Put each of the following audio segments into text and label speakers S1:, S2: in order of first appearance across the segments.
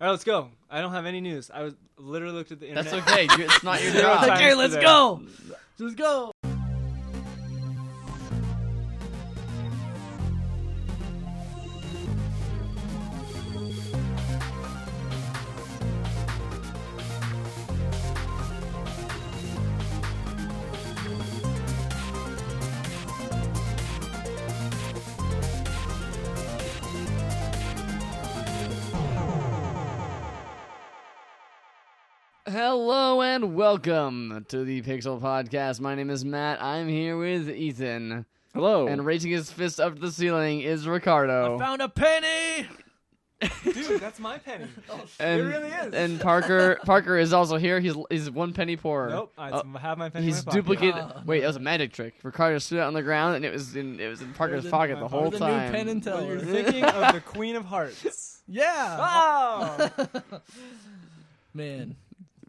S1: All right, let's go. I don't have any news. I was literally looked at the internet.
S2: That's okay. You- It's not your
S1: Zero
S2: job.
S1: time.
S3: Okay,
S1: Times
S3: let's
S1: today.
S3: go. Let's go.
S2: Hello and welcome to the Pixel Podcast. My name is Matt. I'm here with Ethan.
S4: Hello.
S2: And raising his fist up to the ceiling is Ricardo.
S3: Found a penny.
S1: Dude, that's my penny.
S2: and,
S1: it really is.
S2: And Parker Parker is also here. He's he's one penny poorer.
S1: nope, I
S2: Uh,
S1: have my penny.
S2: He's
S1: in my pocket.
S2: duplicated.
S3: Ah.
S2: Wait, that was a magic trick. Ricardo stood out on the ground, and it was in it was in Parker's
S3: in
S2: pocket
S1: my
S2: the
S1: pocket.
S2: whole
S3: the
S2: time.
S3: new pen and
S1: Well, you're
S3: teller.
S1: Ah, thinking of the Queen of Hearts.
S3: yeah. Oh,
S1: Oh,
S3: Man.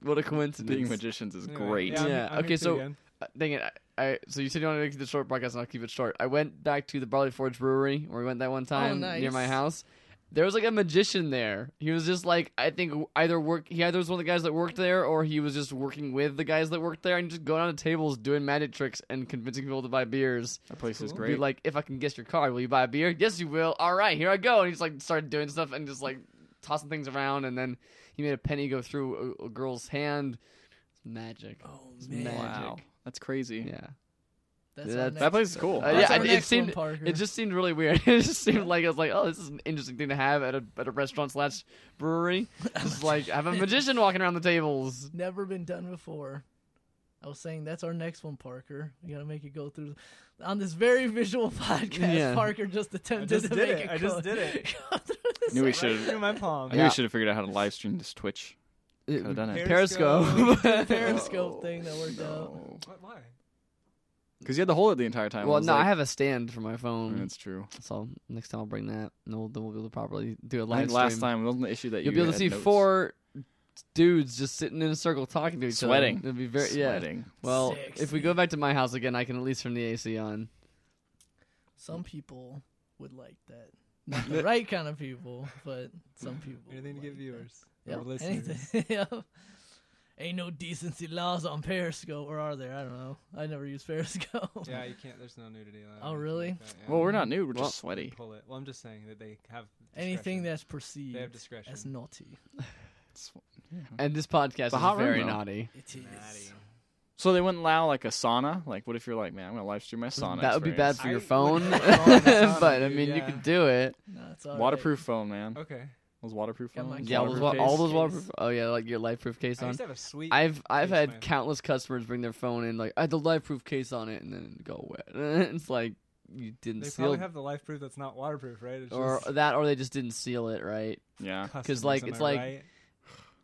S2: what a coincidence!
S4: Being magicians is
S1: Anyway,
S4: great.
S1: I'm-
S2: Yeah,
S1: I'm here
S2: okay,
S1: too
S2: so-
S1: again.
S2: Uh, dang it! I, I so you said you wanted to make the short podcast, and I'll keep it short. I went back to the Barley Forge Brewery where we went that one time near
S3: nice.
S2: my house. There was like a magician there. He was just like I think either work. He either was one of the guys that worked there, or he was just working with the guys that worked there and just going on to tables doing magic tricks and convincing people to buy beers.
S4: That place is
S1: Cool.
S2: Be
S4: great.
S2: like, if I can guess your card, will you buy a beer? Yes, you will. All right, here I go. And he's like started doing stuff and just like tossing things around, and then he made a penny go through a, a girl's hand. It's magic.
S3: Oh
S2: It's
S3: man.
S2: magic.
S4: wow. That's crazy.
S2: Yeah.
S3: That's
S2: That-
S3: our
S4: That
S3: next-
S4: place is cool.
S2: Uh,
S3: That's
S2: yeah,
S3: our
S2: it- it
S3: next
S2: seemed-
S3: one, Parker.
S2: It just seemed really weird. it just seemed like I was like, oh, this is an interesting thing to have at a at a restaurant slash brewery. Just like have a magician walking around the tables.
S3: never been done before. I was saying that's our next one, Parker. We gotta make it go through on this very visual podcast.
S2: Yeah.
S3: Parker just attempted
S1: just
S3: to
S1: did
S3: make
S1: it.
S3: it.
S1: I
S3: go-
S1: just did it.
S3: go through this
S4: Knew we
S3: thing.
S4: should
S1: Right through
S4: have.
S1: my palm.
S4: I knew we should have figured out how to live stream this Twitch. Could have done it.
S2: Periscope.
S3: Periscope thing that worked out.
S2: Oh.
S1: What? Why?
S4: Because you had to hold it the entire time.
S2: well,
S4: was
S2: no,
S4: like,
S2: I have a stand for my
S4: I
S2: phone,
S4: mean, it's true.
S2: so next time I'll bring that, and we'll, then we'll be able to properly do a
S4: I
S2: live
S4: think last
S2: stream.
S4: time wasn't the issue that
S2: You'll
S4: you
S2: be able to
S4: had
S2: see
S4: notes.
S2: four dudes just sitting in a circle talking to each
S4: Sweating.
S2: other. It'll be very yeah.
S4: sweating.
S2: Well,
S3: Sexy.
S2: if we go back to my house again, I can at least turn the AC on.
S3: Some people would like that. Not the right kind of people, but some people.
S1: Anything to
S3: would
S1: get
S3: like
S1: viewers
S3: that.
S1: or
S3: Yep.
S1: listeners.
S3: Anything. yep. Ain't no decency laws on Periscope, or are there? I don't know. I never use Periscope.
S1: Yeah, you can't. There's no nudity allowed.
S3: Oh,
S1: or anything
S3: really?
S1: like that, yeah.
S4: Well, we're not nude. We're
S2: Well-
S4: just sweaty.
S1: Pull it. Well, I'm just saying that they have discretion.
S3: Anything that's perceived
S1: they have discretion.
S3: as naughty.
S4: It's- yeah.
S2: And this podcast
S4: The
S2: is
S4: hot room,
S2: very
S4: though.
S2: naughty.
S3: It is.
S4: So they wouldn't allow like a sauna. Like, what if you're like, man, I'm gonna live stream my sauna.
S2: that would be bad
S4: experience.
S2: for
S1: I
S2: your
S1: would
S2: phone,
S1: have it on the phone,
S2: but I
S1: dude,
S2: mean you
S1: yeah.
S2: could do it.
S3: No, it's all right.
S4: Waterproof phone, man.
S1: Okay.
S4: Those waterproof
S3: Got my
S4: phones.
S2: Yeah,
S3: Waterproof
S2: those,
S4: waterproof
S2: wa- all those
S3: case.
S2: waterproof. Oh yeah, like your life proof case
S1: I
S2: on.
S1: used to have a sweet.
S2: I've I've
S1: case
S2: had
S1: plan.
S2: countless customers bring their phone in like I had the life proof case on it and then it'd go wet. it's like you didn't
S1: They
S2: seal
S1: probably have the life proof that's not waterproof, right? It's
S2: or
S1: just
S2: that or they just didn't seal it right.
S4: yeah.
S1: customs,
S2: like,
S1: am
S2: it's
S1: I
S2: like-
S1: right?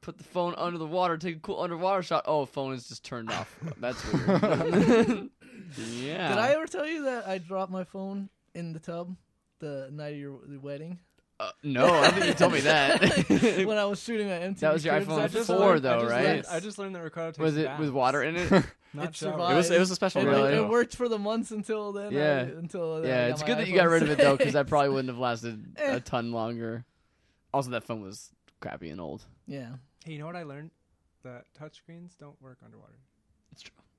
S2: Put the phone under the water, take a cool underwater shot. Oh, phone is just turned off. That's weird. yeah.
S3: Did I ever tell you that I dropped my phone in the tub the night of your the wedding?
S2: Uh, no, I don't think you told me that.
S3: when I was shooting at MTV.
S2: That was your
S3: Cribs,
S2: iPhone
S3: I
S1: I
S3: just
S1: just
S2: four,
S3: learned-
S1: learned-
S2: though,
S1: I just
S2: right?
S1: learned- I just learned that Ricardo takes
S2: was it
S1: baths.
S2: with water in it?
S1: Not
S3: It
S1: showers.
S3: survived.
S4: It was it was a special
S3: It,
S2: Really?
S4: night.
S3: it
S4: though.
S3: worked for the months until then. I-
S2: Yeah.
S3: until then I
S2: yeah,
S3: got
S2: it's
S3: my
S2: good that you got
S3: iPhone
S2: rid of it though, because
S3: 6.
S2: that probably wouldn't have lasted
S3: Eh.
S2: a ton longer. Also, that phone was crappy and old.
S3: yeah.
S1: Hey, you know what I learned? That touchscreens don't work underwater.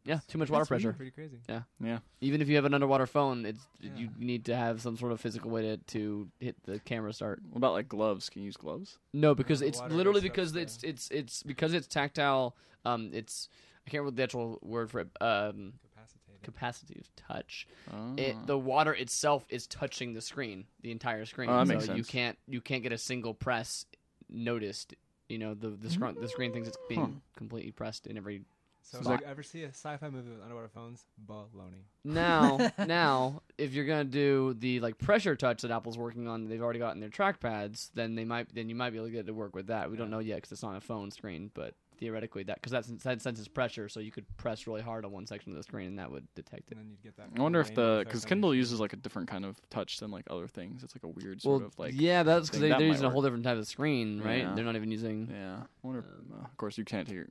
S2: Yeah, too much water
S1: That's
S2: pressure.
S1: Pretty crazy.
S4: Yeah.
S2: Even if you have an underwater phone, it's
S1: Yeah.
S2: you need to have some sort of physical way to, to hit the camera start.
S4: What about like gloves? Can you use gloves?
S2: No, because
S1: the
S2: it's
S1: water
S2: literally
S1: goes up,
S2: because
S1: yeah.
S2: it's it's it's because it's tactile. Um, it's I can't remember the actual word for it. Um,
S1: Capacitated.
S2: capacity of touch.
S4: Oh.
S2: It the water itself is touching the screen, the entire screen.
S4: Oh, that
S2: so
S4: makes
S2: you
S4: sense.
S2: can't you can't get a single press noticed. You know the the screen the screen thinks it's being
S4: Huh.
S2: completely pressed in every.
S1: so
S2: Black-
S1: if you ever see a sci-fi movie with underwater phones, baloney.
S2: Now now if you're gonna do the like pressure touch that Apple's working on, they've already got in their trackpads. Then they might then you might be able to get it to work with that. We don't know yet because it's not a phone screen, but theoretically that because that, sen- that senses pressure, so you could press really hard on one section of the screen and that would detect it.
S1: And then you'd get that.
S4: I wonder if
S1: rainbow
S4: the
S1: effect
S4: because
S1: on your
S4: Kindle
S1: screen.
S4: uses like a different kind of touch than like other things. It's like a weird sort of like
S2: yeah, that's because
S4: thing.
S2: they,
S4: That
S2: they're
S4: might
S2: using a whole different type of screen, right?
S4: Yeah.
S2: They're not even using.
S4: yeah. I wonder.
S2: Um,
S4: uh, of course, you can't hear.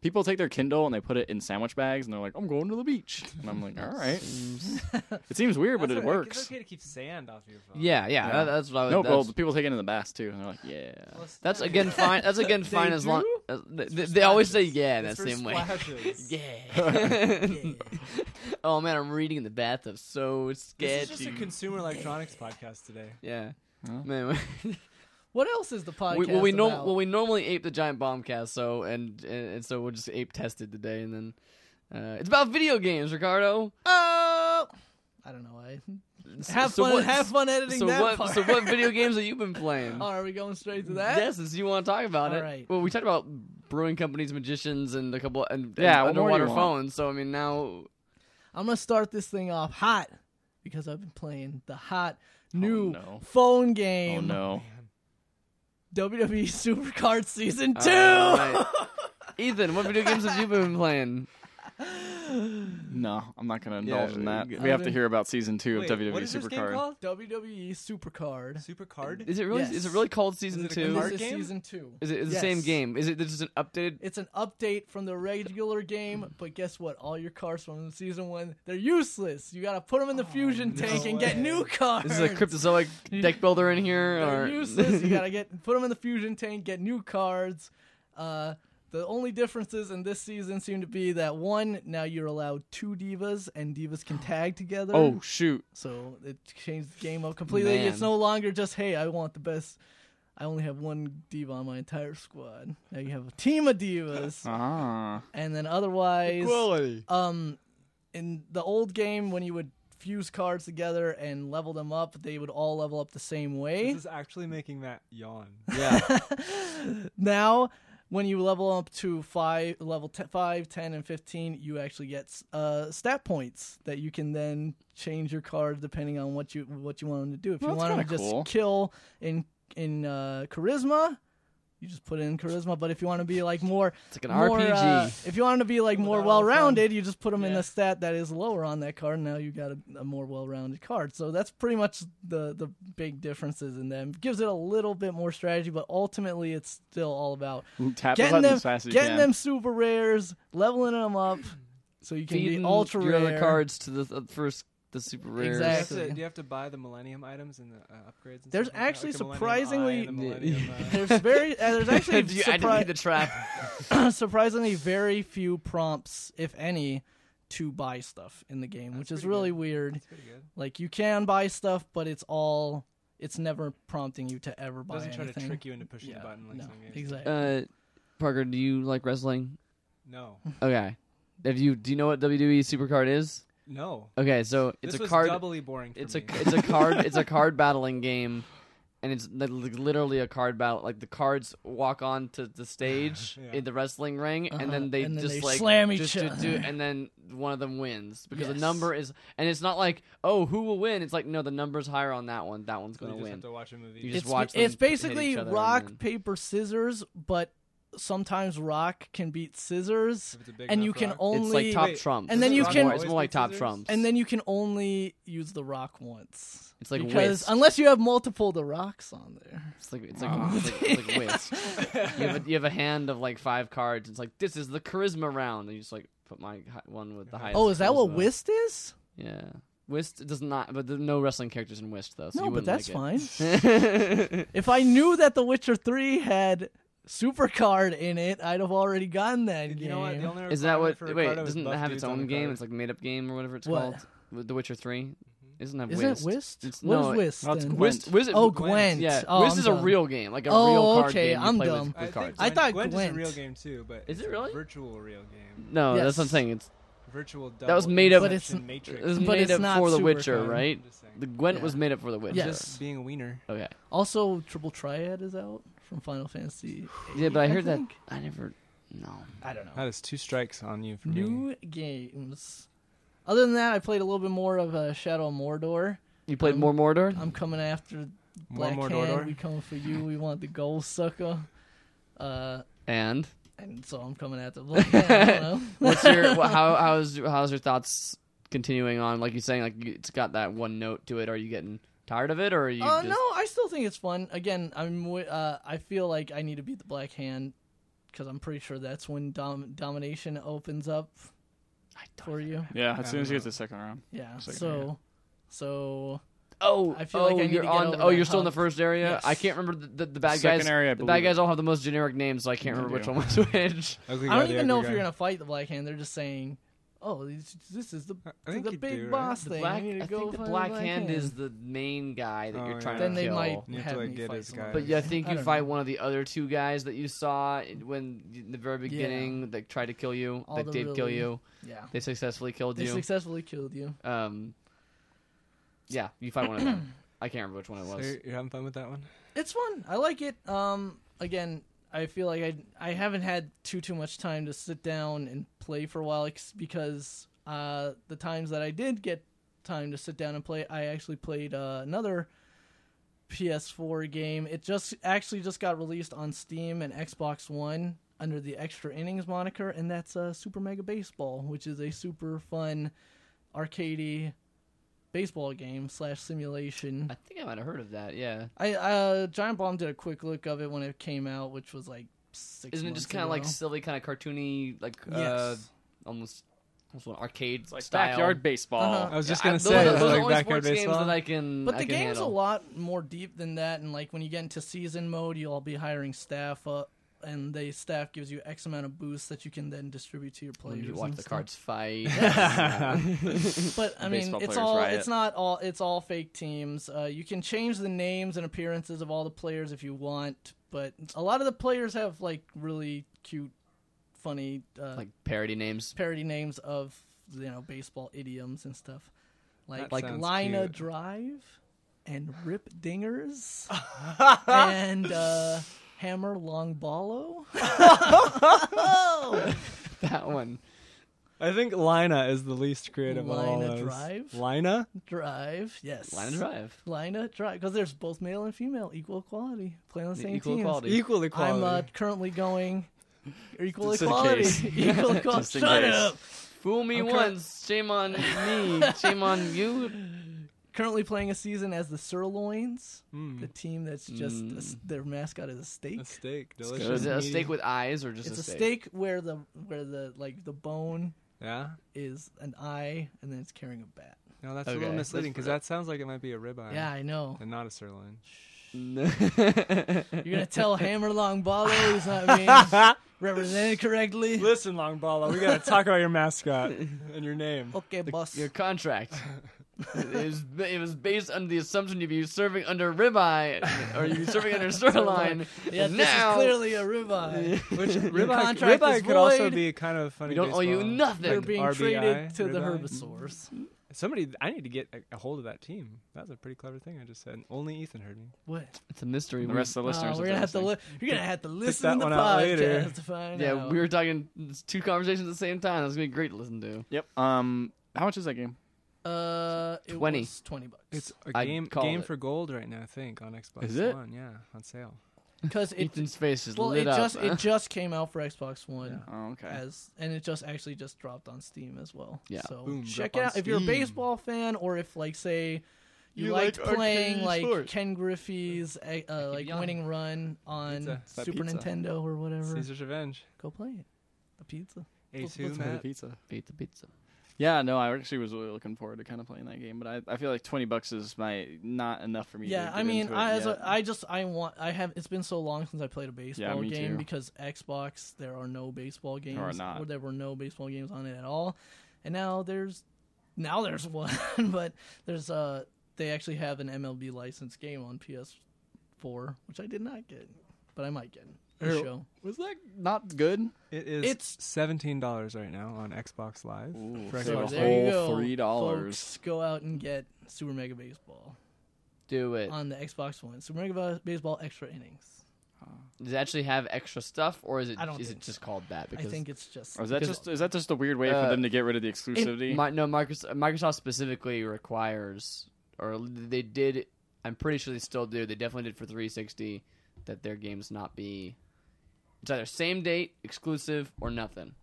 S4: People take their Kindle and they put it in sandwich bags and they're like, "I'm going to the beach," and I'm like, "All right."
S2: Seems-
S4: It seems weird, but
S1: That's
S4: it
S1: okay,
S4: works.
S1: It's okay to keep sand off your phone.
S2: Yeah, yeah,
S4: Yeah.
S2: That, that's what I would.
S4: No,
S2: that's,
S4: well, people take it in the baths too, and they're like, "Yeah."
S1: it's
S2: that's
S1: not-
S2: again fine. That's again
S1: They
S2: fine as long.
S1: do?
S2: As, they
S1: It's
S2: they-
S1: for
S2: they always say
S1: splashes.
S2: yeah in that
S1: It's for
S2: same way.
S1: splashes.
S2: Yeah.
S3: Yeah.
S2: oh man, I'm reading in the bathtub. So
S1: This is
S2: sketchy.
S1: just a consumer electronics podcast today.
S2: yeah.
S4: Huh?
S2: Man,
S3: What else is the podcast?
S2: we, well, we know.
S3: about?
S2: Well, we normally ape the giant bombcast. So and, and and so we'll just ape tested today, and then uh, it's about video games, Ricardo.
S3: Oh, I don't know. I have
S2: so
S3: fun.
S2: what-
S3: have fun editing
S2: So
S3: that
S2: what?
S3: part.
S2: So what video Mm, games have you been playing?
S3: Oh, are we going straight to that?
S2: Yes, since you want to talk about
S3: All
S2: it.
S3: right.
S2: Well, we talked about brewing companies, magicians, and a couple and, and
S4: Yeah, what more do you
S2: underwater
S4: want?
S2: phones. So I mean, now
S3: I'm gonna start this thing off hot because I've been playing the hot
S2: Oh,
S3: new
S4: no.
S3: phone
S4: Oh
S3: game
S4: no.
S3: WWE Supercard Season Two.
S2: All right. Ethan, what video games have you been playing?
S4: No, I'm not going to indulge
S2: Yeah,
S4: in that.
S2: we-
S4: We have to hear about season two
S1: Wait,
S4: of
S2: E
S4: WWE
S1: what is this game
S4: Supercard.
S1: called?
S3: WWE E Supercard.
S1: Super Card?
S2: Is it really? Is it
S3: Yes.
S2: really called season
S1: it a
S2: two?
S3: And
S1: card
S3: this is
S1: game?
S3: season two.
S2: Is it is the
S3: Yes.
S2: same game? Is it this is an updated?
S3: It's an update from the regular game, but guess what? All your cars from season one, they're useless. You gotta put them in the fusion
S1: no
S3: tank and get
S1: way.
S3: new cars.
S2: Oh, This is a cryptozoic deck builder in here,
S3: They're
S2: or
S3: useless. You gotta get put them in the fusion tank, get new cards. Uh, the only differences in this season seem to be that one, now you're allowed two divas, and divas can tag together.
S4: Oh shoot.
S3: so it changed the game up completely.
S2: Man.
S3: It's no longer just hey, I want the best. I only have one diva on my entire squad. Now you have a team of divas,
S4: Ah.
S3: and then otherwise, um, in the old game when you would fuse cards together and level them up, they would all level up the same way.
S1: This is actually making Matt yawn.
S4: Yeah.
S3: now when you level up to five level t- 5 10 and 15 you actually get uh, stat points that you can then change your card depending on what you what you want them to do if
S4: Well,
S3: you
S4: that's
S3: want them to
S4: kinda
S3: just
S4: cool.
S3: kill in in uh, charisma you just put in charisma but if you want to be like more
S2: It's like an
S3: more,
S2: RPG.
S3: uh, if you want to be like
S1: Without
S3: more
S1: all the fun.
S3: well-rounded you just put them in
S1: Yeah.
S3: the stat that is lower on that card and now you got a, a more well-rounded card so that's pretty much the the big differences in them gives it a little bit more strategy but ultimately it's still all about
S4: Tap the
S3: getting
S4: button
S3: them
S4: as fast as you
S3: getting
S4: can.
S3: them super rares leveling them up so you can
S2: Feeding
S3: be ultra
S2: your
S3: rare
S2: other cards to the th- first the super rare.
S1: Do you, have
S3: Exactly.
S1: to, do you have to buy the Millennium items and the uh, upgrades? And
S3: There's
S1: stuff like that?
S3: actually
S1: Like the Millennium
S3: surprisingly-
S1: Eye and the Millennium, uh,
S3: there's very uh, there's actually
S2: Do you, I didn't
S3: surpri-
S2: need the trap.
S3: surprisingly very few prompts if any to buy stuff in the game
S1: That's
S3: which is
S1: pretty
S3: really
S1: good.
S3: weird
S1: That's pretty good.
S3: Like you can buy stuff, but it's all it's never prompting you to ever buy
S1: Doesn't try
S3: anything.
S1: to trick you into pushing
S3: Yeah,
S1: the button like
S3: no,
S1: some games.
S3: exactly.
S2: Uh, Parker, do you like wrestling?
S1: No,
S2: Okay. Have you do you know what WWE Supercard is?
S1: no.
S2: Okay, so it's
S1: this
S2: a
S1: was
S2: card.
S1: doubly boring. For
S2: it's
S1: me.
S2: a it's a card it's a card battling game, and it's li- li- literally a card battle. Like the cards walk on to the stage
S1: Yeah.
S2: in the wrestling ring,
S3: Uh-huh,
S2: and then they
S3: and then
S2: just
S3: they
S2: like
S3: slam each
S2: just do-
S3: other.
S2: do- and then one of them wins because the
S3: Yes.
S2: number is, and it's not like oh who will win. It's like no, the number's higher on that one. That one's
S1: So you
S2: gonna
S1: just
S2: win.
S1: have to watch a movie.
S2: You
S3: it's
S2: just watch them
S3: it's
S2: hit each
S3: basically
S2: other and
S3: rock
S2: then-
S3: paper scissors, but sometimes rock can beat scissors,
S1: If it's a big
S3: and
S1: enough
S3: you can
S1: rock.
S3: only
S2: it's like top
S1: Wait,
S2: trumps.
S3: and then
S2: It's
S3: you
S2: more-
S3: can-
S2: It's more like top
S1: Scissors?
S2: trumps.
S3: and then you can only use the rock once.
S2: It's like
S3: because
S2: whist.
S3: unless you have multiple the rocks on there.
S2: It's like it's like,
S1: Oh.
S2: it's like, it's like whist. You have, a, you have a hand of like five cards. It's like this is the charisma round, and you just like put my hi- one with the highest.
S3: Oh, is that what
S2: charisma.
S3: whist is?
S2: Yeah, whist does not. But there's no wrestling characters in whist though. So
S3: No,
S2: you
S3: but
S2: wouldn't
S3: that's
S2: like
S3: fine.
S2: it.
S3: If I knew that The Witcher 3 had Supercard in it, I'd have already gotten that
S1: You
S3: game.
S1: know what? The only
S2: is that
S1: requirement
S2: what?
S1: for
S2: Wait,
S1: Ricardo is
S2: doesn't it
S1: buff
S2: have
S1: dudes
S2: its
S1: on the
S2: own game?
S1: card.
S2: It's like made up game or whatever it's
S3: What?
S2: called. With The Witcher Three
S1: Mm-hmm.
S2: doesn't have
S3: Isn't
S2: whist.
S3: it Whist?
S2: It's-
S3: what
S2: no, it-
S3: is Whist?
S4: no, it's
S3: then?
S4: Gwent.
S2: Whist, whist,
S3: Oh,
S1: Gwent.
S3: Gwent.
S2: yeah,
S3: oh,
S2: whist
S3: I'm
S2: is a
S3: dumb.
S2: real game, like a
S3: Oh,
S2: real card
S3: okay,
S2: game. you
S3: I'm
S2: play with-
S3: dumb.
S2: with
S1: I, think
S2: cards.
S3: I thought
S1: Gwent is a real
S3: Gwent.
S1: game too, but
S2: Is
S1: it's
S2: it
S1: a
S2: really?
S1: virtual real game.
S2: no, that's what I'm
S3: Yes.
S2: saying. It's
S1: Virtual double.
S2: was made up-
S3: But it's-
S1: Inception Matrix.
S2: it was
S3: But
S2: made
S3: it's
S2: up
S3: not
S2: for The
S3: Supercard.
S2: Witcher, right?
S1: I'm just saying.
S2: The Gwent was
S3: Yeah.
S2: made up for The Witcher.
S3: Yes.
S1: Just being a wiener.
S2: Okay.
S3: Also, Triple Triad is out from Final Fantasy.
S2: Yeah, but I heard that
S3: think.
S2: I never. No.
S3: I don't know.
S1: That is two strikes on you for me.
S3: New games. Other than that, I played a little bit more of uh, Shadow of Mordor.
S2: You played
S3: Um,
S2: more Mordor?
S3: I'm coming after
S1: One
S3: Black
S1: more
S3: Hand.
S1: Mordor.
S3: We coming for you. We want the gold sucker. Uh,
S2: And?
S3: and so I'm coming at them. Like, yeah, I don't know.
S2: What's your wha- how how's how's your thoughts continuing on? Like you're saying, like you, it's got that one note to it. Are you getting tired of it, or are you?
S3: Uh,
S2: just,
S3: no, I still think it's fun. Again, I'm. wi- Uh, I feel like I need to beat the Black Hand because I'm pretty sure that's when dom- domination opens up
S2: I don't
S3: for you.
S4: Yeah,
S1: I
S4: as soon
S1: don't
S4: as you
S1: know.
S4: get to the second round.
S3: Yeah.
S4: Second,
S3: So, so
S2: Oh,
S3: I feel
S2: oh,
S3: like I need
S2: you're
S3: to get
S2: on.
S3: over
S2: oh,
S3: that
S2: you're still in the
S3: hump.
S2: first area.
S3: Yes.
S2: I can't remember the, the, the bad
S4: second
S2: guys.
S4: area, I
S2: the bad
S4: believe
S2: guys all have the most generic names, so I can't
S4: They
S2: remember which
S4: do.
S2: one was which.
S1: Ugly
S3: I
S1: guy,
S3: don't
S1: the
S3: even know if
S1: ugly
S3: you're
S1: guy.
S3: gonna fight the Black Hand. They're just saying, "Oh, this, this is the
S1: I think
S3: the
S1: you
S3: big
S1: do, right?
S3: boss
S2: The
S3: thing.
S2: black,
S3: we need to
S2: I
S3: go
S2: think the
S3: find
S2: black hand, is the main guy that
S1: Oh,
S2: you're
S1: yeah.
S2: trying
S3: Then
S2: to
S3: they
S2: kill.
S3: might
S1: You have to,
S3: have
S1: like,
S3: me
S1: get
S3: fight
S1: his
S3: someone.
S1: guy.
S2: But yeah, I think
S3: I
S2: you
S3: don't
S2: fight
S3: know.
S2: one of the other two guys that you saw when in the very
S3: Yeah.
S2: beginning they tried to kill you.
S3: All
S2: they
S3: the
S2: did kill
S3: really-
S2: you.
S3: Yeah,
S2: They successfully killed
S3: they
S2: you.
S3: successfully killed you.
S2: um, yeah, you fight one of them. I can't remember which one it
S1: So
S2: was.
S1: you're, you're having fun with that one?
S3: It's fun. I like it. Um, again, I feel like I I haven't had too too much time to sit down and play for a while ex- because uh the times that I did get time to sit down and play, I actually played uh, another PS4 game. It just actually just got released on Steam and Xbox One under the Extra Innings moniker, and that's uh, Super Mega Baseball, which is a super fun arcadey baseball game slash simulation.
S2: I think I might have heard of that. Yeah,
S3: I uh, Giant Bomb did a quick look of it when it came out, which was like six.
S2: isn't it
S3: months
S2: just kind of like
S3: ago.
S2: silly, kind of cartoony, like uh,
S3: yes?
S2: almost almost an arcade
S4: It's like
S2: style.
S4: backyard baseball.
S3: Uh-huh.
S1: I was just
S2: Yeah, I-
S1: gonna
S2: those
S1: say,
S2: are-
S1: it's
S2: those are
S1: like
S2: only
S1: backyard
S2: sports games
S1: baseball.
S2: that I can.
S3: but
S2: I
S3: the
S2: can
S3: game's
S2: handle.
S3: a lot more deep than that, and like when you get into season mode, you'll be hiring staff up, and they staff gives you X amount of boosts that you can then distribute to your
S2: When
S3: players.
S2: you watch
S3: and
S2: the
S3: stuff.
S2: cards fight.
S3: But I mean,
S4: Baseball
S3: it's
S4: players
S3: all
S4: riot.
S3: it's not all it's all fake teams. Uh, you can change the names and appearances of all the players if you want, but a lot of the players have like really cute, funny uh,
S2: like parody names.
S3: parody names of you know baseball idioms and stuff, like
S1: That
S3: like
S1: sounds
S3: Lina
S1: cute.
S3: Drive, and Rip Dingers, and uh, Hammer Long Ballo.
S2: That one.
S1: I think Lina is the least creative of all
S3: Lina
S1: those.
S3: Drive?
S1: Lina?
S3: Drive, yes.
S2: Line and drive.
S3: Lina Drive, because there's both male and female, equal equality, playing on the same
S2: Equal
S3: teams.
S2: equality.
S1: Equal equality.
S3: I'm uh, currently going. Equal
S4: Just in
S3: equality.
S4: case.
S3: Equal equality.
S4: Just in
S3: Shut
S4: case.
S3: up.
S2: Fool me
S3: I'm cur-
S2: once, shame on me, shame on you.
S3: Currently playing a season as the Sirloins,
S1: Mm,
S3: the team that's just a s- their mascot is a steak.
S1: a steak.
S4: good.
S1: Delicious.
S2: Is it a
S1: meat.
S2: steak with eyes or just
S3: it's
S2: a
S3: a
S2: steak?
S3: steak. where the where the like the bone
S1: Yeah?
S3: is an eye and then it's carrying a bat.
S1: No, that's a
S2: Okay.
S1: little misleading because that
S2: That's-
S1: sounds like it might be a ribeye.
S3: yeah, I know.
S1: And not a sirloin.
S3: You're gonna tell Hammerlong Balo he's not being represented correctly.
S1: Listen, Longbala, we gotta talk about your mascot and your name.
S3: Okay, boss.
S2: Your contract. it, was, it was based on the assumption you'd be serving under ribeye or you'd be serving under sirloin.
S3: yeah,
S2: and
S3: this
S2: now
S3: is clearly a ribeye.
S1: Which
S3: Your
S1: ribeye,
S3: contract
S1: ribeye
S3: is
S1: could also
S3: void.
S1: be kind of funny.
S2: we don't owe you
S1: baseball.
S2: nothing.
S3: You're being
S1: RBI,
S3: traded to the
S1: ribeye?
S3: herbivores.
S1: Somebody, I need to get a, a hold of that team. That's a pretty clever thing I just said. Only Ethan heard me.
S3: What?
S2: it's a mystery.
S4: The rest of the
S3: Wow,
S4: listeners.
S3: Oh, we're gonna have to li- you're gonna have to listen
S1: that
S3: to the
S1: one out
S3: podcast
S1: later.
S3: to find
S2: yeah,
S3: out.
S2: we were talking two conversations at the same time. That's gonna be great to listen to.
S4: Yep. Um, how much is that game?
S3: uh, it
S2: 20.
S3: was twenty bucks.
S1: It's a
S2: I'd
S1: game
S2: call
S1: game
S2: it.
S1: for gold right now, I think, on Xbox
S4: Is it?
S1: One. Yeah, on sale.
S3: because it
S2: Ethan's face is
S3: well,
S2: lit
S3: it
S2: up.
S3: just it just came out for Xbox One.
S4: Oh, okay.
S3: as and it just actually just dropped on Steam as well.
S2: Yeah.
S3: So
S1: Boom,
S3: check it
S1: drop on
S3: out if you're a
S1: Steam.
S3: baseball fan or if like say you,
S2: You
S3: liked
S2: like
S3: playing
S2: arcade
S3: like
S2: sports.
S3: Ken Griffey's uh, uh, like
S2: yawning.
S3: winning run on
S1: Pizza. It's
S4: that
S3: Super
S4: pizza.
S3: Nintendo or whatever.
S1: Caesar's Revenge.
S3: Go play it. The pizza.
S1: A2,
S3: let's
S4: Somebody
S1: Matt.
S4: pizza.
S2: Beat the pizza.
S4: Yeah, no, I actually was really looking forward to kind of playing that game, but I, I feel like twenty bucks is my not enough for me. to
S3: yeah,
S4: get
S3: I mean,
S4: into it
S3: I, as
S4: yet.
S3: a, I just I want I have it's been so long since I played a baseball
S4: me
S3: game
S4: too.
S3: because Xbox there are no baseball games
S4: are not.
S3: or there were no baseball games on it at all, and now there's now there's one, but there's uh they actually have an MLB licensed game on PS4 which I did not get, but I might get. For
S4: Ew.
S3: sure.
S4: was that not good.
S1: It is
S3: It's-
S1: seventeen dollars right now on Xbox Live.
S4: Ooh,
S1: for
S4: so
S1: Xbox
S4: the
S1: One.
S4: whole
S3: there you go.
S4: $3.
S3: Folks, go out and get Super Mega Baseball
S2: Do it.
S3: on the Xbox One. Super Mega Baseball Extra Innings.
S2: Does it actually have extra stuff, or is it
S3: I don't
S2: is it
S3: think
S2: just
S3: so.
S2: called that?
S3: I think it's just
S4: Or Oh, is that
S2: Because-
S4: just is that just a weird way
S2: Uh,
S4: for them to get rid of the exclusivity?
S2: Mi- no, Microsoft, Microsoft specifically requires, or they did. I'm pretty sure they still do. They definitely did for 360 that their games not be It's either same date, exclusive, or nothing.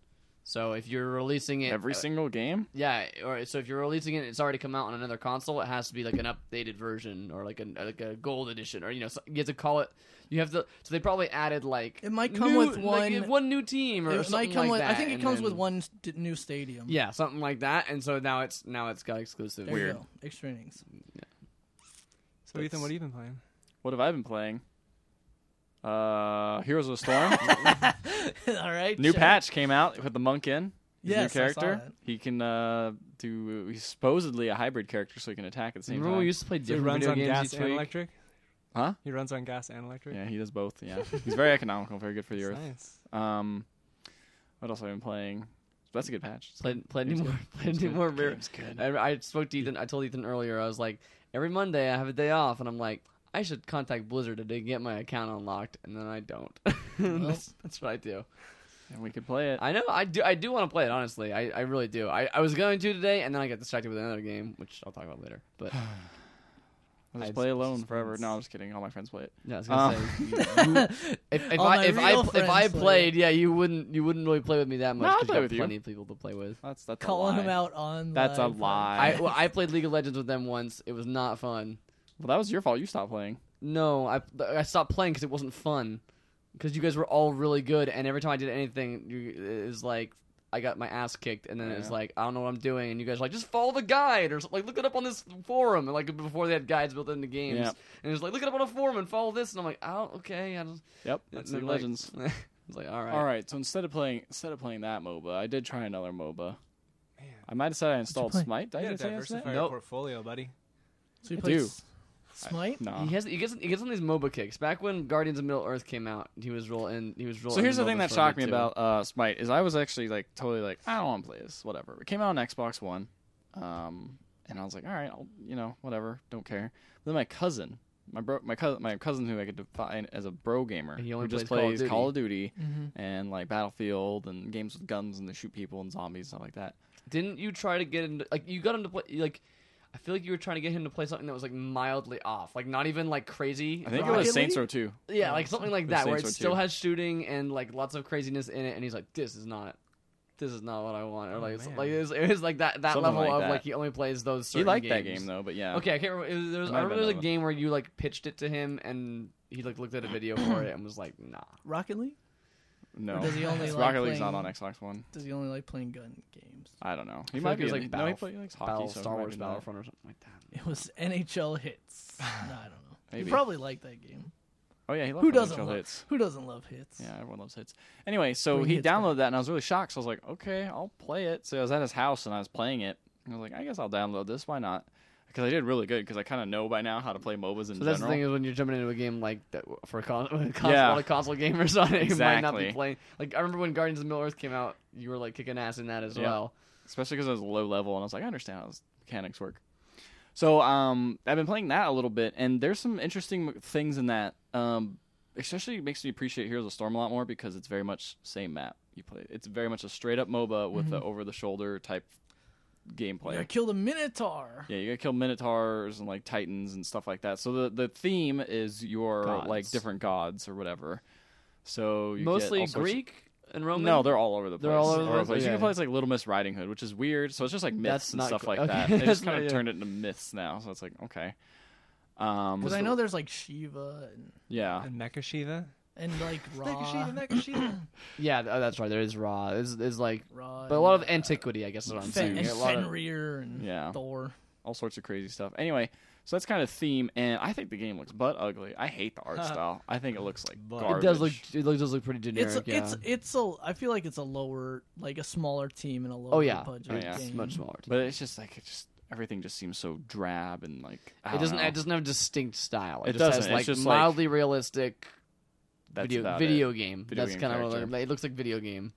S2: So if you're releasing it
S4: Every
S2: uh,
S4: single game?
S2: yeah, or so if you're releasing it, and it's already come out on another console. It has to be like an updated version, or like a like a gold edition, or you know, so you have to call it. You have to. So they probably added like
S3: It might come
S2: new-
S3: with
S2: like,
S3: one-
S2: one new team, or
S3: It
S2: something
S3: might come
S2: like
S3: with. I
S2: that,
S3: think it
S2: and
S3: comes with
S2: then-
S3: one st- new stadium.
S2: Yeah, something like that, and so now it's now it's got exclusive.
S3: There
S4: Weird.
S3: You go. Extra innings.
S1: So Ethan, what have you been playing?
S4: What have I been playing? Uh, Heroes of the Storm.
S3: All right.
S4: new
S3: check.
S4: patch came out with the monk in. His
S3: Yes,
S4: new character.
S3: I saw that.
S4: He can uh, do. He's supposedly a hybrid character, so he can attack at the same
S2: Remember when
S4: time.
S2: we used to play
S1: So he
S2: different
S1: runs
S2: video
S1: on
S2: games
S1: gas
S2: each
S1: and
S2: week?
S1: electric.
S4: Huh?
S1: He runs on gas and electric.
S4: Yeah, he does both. Yeah, he's very economical, very good for the earth.
S1: Science.
S4: Um, what else have I been playing? That's a good patch. It's
S2: Played played any
S4: Game's
S2: more played any
S4: good.
S2: more Mir-
S4: Game's good.
S2: I, I spoke to Ethan. I told Ethan earlier. I was like, every Monday I have a day off, and I'm like, I should contact Blizzard to get my account unlocked, and then I don't. that's, that's what I do.
S4: And we could play it.
S2: I know. I do. I do want to play it. Honestly, I, I really do. I, I was going to today, and then I got distracted with another game, which I'll talk about later. But
S4: I'll
S2: I-
S4: just play alone
S1: suspense.
S4: forever. No, I'm just kidding. All my friends play it.
S2: yeah, I was gonna
S4: Um,
S2: say, you- you- if, if
S3: All
S2: I
S3: my
S2: if I
S3: real
S2: if I
S3: friends play
S2: played, yeah, you wouldn't you wouldn't really play with me that
S4: No, I'll
S2: much. 'cause
S4: play
S2: you got
S4: with you.
S2: plenty of people to play with.
S4: That's that's
S3: Calling
S4: a lie.
S3: him out on.
S4: That's a
S3: live podcast.
S4: lie.
S2: I well, I played League of Legends with them once. It was not fun.
S4: Well, that was your fault. You stopped playing.
S2: No, I I stopped playing because it wasn't fun. Because you guys were all really good, and every time I did anything, you, it was like I got my ass kicked, and then it was
S4: Yeah.
S2: like I don't know what I'm doing, and you guys were like just follow the guide or so- like look it up on this forum, and like before they had guides built into games,
S4: Yeah.
S2: and it was like look it up on a forum and follow this, and I'm like oh okay, I just
S4: Yep.
S2: and
S4: That's
S2: then,
S4: League of
S2: like-
S4: Legends.
S2: I was like all right,
S4: All right. So instead of playing instead of playing that MOBA, I did try another MOBA.
S1: Man,
S4: I might have said I installed
S3: play?
S4: Smite. Did I
S1: you gotta
S4: even say yes to
S1: diversify
S4: that?
S1: your
S2: Nope.
S1: portfolio, buddy.
S3: So you
S4: I
S3: played
S4: do.
S3: S- Smite.
S4: No.
S2: He has he gets he gets on these MOBA kicks. Back when Guardians of Middle Earth came out, he was rolling he was rolling.
S4: So here's the
S2: MOBAs
S4: thing that
S2: for a
S4: shocked me
S2: bit, too.
S4: about uh, Smite is I was actually like totally like I don't want to play this, whatever. It came out on Xbox One, um, and I was like, all right, I'll you know whatever, don't care. But then my cousin, my bro, my cousin, my cousin who I could define as a bro gamer,
S2: He only
S4: who just
S2: plays Call of
S4: plays
S2: Duty.
S4: Call of Duty
S3: Mhm.
S4: and like Battlefield and games with guns and they shoot people and zombies and stuff like that.
S2: Didn't you try to get into like you got him to play like I feel like you were trying to get him to play something that was like mildly off, like not even like crazy.
S4: I think
S3: Rocket
S4: it was Saints
S3: League?
S4: Row Two.
S2: yeah, like something like
S4: Or
S2: that where it
S4: Saints Row
S2: still
S4: 2.
S2: has shooting and like lots of craziness in it, and he's like, "This is not, this is not what I want." Or
S1: Oh,
S2: like, it's-
S1: man.
S2: like it was, it was like that that
S4: Something
S2: level
S4: like
S2: of
S4: that.
S2: like he only plays those.
S4: He
S2: Certain
S4: liked
S2: games.
S4: that game though, but yeah,
S2: Okay, I can't remember. It was, there was,
S4: It
S2: I
S4: might have
S2: remember there was
S4: been
S2: a
S4: another
S2: game where you like pitched it to him, and he like looked at a video for it and was like, "Nah."
S3: Rocket League.
S4: no.
S3: Or does he only
S4: Rocket
S3: like
S4: League's not on
S3: playing-
S4: Xbox One.
S3: Does he only like playing gun games?
S4: I don't know. He
S2: feel
S4: might
S2: like it
S4: be
S2: was,
S4: in
S2: like,
S4: the- no, he
S2: Battle-
S4: play- he likes hockey,
S2: Battle,
S4: so he
S2: Star
S4: might
S2: Wars
S4: be in that.
S2: Battlefront or something like that.
S3: It was NHL hits. no, I don't know.
S4: Maybe.
S3: You probably like that game.
S4: Oh yeah, he loves
S3: Who doesn't
S4: NHL
S3: love
S4: hits.
S3: Who doesn't love hits?
S4: Yeah, everyone loves hits. Anyway, so
S3: Bring
S4: he
S3: hits
S4: downloaded that, and I was really shocked. So I was like, okay, I'll play it. So I was at his house, and I was playing it. And I was like, I guess I'll download this. Why not? Because I did really good. Because I kind of know by now how to play MOBAs in
S2: So
S4: general.
S2: that's the thing is when you're jumping into a game like that for a, con- a console, a
S4: Yeah.
S2: lot of console gamers on it, you might not be
S4: Exactly.
S2: playing. Like I remember when Guardians of Middle Earth came out, you were like kicking ass in that as
S4: Yeah.
S2: well.
S4: especially because I was low level, and I was like, I understand how those mechanics work. So um, I've been playing that a little bit, and there's some interesting things in that. Um, especially it makes me appreciate Heroes of the Storm a lot more because it's very much same map you play. It's very much a straight up MOBA with
S2: Mm-hmm.
S4: the over the shoulder type gameplay.
S3: I killed a minotaur.
S4: Yeah, you gotta kill minotaurs and like titans and stuff like that. So the the theme is your
S2: Gods.
S4: like different gods or whatever. So you get
S2: Mostly
S4: all sorts of-
S2: Greek and Roman.
S4: no, they're all over the place.
S2: They're all over the place,
S4: You
S2: yeah.
S4: can play as, like Little Miss Riding Hood, which is weird. So it's just like myths
S2: That's
S4: and
S2: not
S4: stuff
S2: cool.
S4: like
S2: Okay.
S4: that. They
S2: That's
S4: just kind
S2: not-
S4: of
S2: yeah.
S4: turned it into myths now. So it's like okay. Um,
S3: Because I know there's like Shiva and,
S4: yeah,
S1: And Mecha Shiva.
S3: and like
S1: Mecha
S3: Ra.
S1: Shiva, Mecha Shiva.
S2: yeah, th- uh, that's right. There is Raw. Is is like,
S3: Ra
S2: but a lot of antiquity, I guess, is what I'm
S3: and,
S2: saying.
S3: Fen- and
S2: A lot of-
S3: Fenrir and
S4: Yeah.
S3: Thor.
S4: all sorts of crazy stuff. Anyway, so that's kind of theme, and I think the game looks butt ugly. I hate the art style. I think it looks like
S1: But-
S4: garbage.
S2: it does look it looks- does look pretty generic.
S3: It's
S2: yeah.
S3: it's it's a. I feel like it's a lower, like a smaller team and a lower
S2: oh yeah,
S3: budget
S4: Oh, yeah.
S2: it's
S3: game.
S2: much smaller.
S4: but it's just like it just everything just seems so drab and like I
S2: it
S4: don't
S2: doesn't
S4: know.
S2: it doesn't have a distinct style. It,
S4: It
S2: just has
S4: doesn't. It's
S2: like
S4: just, like,
S2: mildly realistic
S4: That's
S2: video
S4: about it.
S2: video game.
S4: Video
S2: that's
S4: game
S2: kind of
S4: character.
S2: what it, it looks like video game.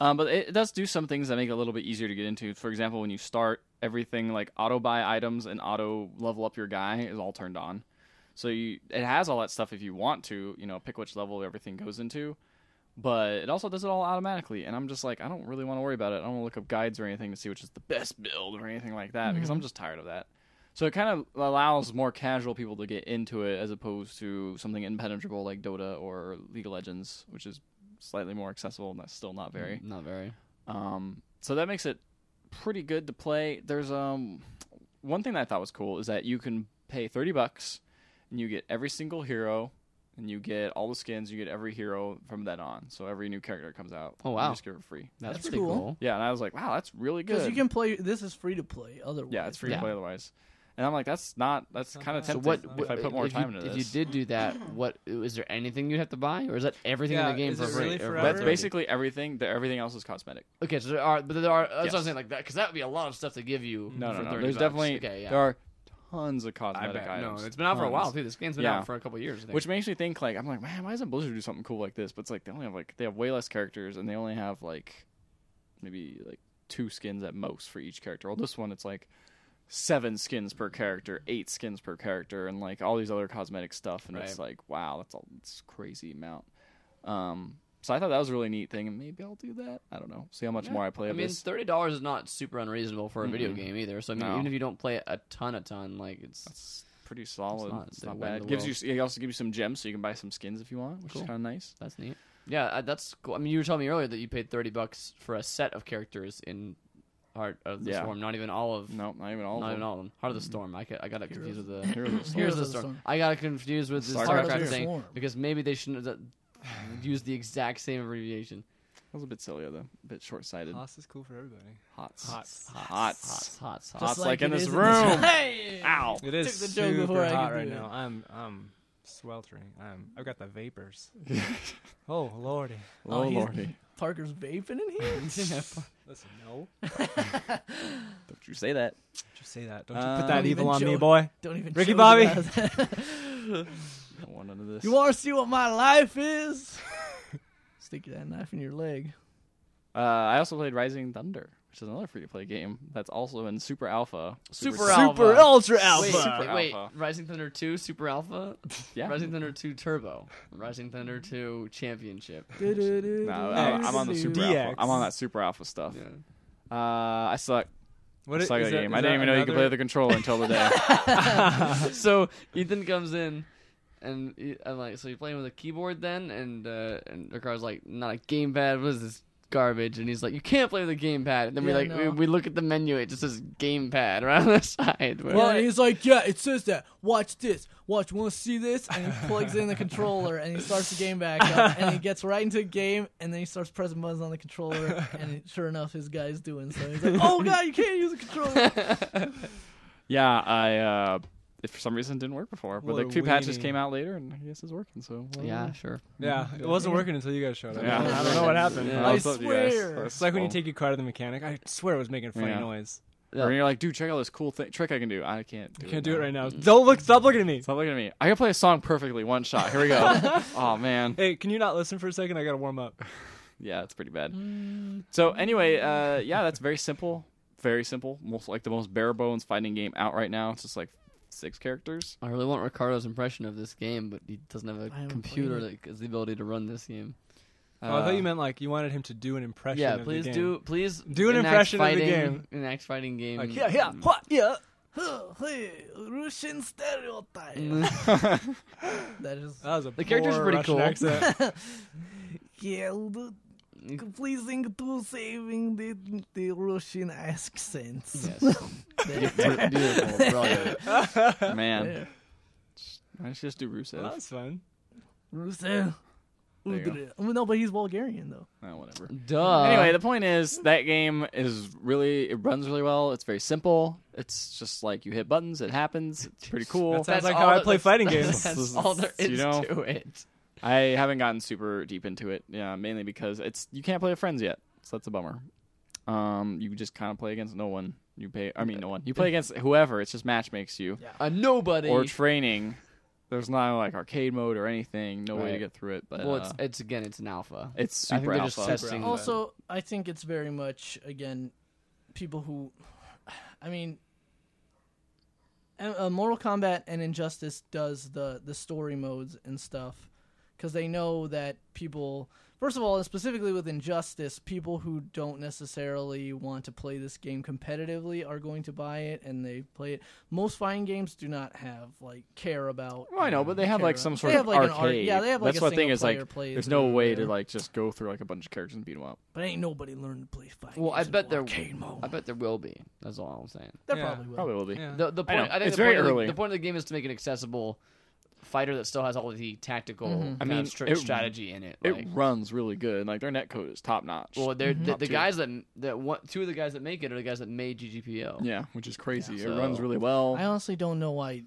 S4: Um, but it it does do some things that make it a little bit easier to get into. For example, when you start, everything like auto buy items and auto level up your guy is all turned on. So you, it has all that stuff if you want to, you know, pick which level everything goes into. But it also does it all automatically, and I'm just like, I don't really want to worry about it. I don't want to look up guides or anything to see which is the best build or anything like that because I'm just tired of that. So it kind of allows more casual people to get into it as opposed to something impenetrable like Dota or League of Legends, which is slightly more accessible and that's still not very.
S2: Not very.
S4: Um, so that makes it pretty good to play. There's um one thing that I thought was cool is that you can pay thirty bucks and you get every single hero and you get all the skins, you get every hero from then on. So every new character that comes out,
S2: Oh,
S4: you
S2: wow.
S4: just get it for free.
S2: That's,
S3: That's
S2: pretty
S3: cool.
S2: cool.
S4: Yeah, and I was like, wow, that's really good.
S3: Because you can play. This is free to play. Otherwise,
S4: yeah, it's free
S2: Yeah.
S4: to play otherwise. And I'm like, that's not that's
S1: Not
S4: kind of
S1: bad. So
S4: tempting.
S1: what-
S4: if I put more
S2: if
S4: time
S2: you,
S4: into
S2: if
S4: this,
S2: you did do that, what is there anything you'd have to buy, or is that everything in
S1: Yeah,
S2: the game
S1: is
S2: for
S1: it
S2: free?
S1: really
S2: Or-
S1: forever?
S4: that's
S1: Alright.
S4: basically everything. The, everything else is cosmetic.
S2: okay. So there are, but there are. That's what I'm
S4: Yes.
S2: saying, like that, because that would be a lot of stuff to give you.
S4: No,
S2: for
S4: no, no.
S2: 30
S4: There's
S2: bucks.
S4: definitely
S2: okay, yeah.
S4: there are tons of
S2: I
S4: cosmetic
S2: bet.
S4: items.
S2: No, it's been out for a
S4: Tons.
S2: while too. This game's been
S4: Yeah.
S2: out for a couple years. I think.
S4: Which makes me think like I'm like, man, why doesn't Blizzard do something cool like this? But it's like they only have like they have way less characters and they only have like maybe like two skins at most for each character. Well this one it's like seven skins per character, eight skins per character, and like all these other cosmetic stuff and it's like, wow, that's all it's crazy amount. Um so I thought that was a really neat thing, and maybe I'll do that. I don't know. See how much more I play
S2: I
S4: of
S2: mean,
S4: this.
S2: thirty dollars is not super unreasonable for a video
S4: Mm-mm.
S2: game either. So I mean,
S4: No.
S2: even if you don't play a ton, a ton, like it's
S4: That's pretty solid. It's
S2: not
S4: not,
S2: the way of
S4: bad.
S2: the
S4: Gives
S2: world.
S4: you. It also gives you some gems, so you can buy some skins if you want, which
S2: Cool.
S4: is kind of nice.
S2: that's neat. Yeah, I- that's cool. I mean, you were telling me earlier that you paid thirty bucks for a set of characters in Heart of the
S4: Yeah.
S2: Storm. Not even all of.
S4: No, not even all.
S2: not
S4: of
S2: even
S4: them.
S2: all of them. Heart of the Storm. I, ca- I got it confused with the.
S4: Mm-hmm. Heroes of the Storm.
S2: Here's the storm. I got confused with this
S4: Starcraft
S2: StarCraft,
S4: Heroes.
S2: thing
S3: Storm.
S2: because maybe they shouldn't have used the exact same abbreviation.
S4: That was a bit silly, though. A bit short sighted. Hots.
S1: Haas is cool for everybody.
S4: Hots.
S1: Hots.
S2: Hots,
S4: Hots.
S2: hots, hots.
S4: Hots.
S3: Just
S4: like in
S3: it
S4: this
S3: is
S4: room.
S3: Hey!
S4: Ow.
S1: It is
S3: Took the joke
S1: super
S3: before I could
S1: hot
S3: do
S1: right
S3: it.
S1: now. I'm I'm sweltering. I'm I've got the vapors. oh lordy.
S4: Oh,
S3: he's-
S4: lordy.
S3: Parker's vaping in here.
S1: Listen, no.
S4: Don't you say that.
S1: Don't you say that. Don't you
S4: Uh,
S1: put that
S4: Don't
S1: evil
S3: even
S1: on me,
S3: joke.
S1: boy.
S3: Don't even.
S1: Ricky
S3: joke
S1: Bobby.
S3: about that.
S4: I don't want none of this.
S3: you want to see what my life is? Stick that knife in your leg.
S4: uh, I also played Rising Thunder, which is another free to play game that's also in Super Alpha.
S2: Super Alpha. Super
S3: ultra
S2: Wait,
S4: Super
S2: wait,
S4: Alpha.
S2: Rising Thunder 2 Super Alpha?
S4: Yeah.
S2: Rising Thunder 2 Turbo. Rising Thunder 2 Championship.
S4: No, I- I'm on the Super
S1: DX.
S4: Alpha. I'm on that Super Alpha stuff.
S2: Yeah.
S4: Uh, I suck.
S1: What
S4: suck at
S1: is
S4: the
S1: that- is
S4: game. I didn't
S1: that
S4: even know you could play with
S1: another-
S4: the controller until today.
S2: so Ethan comes in and he- I'm like, so you're playing with a keyboard then? And uh, and Ricardo's like, not a gamepad. What is this garbage? And he's like, you can't play with a gamepad. And then we
S3: Yeah,
S2: like we,
S3: no.
S2: we look at the menu. It just says gamepad right on the side. We're
S3: Well,
S2: like,
S3: and he's like, yeah, it says that. Watch this. Watch, want to see this? And he plugs in the controller and he starts the game back up. And he gets right into the game and then he starts pressing buttons on the controller. And it, sure enough, his guy's doing so. He's like, oh, God, you can't use the controller.
S4: Yeah, I uh it for some reason didn't work before. But
S1: What
S4: like
S1: a
S4: two patches
S1: weenie.
S4: came out later and I guess it's working, so whatever.
S2: yeah, sure.
S1: Yeah, it wasn't working until you guys showed up.
S4: Yeah.
S1: I don't know what happened.
S2: Yeah.
S4: I'll
S3: I
S4: tell you guys.
S3: swear.
S1: It's like when you
S4: Well,
S1: take your car to the mechanic. I swear it was making a funny
S4: Yeah.
S1: noise.
S2: Yeah.
S4: Or you're like, dude, check out this cool thing trick I can do. I can't do
S1: You
S4: it.
S1: can't do it
S4: now.
S1: right now. Don't look. Stop looking at me.
S4: Stop looking at me. I can play a song perfectly, one shot. Here we go. oh man.
S1: Hey, can you not listen for a second? I gotta warm up. Oh,
S4: Yeah, it's pretty bad.
S1: Mm.
S4: So anyway, uh yeah, that's very simple. Very simple. Most like the most bare bones fighting game out right now. It's just like six characters.
S2: I really want Ricardo's impression of this game, but he doesn't have
S3: I haven't
S2: a
S3: played
S2: computer
S3: it.
S2: that has the ability to run this game.
S1: Oh, I
S4: Uh,
S1: thought you meant like you wanted him to do an impression.
S2: yeah,
S1: of the
S2: please
S1: game.
S2: do. Please
S1: Do an
S2: enact
S1: impression of the
S2: fighting,
S1: game.
S2: Enact fighting game.
S1: Like,
S3: Yeah, yeah, what? Yeah. Huh, hey, Russian stereotype. that is.
S1: That was a
S2: The character's
S1: poor
S2: pretty
S1: Russian
S2: cool.
S1: accent.
S3: Yeah, the- pleasing to saving the, the Russian accents.
S2: Yes. Be- Beautiful, brilliant.
S4: Uh, man.
S3: Yeah.
S4: Why don't you just do Rusev?
S1: Well, that was fun.
S3: Rusev.
S4: There you go.
S3: Udre. Well, No, but he's Bulgarian though.
S4: Oh, whatever.
S2: Duh.
S4: anyway, the point is that game is really it runs really well. It's very simple. It's just like you hit buttons, it happens. It's pretty cool.
S1: That sounds like
S2: all
S1: how I
S2: that-
S1: play
S2: that's-
S1: fighting games.
S2: that's- That's all there is
S4: You know?
S2: to it.
S4: I haven't gotten super deep into it, yeah, mainly because it's you can't play with friends yet, so that's a bummer. Um, you just kind of play against no one. You pay, I mean, no one. You play against whoever. It's just match makes you
S2: A nobody.
S4: or training. There's not like arcade mode or anything. No way
S2: Right.
S4: to get through it. But
S2: well,
S4: uh,
S2: it's,
S4: it's,
S2: it's again, it's an alpha.
S4: super
S2: I think they're
S4: alpha.
S2: just
S1: alpha.
S2: testing. the-
S3: Also, I think it's very much again people who, I mean, uh, uh, Mortal Kombat and Injustice does the the story modes and stuff because they know that people. First of all, and specifically with Injustice, people who don't necessarily want to play this game competitively are going to buy it, and they play it. Most fighting games do not have like care about.
S4: Well, I know, but they have
S3: care
S4: like
S3: about-
S4: some
S3: they
S4: sort
S3: have,
S4: of
S3: like, an
S4: arcade.
S3: ar- yeah, they have, like,
S4: That's
S3: a
S4: what the thing is like.
S3: single-player
S4: There's no
S3: playthrough,
S4: way
S3: yeah.
S4: to like just go through like a bunch of characters and beat them up.
S3: But ain't nobody learned to play fighting.
S2: Well, I
S3: games in
S2: bet there.
S3: arcade mode.
S2: I bet there will be. That's all I'm saying.
S3: There
S1: Yeah,
S3: probably will.
S4: Probably will be.
S1: Yeah.
S2: The, the
S4: I
S2: point.
S4: know.
S2: I, think
S4: It's
S2: the
S4: very
S2: point Of
S4: early.
S2: the, the point of the game is to make an accessible fighter that still has all the tactical
S1: Mm-hmm.
S3: Mhm.
S4: I
S2: kind of
S4: mean,
S2: str-
S4: it-
S2: strategy in it.
S4: It
S2: like-
S4: runs really good. Like their netcode is top notch.
S2: well, they're,
S1: Mm-hmm.
S2: the,
S4: Top
S2: the
S4: tier.
S2: guys that that one, two of the guys that make it are the guys that made GGPO.
S4: yeah, which is crazy.
S2: Yeah,
S4: it
S2: so-
S4: runs really well.
S3: I honestly don't know why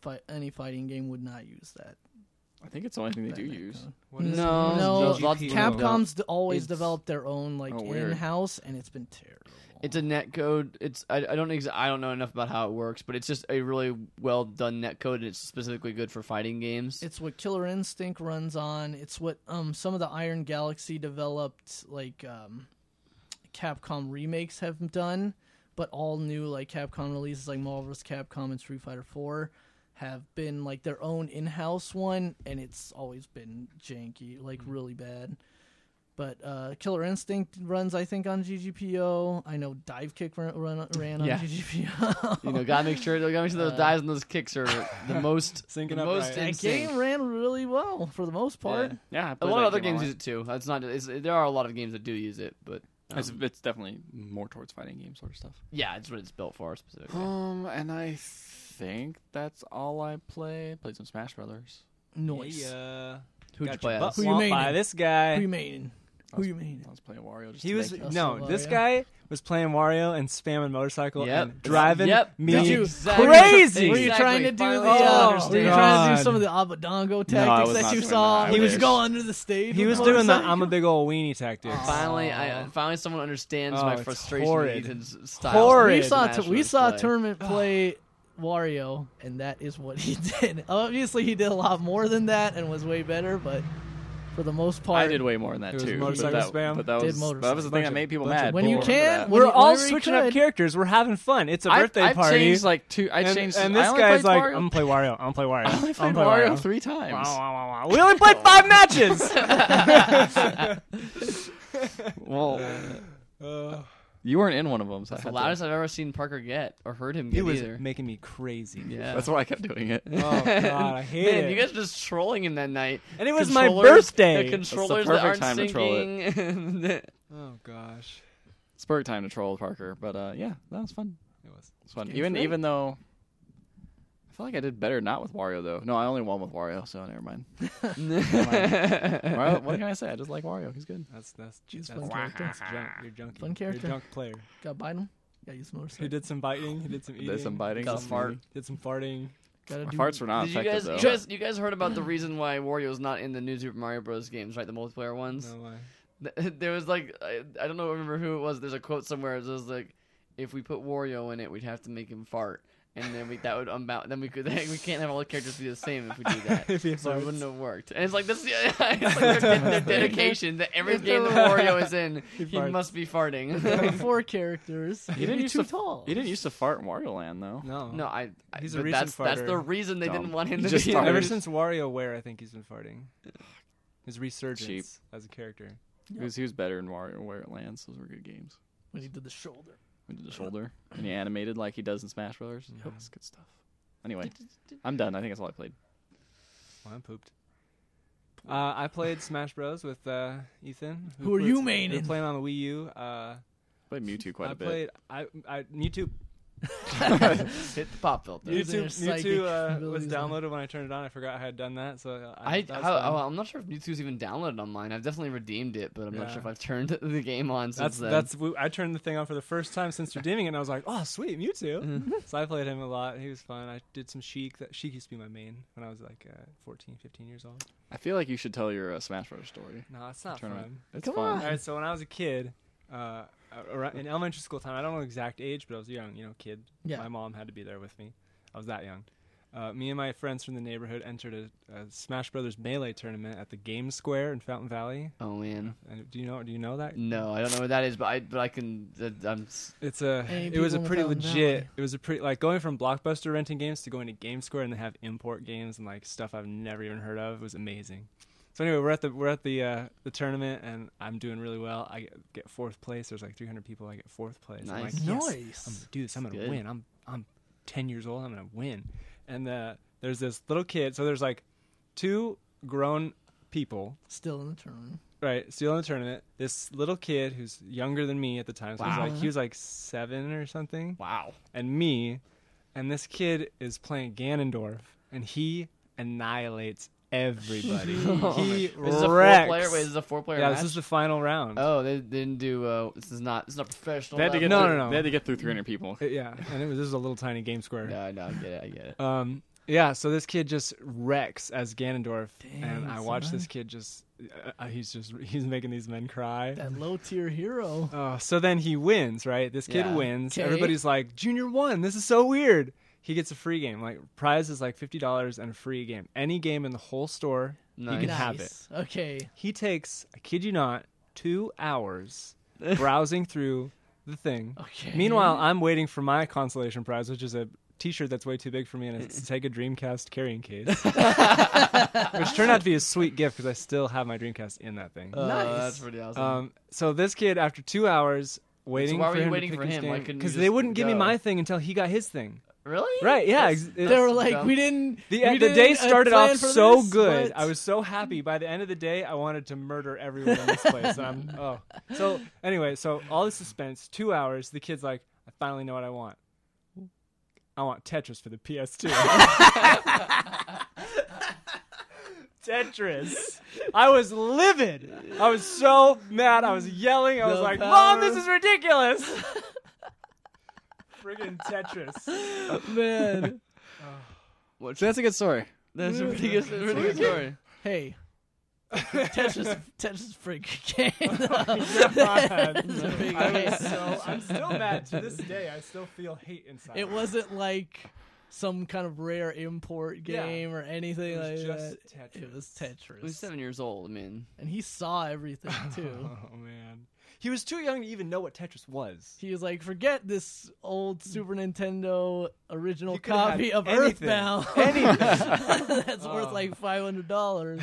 S3: fight, any fighting game would not use that.
S4: I think it's the only thing they
S3: that
S4: do
S3: netcode.
S4: use.
S1: What is
S2: No,
S1: it?
S3: no,
S1: There's lots of
S2: GPU.
S1: people.
S2: Capcom-
S3: Capcom's d always
S2: It's-
S3: developed their own like
S4: Oh, weird.
S3: in-house, and it's been terrible.
S2: It's a net code. It's I, I don't ex- I don't know enough about how it works, but it's just a really well done net code, and it's specifically good for fighting games.
S3: It's what Killer Instinct runs on. It's what um some of the Iron Galaxy developed like um Capcom remakes have done, but all new like Capcom releases like Marvel vs. Capcom and Street Fighter 4 have been like their own in-house one and it's always been janky, like
S2: Mm-hmm.
S3: really bad. But uh, Killer Instinct runs, I think, on GGPO. I know Dive Kick run, run, ran on
S2: Yeah.
S3: GGPO.
S2: you know, gotta make sure gotta make sure those
S3: Uh,
S2: dives and those kicks are the most
S1: Syncing
S2: the
S1: up
S2: most
S1: right.
S2: in
S3: that
S2: sync.
S3: game ran really well for the most part.
S2: Yeah.
S4: Yeah, I
S2: A
S4: played
S2: lot
S4: that
S2: of other
S4: game
S2: games
S4: lot.
S2: use it too. That's not. It's, there are a lot of games that do use it, but um,
S4: It's, it's definitely more towards fighting game sort of stuff.
S2: yeah, it's what it's built for specifically.
S4: Um, and I think that's all I played. Played some Smash Brothers.
S3: Noise.
S2: uh,
S1: Yeah.
S2: Who'd you
S1: Got
S2: play
S1: your butt
S2: as?
S3: Who you
S1: whomped
S3: meaning?
S1: by this
S3: Who you
S1: guy.
S3: meaning? Who you meaning?
S4: I was playing Wario. Just
S1: He
S4: to
S1: was
S4: make you-
S3: Hustle
S1: no. This
S3: Wario.
S1: guy was playing Wario and spamming motorcycle
S2: Yep.
S1: and driving
S2: Yep.
S1: me
S3: Did you-
S2: Exactly.
S1: crazy. Oh,
S3: Were you
S2: Exactly.
S3: trying to do
S2: Finally
S3: the? Uh,
S1: understand.
S3: were you trying to do
S1: God.
S3: some of the abadongo
S4: No, I
S3: tactics
S4: was
S3: that
S4: not
S3: you
S4: doing
S3: saw?
S4: that. I
S3: He was
S1: wish.
S3: go under the stage.
S1: He was
S3: with
S1: doing the
S3: motorcycle?
S1: I'm a big old weenie tactics.
S2: Finally, I finally someone understands
S1: Oh,
S2: my
S1: it's
S2: frustration with
S1: horrid.
S2: Ethan's style.
S1: Horrid.
S3: We saw
S2: Smash
S3: we
S2: Bros.
S3: saw a
S2: play.
S3: tournament play Wario, and that is what he did. Obviously, he did a lot more than that and was way better, but for the most part,
S4: I did way more than
S1: It
S4: that
S1: was
S4: too.
S1: motorcycle
S4: but that,
S1: spam.
S4: But that
S3: Did
S4: was that was
S3: motorcycle.
S4: the thing
S1: Bunch
S4: that
S1: of-
S4: made people
S1: bunch of
S4: mad.
S3: when you
S4: People were
S3: can,
S4: mad.
S3: when
S1: We're
S3: you-
S1: all
S3: whenever you
S1: switching
S3: could.
S1: up characters. We're having fun. It's a
S4: I,
S1: birthday
S4: I've
S1: party.
S4: changed like two. I
S1: and,
S4: changed.
S1: and
S4: I
S1: this
S4: only
S1: guy's
S4: played
S1: like,
S4: Wario.
S1: I'm play Wario. I'm play Wario.
S4: I only
S1: I'm
S4: played
S1: play
S4: Wario
S1: Wario.
S4: three
S1: Wow,
S4: times.
S1: wow, wow, wow. We only played five matches.
S4: Well,
S1: Uh,
S4: you weren't in one of them. So
S2: That's
S4: I
S2: the
S4: had
S2: loudest
S4: To,
S2: I've ever seen Parker get or heard him
S1: he
S2: get
S1: was
S2: either.
S1: making me crazy.
S2: Yeah.
S4: that's why I kept doing it.
S1: Oh god, I hate
S2: Man,
S1: it.
S2: you guys were just trolling him that night.
S1: and it was my
S2: Controllers- The
S1: birthday.
S2: controllers
S4: perfect
S2: that aren't
S4: time to troll
S2: syncing.
S1: oh gosh,
S4: It's perfect time to troll Parker. But uh, yeah, that was fun.
S1: it was.
S4: It's fun.
S3: game's
S4: Even
S3: great.
S4: even though I feel like I did better not with Wario though. No, I only won with Wario, so never mind. Wario, what can I say? I just like Wario. He's good.
S1: That's that's
S3: He's
S1: that's,
S3: fun
S1: that's,
S3: character.
S1: that's junk. You're junkie.
S3: Fun character.
S1: You're junk player.
S3: Got bite him. Got use
S1: He
S3: motorcycle.
S1: did some biting. He did some eating.
S4: Did some biting.
S2: Got
S4: some
S2: fart.
S4: eating.
S1: Did some farting.
S3: Gotta
S4: My
S3: do-
S4: farts were not
S2: Did you
S4: effective
S2: guys,
S4: though.
S2: you guys, you guys heard about the reason why Wario's not in the new Super Mario Bros. games, right? The multiplayer ones.
S1: No way.
S2: Th- There was like, I, I don't know, remember who it was. There's a quote somewhere. It was like, if we put Wario in it, we'd have to make him fart, and then we that would unbound. Then we could, we can't have all the characters be the same if we do that.
S1: If he
S2: So it
S1: farts.
S2: wouldn't have worked. And it's like this. It's like their, their dedication that every game that Wario is in, he,
S1: farts.
S2: must be farting.
S3: There were four characters. He
S4: didn't
S3: be
S4: use
S3: too
S4: the-
S3: tall.
S4: You didn't used to fart in Wario Land though.
S1: No.
S2: no, I. I
S1: He's a
S2: but
S1: recent
S2: that's, that's the
S1: farter.
S2: reason they didn't
S4: Dumb.
S2: want him
S4: He
S2: to
S4: just
S2: be.
S4: farted.
S2: in
S1: Ever
S2: it.
S1: since WarioWare, I think he's been farting. His resurgence
S4: Cheap.
S1: as a character.
S4: He was, he was better in Wario Wario Lands. Those were good games.
S3: When he did the shoulder.
S4: We did the shoulder and he animated like he does in Smash Brothers. That's good stuff. Anyway, I'm done. I think that's all I played.
S1: Well, I'm pooped. Uh, I played Smash Bros with uh, Ethan.
S3: Who are you
S1: was-
S3: maining?
S1: we were playing on the Wii U. Uh,
S4: Played Mewtwo quite
S1: I
S4: a bit.
S1: played. I I Mewtwo.
S2: hit the pop filter.
S3: Those are
S1: Mewtwo,
S3: psychic
S1: Mewtwo uh, was
S3: abilities, man.
S1: downloaded when I turned it on. I forgot I had done that. So I.
S2: I,
S1: that was
S2: I,
S1: fun.
S2: I'm not sure if Mewtwo's even downloaded on mine. I've definitely redeemed it, but I'm not
S1: Yeah.
S2: sure if I've turned the game on since
S1: That's
S2: then.
S1: that's we- I turned the thing on for the first time since redeeming it, and I was like, "Oh, sweet, Mewtwo!"
S2: Mhm.
S1: so I played him a lot. He was fun. I did some Sheik. That Sheik used to be my main when I was like uh, 14, 15 years old.
S4: I feel like you should tell your uh, Smash Brothers story.
S1: No, it's not
S4: Tournament.
S1: fun.
S4: It's
S3: Come
S4: fun.
S1: All right, so when I was a kid, uh, around, in elementary school time, I don't know the exact age, but I was young, you know, kid.
S3: Yeah.
S1: My mom had to be there with me. I was that young. Uh, me and my friends from the neighborhood entered a, a Smash Brothers Melee tournament at the Game Square in Fountain Valley.
S2: oh man,
S1: And do you know? Do you know that?
S2: no, I don't know what that is, but I but I can. Uh, I'm s-
S1: It's a.
S3: Any
S1: it was a
S3: people in
S1: pretty
S3: Fountain
S1: legit.
S3: Valley?
S1: It was a pretty like going from Blockbuster renting games to going to Game Square and they have import games and like stuff I've never even heard of. It was amazing. So anyway, we're at the we're at the uh, the tournament, and I'm doing really well. I get- get fourth place. There's like 300 people. I get fourth place. I'm like,
S2: Nice.
S1: yes,
S3: Nice.
S1: I'm gonna do this. I'm gonna
S2: good.
S1: win. I'm I'm 10 years old. I'm gonna win. And uh, there's this little kid. So there's like two grown people,
S3: Still in the tournament.
S1: right, still in the tournament. This little kid who's younger than me at the time. So he
S2: Wow.
S1: was like he was like seven or something
S2: Wow.
S1: and me, and this kid is playing Ganondorf, and he annihilates everybody. he
S2: Is Oh this a
S1: wrecks.
S2: four player? Wait, is this a four player
S1: yeah,
S2: match?
S1: this is the final round.
S2: oh, they didn't do. Uh, this is not. It's not professional.
S4: They had to get
S2: level.
S1: No,
S4: through,
S1: no, no.
S4: They had to get through 300 people.
S1: Uh, yeah, and it was this is a little tiny game square.
S2: No, no, I get it. I get it.
S1: Um, yeah, so this kid just wrecks as Ganondorf, and I
S3: Dang,
S1: watch
S3: son.
S1: this kid just. Uh, uh, he's just he's making these men cry.
S3: That low tier hero.
S1: Uh, so then he wins, right? This kid
S2: Yeah.
S1: wins.
S3: Okay.
S1: Everybody's like, Junior won. This is so weird. He gets a free game. Like prize is like fifty dollars and a free game. Any game in the whole store, he can
S2: Nice.
S1: have it.
S3: Nice. Okay.
S1: He takes, I kid you not, two hours browsing through the thing.
S3: Okay.
S1: Meanwhile, I'm waiting for my consolation prize, which is a T-shirt that's way too big for me and a Sega Dreamcast carrying case, which turned out to be a sweet gift because I still have my Dreamcast in that thing.
S2: Uh,
S3: Nice.
S2: That's pretty awesome.
S1: Um, so this kid, after two hours waiting,
S2: why
S1: for
S2: were you
S1: him
S2: waiting
S1: to
S2: for him? Why couldn't you
S1: Because
S2: just
S1: they wouldn't give me
S2: go?
S1: my thing until he got his thing.
S2: really?
S1: Right? Yeah.
S2: That's-
S1: ex-
S3: They were
S1: it's-
S3: like,
S2: dumb.
S3: we didn't.
S1: the,
S3: we
S1: the
S3: didn't,
S1: day
S3: uh,
S1: started
S3: plan
S1: off
S3: for
S1: so
S3: this,
S1: good.
S3: but-
S1: I was so happy. By the end of the day, I wanted to murder everyone in this place. And I'm oh. So anyway, so all the suspense, two hours. The kid's like, I finally know what I want. I want Tetris for the PS2. Tetris. I was livid. I was so mad. I was yelling. I was
S3: The
S1: like,
S3: power
S1: "Mom, this
S3: of-
S1: is ridiculous." Friggin' Tetris.
S3: man.
S4: So that's a good story.
S2: That's a pretty good, pretty good story.
S3: Hey. Tetris, Tetris freak game. That's a big
S1: I
S3: game.
S1: was so, I'm still mad to this day. I still feel hate inside.
S3: It wasn't like some kind of rare import
S1: Yeah.
S3: game or anything
S1: It was
S3: like
S1: just
S3: that. It
S1: Tetris.
S3: was
S2: He was
S3: Tetris,
S2: seven years old. I mean,
S3: and he saw everything too.
S1: Oh man, he was too young to even know what Tetris was.
S3: he was like, "Forget this old Super Nintendo original
S1: You could've had
S3: copy of
S1: anything.
S3: Earthbound.
S1: Anything.
S3: That's worth
S1: Oh.
S3: like five hundred dollars.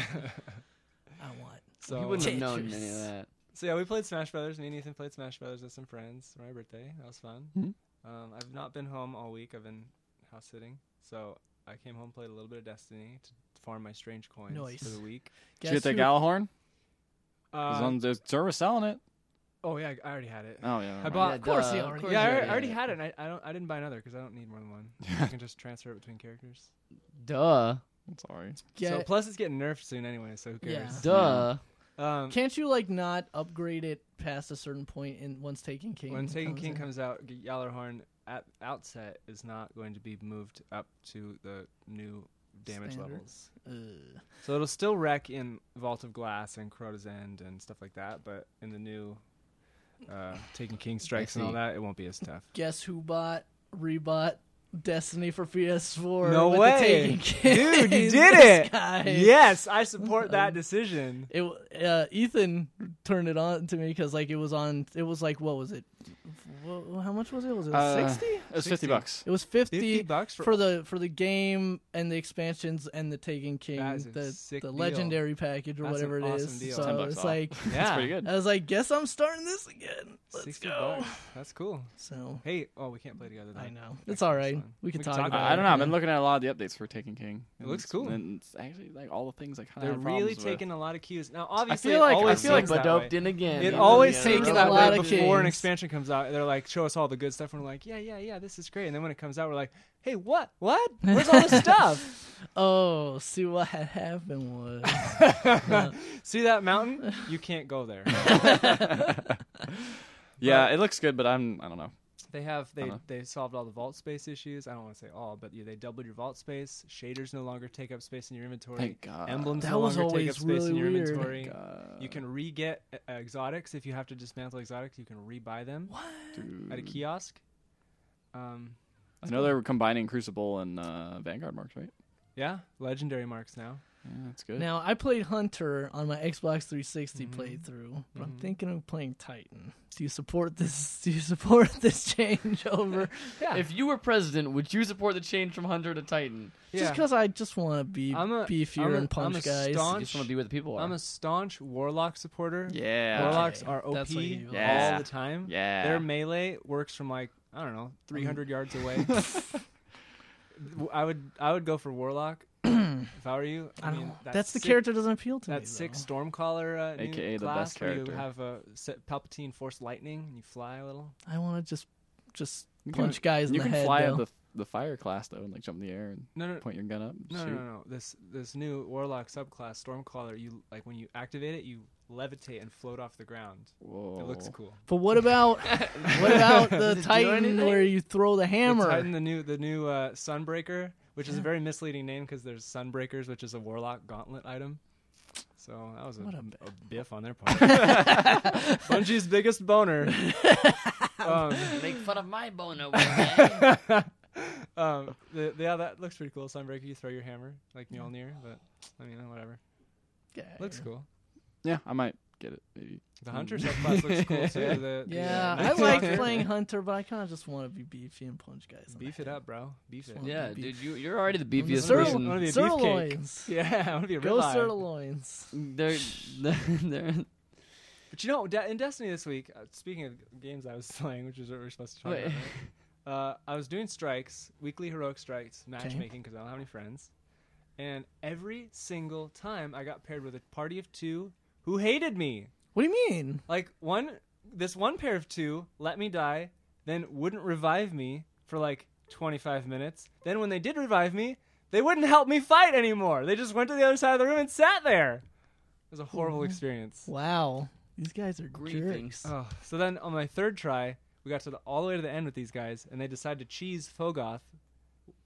S3: I want
S1: So,
S2: he wouldn't have known
S3: Tetris.
S2: any of that.
S1: so yeah, we played Smash Brothers. Me and Ethan played Smash Brothers with some friends for my birthday. That was fun.
S4: Mhm.
S3: Mm-hmm.
S1: Um, I've not been home all week. I've been house sitting, so I came home, played a little bit of Destiny to farm my strange coins
S3: Nice.
S1: for the week.
S4: Did you get
S3: Guess
S4: that
S3: who-
S4: Galahorn? It was
S1: Uh,
S4: on the server selling it.
S1: oh yeah, I already had it.
S4: Oh yeah. never
S1: I
S4: mind.
S1: bought-
S3: Of course he
S2: duh,
S3: already-
S2: of course
S1: yeah,
S2: he
S1: I, already- I already
S2: did.
S1: had it. And I, I don't. I didn't buy another because I don't need more than one. I can just transfer it between characters.
S2: Duh,
S4: Sorry.
S1: So
S3: get-
S1: plus, it's getting nerfed soon anyway, so who
S3: Yeah.
S1: cares?
S2: duh.
S1: Um,
S3: Can't you like not upgrade it past a certain point in once Taken King?
S1: when Taken King
S3: in?
S1: comes out, G- Gjallarhorn at outset is not going to be moved up to the new damage
S3: Standard.
S1: levels.
S3: Ugh.
S1: So it'll still wreck in Vault of Glass and Corota's End and stuff like that, but in the new uh, Taken King strikes and all
S2: see.
S1: that, it won't be as tough.
S3: guess who bought rebought Destiny for PS4?
S1: No
S3: with the
S1: way.
S3: Taken King
S1: Dude, you did
S3: in the
S1: it.
S3: sky?
S1: Yes, I support that decision.
S3: It w- uh, Ethan turned it on to me because like it was on. It was like what was it? Wha- How much was it? Was it
S4: Uh,
S3: sixty?
S4: It was 50
S1: 60.
S4: bucks.
S3: It was fifty,
S1: 50 bucks for-
S3: for, the for the game and the expansions and the Taken King,
S1: That is a
S3: the
S1: sick
S3: the
S1: deal.
S3: legendary package or
S1: That's an
S3: whatever it is.
S1: awesome deal.
S3: So
S4: 10 bucks
S3: it's
S4: off.
S3: like
S1: Yeah.
S4: That's pretty good.
S3: I was like, guess I'm starting this again. Let's
S1: 60
S3: go.
S1: bucks. That's cool.
S3: So
S1: Hey, oh, we can't play together. Though.
S3: I know
S1: Next
S3: it's all
S1: time,
S3: right.
S1: fine.
S3: We can
S1: We
S3: talk,
S1: can talk
S3: about
S1: about
S4: I, I don't know. I've been
S3: yeah.
S4: looking at a lot of the updates for Taken King.
S1: It looks
S4: It's-
S1: cool.
S4: And it's actually like all the things I kind
S1: They're
S4: of
S1: really taking a lot of cues. Now, obviously,
S4: like-
S1: it
S4: I
S1: always
S4: feel like
S1: seems that way.
S2: doped in again.
S1: It
S2: Yeah.
S1: always
S2: Yeah.
S1: seems
S3: Taking
S1: that
S3: a
S1: way
S3: lot
S1: before
S3: of
S1: an
S3: kings.
S1: expansion comes out. They're like, show us all the good stuff. And we're like, yeah, yeah, yeah, this is great. And then when it comes out, we're like, hey, what? What? Where's all this stuff?
S3: Oh, see what had happened was.
S1: See that mountain? You can't go there.
S4: Yeah, it looks good, but I'm. I don't know.
S1: They have they
S4: Uh-huh.
S1: they solved all the vault space issues. I don't want to say all, but you, they doubled your vault space. Shaders no longer take up space in your inventory.
S4: Thank God.
S1: Emblems
S3: That
S1: no
S3: was
S1: longer take up
S3: always
S1: space in
S3: really
S1: your
S3: weird.
S1: inventory.
S4: God.
S1: You can re-get uh, exotics if you have to dismantle exotics. You can re-buy them at
S3: Mm.
S1: a kiosk. Um,
S4: I know they're combining Crucible and uh, Vanguard marks, right?
S1: yeah, legendary marks now.
S4: that's good.
S3: Now I played Hunter on my Xbox 360
S1: Mm-hmm.
S3: playthrough, but I'm thinking of playing Titan. Do you support this? Do you support this changeover?
S1: Yeah.
S2: If you were president, would you support the change from Hunter to Titan?
S3: Just because I just want to be
S1: I'm a-
S3: beefier
S1: I'm a-
S3: and punch
S1: I'm a
S3: guys.
S2: You
S1: staunch-
S2: just want to be where the people are.
S1: I'm a staunch Warlock supporter.
S4: yeah.
S1: Warlocks
S3: Okay,
S1: are OP
S3: that's what you like.
S4: Yeah.
S1: all the time.
S4: Yeah.
S1: Their melee works from like, I don't know, 300 yards away. I would I would go for Warlock if I were you. I,
S3: I
S1: mean,
S3: don't.
S1: that
S3: That's the
S1: sick-
S3: character doesn't appeal to me.
S1: That sick Stormcaller, uh, new
S4: AKA the
S1: class
S4: best
S1: where
S4: character.
S1: You have a set Palpatine Force Lightning and you fly a little.
S3: though. I want to just just
S4: You can-
S3: punch guys in
S4: You
S3: the
S4: can
S3: head.
S4: fly
S3: though.
S4: at the the fire class though, and like jump in the air and
S1: No, no,
S4: point your gun up. and
S1: no,
S4: shoot.
S1: no, no, no. This this new Warlock subclass Stormcaller, you like when you activate it, you levitate and float off the ground.
S4: Whoa.
S1: It looks cool.
S3: but what about what about
S2: Does it
S3: the
S2: do
S3: Titan
S2: anything?
S3: where you throw the hammer?
S1: The Titan, the new the new uh, Sunbreaker, which is a very misleading name because there's Sunbreakers, which is a Warlock gauntlet item. So that was a,
S3: What a
S1: a,
S3: b-
S1: biff on their part. Bungie's biggest boner. um,
S2: Make fun of my bono.
S1: um, the, yeah, that looks pretty cool. Sunbreaker, you throw your hammer like Mjolnir, but I mean, uh, whatever.
S3: Yeah.
S1: Looks cool.
S4: Yeah, I might get it. Maybe.
S1: The Hunter subclass looks cool too. The, the, uh,
S3: Yeah, I
S1: Night
S3: like
S1: Stalker.
S3: playing Hunter, but I kind of just want to be beefy and punch guys. in the
S1: Beef it
S3: head.
S1: up, bro. Beef it.
S3: Swan.
S2: yeah,
S3: Beef.
S2: dude, you, you're already the
S3: I'm the
S2: beefiest
S1: Sirloin.
S2: person.
S1: Wanna be a beefcake.
S3: Sirloins.
S1: Yeah, I want to be a
S3: Go
S1: ribeye.
S3: sirloins.
S2: They're, they're,
S1: But you know, De- in Destiny this week, uh, speaking of games I was playing, which is what we're supposed to talk
S2: Wait.
S1: about, right? uh, I was doing strikes, weekly heroic strikes, matchmaking, because I don't have any friends. And every single time I got paired with a party of two who hated me.
S3: What do you mean?
S1: Like, one, this one pair of two let me die, then wouldn't revive me for like 25 minutes. Then when they did revive me, they wouldn't help me fight anymore. They just went to the other side of the room and sat there. It was a horrible experience.
S3: Wow, these guys are
S2: grieving.
S3: jerks.
S1: Oh, so then on my third try, we got to the, all the way to the end with these guys, and they decided to cheese Fogoth.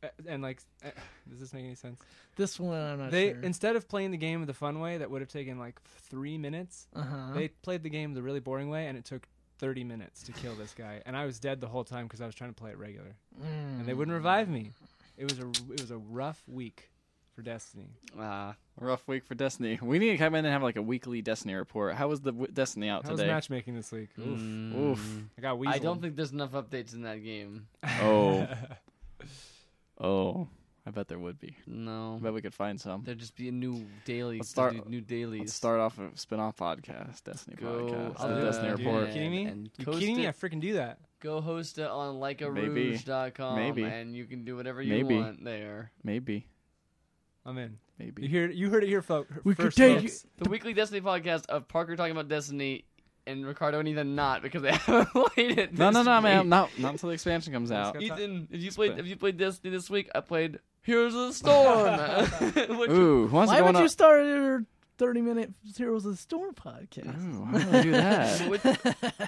S1: uh, And like, uh, does this make any sense?
S3: This one I'm not
S1: they
S3: sure.
S1: instead of playing the game the fun way that would have taken like three minutes,
S3: uh-huh.
S1: they played the game the really boring way, and it took thirty minutes to kill this guy. And I was dead the whole time because I was trying to play it regular,
S3: Mm.
S1: and they wouldn't revive me. It was a it was a rough week for Destiny.
S2: Ah,
S4: Rough week for Destiny. We need to come in and have like a weekly Destiny report. How was the w- Destiny out
S1: How was
S4: today?
S1: matchmaking this week? Oof.
S2: mm.
S4: Oof.
S1: I got weaseled.
S2: I don't think there's enough updates in that game.
S4: Oh. oh. I bet there would be. I
S2: No,
S4: bet we could find some.
S2: there'd just be a new daily.
S4: Let's start-
S2: new dailies.
S4: Let's start off a spin-off podcast, Destiny
S2: Go,
S4: podcast,
S2: I'll
S4: the
S1: do it.
S4: Destiny
S1: Dude, you
S4: report.
S1: kidding me?
S2: And
S1: you
S2: coast
S1: kidding me?
S2: it.
S1: I freaking do that.
S2: Go host it on
S4: Maybe.
S2: likearouge.com
S4: Maybe.
S2: and you can do whatever you
S4: Maybe.
S2: want there.
S4: Maybe,
S1: I'm in. You
S4: maybe.
S1: hear you heard it here, folks.
S3: We could take
S1: folks.
S2: The weekly Destiny podcast of Parker talking about Destiny and Ricardo and Ethan not because they haven't played it.
S4: No,
S2: this
S4: no, no, man.
S2: week.
S4: Not not until the expansion comes out.
S1: That's
S2: Ethan, if you played if you played Destiny this week, I played Heroes of the Storm. Which-
S4: Ooh, who wants
S3: Why
S4: to go
S3: would
S4: on
S3: you
S4: a-
S3: start your 30 minute Heroes of the Storm podcast?
S4: Ooh, why would I do that?
S2: which-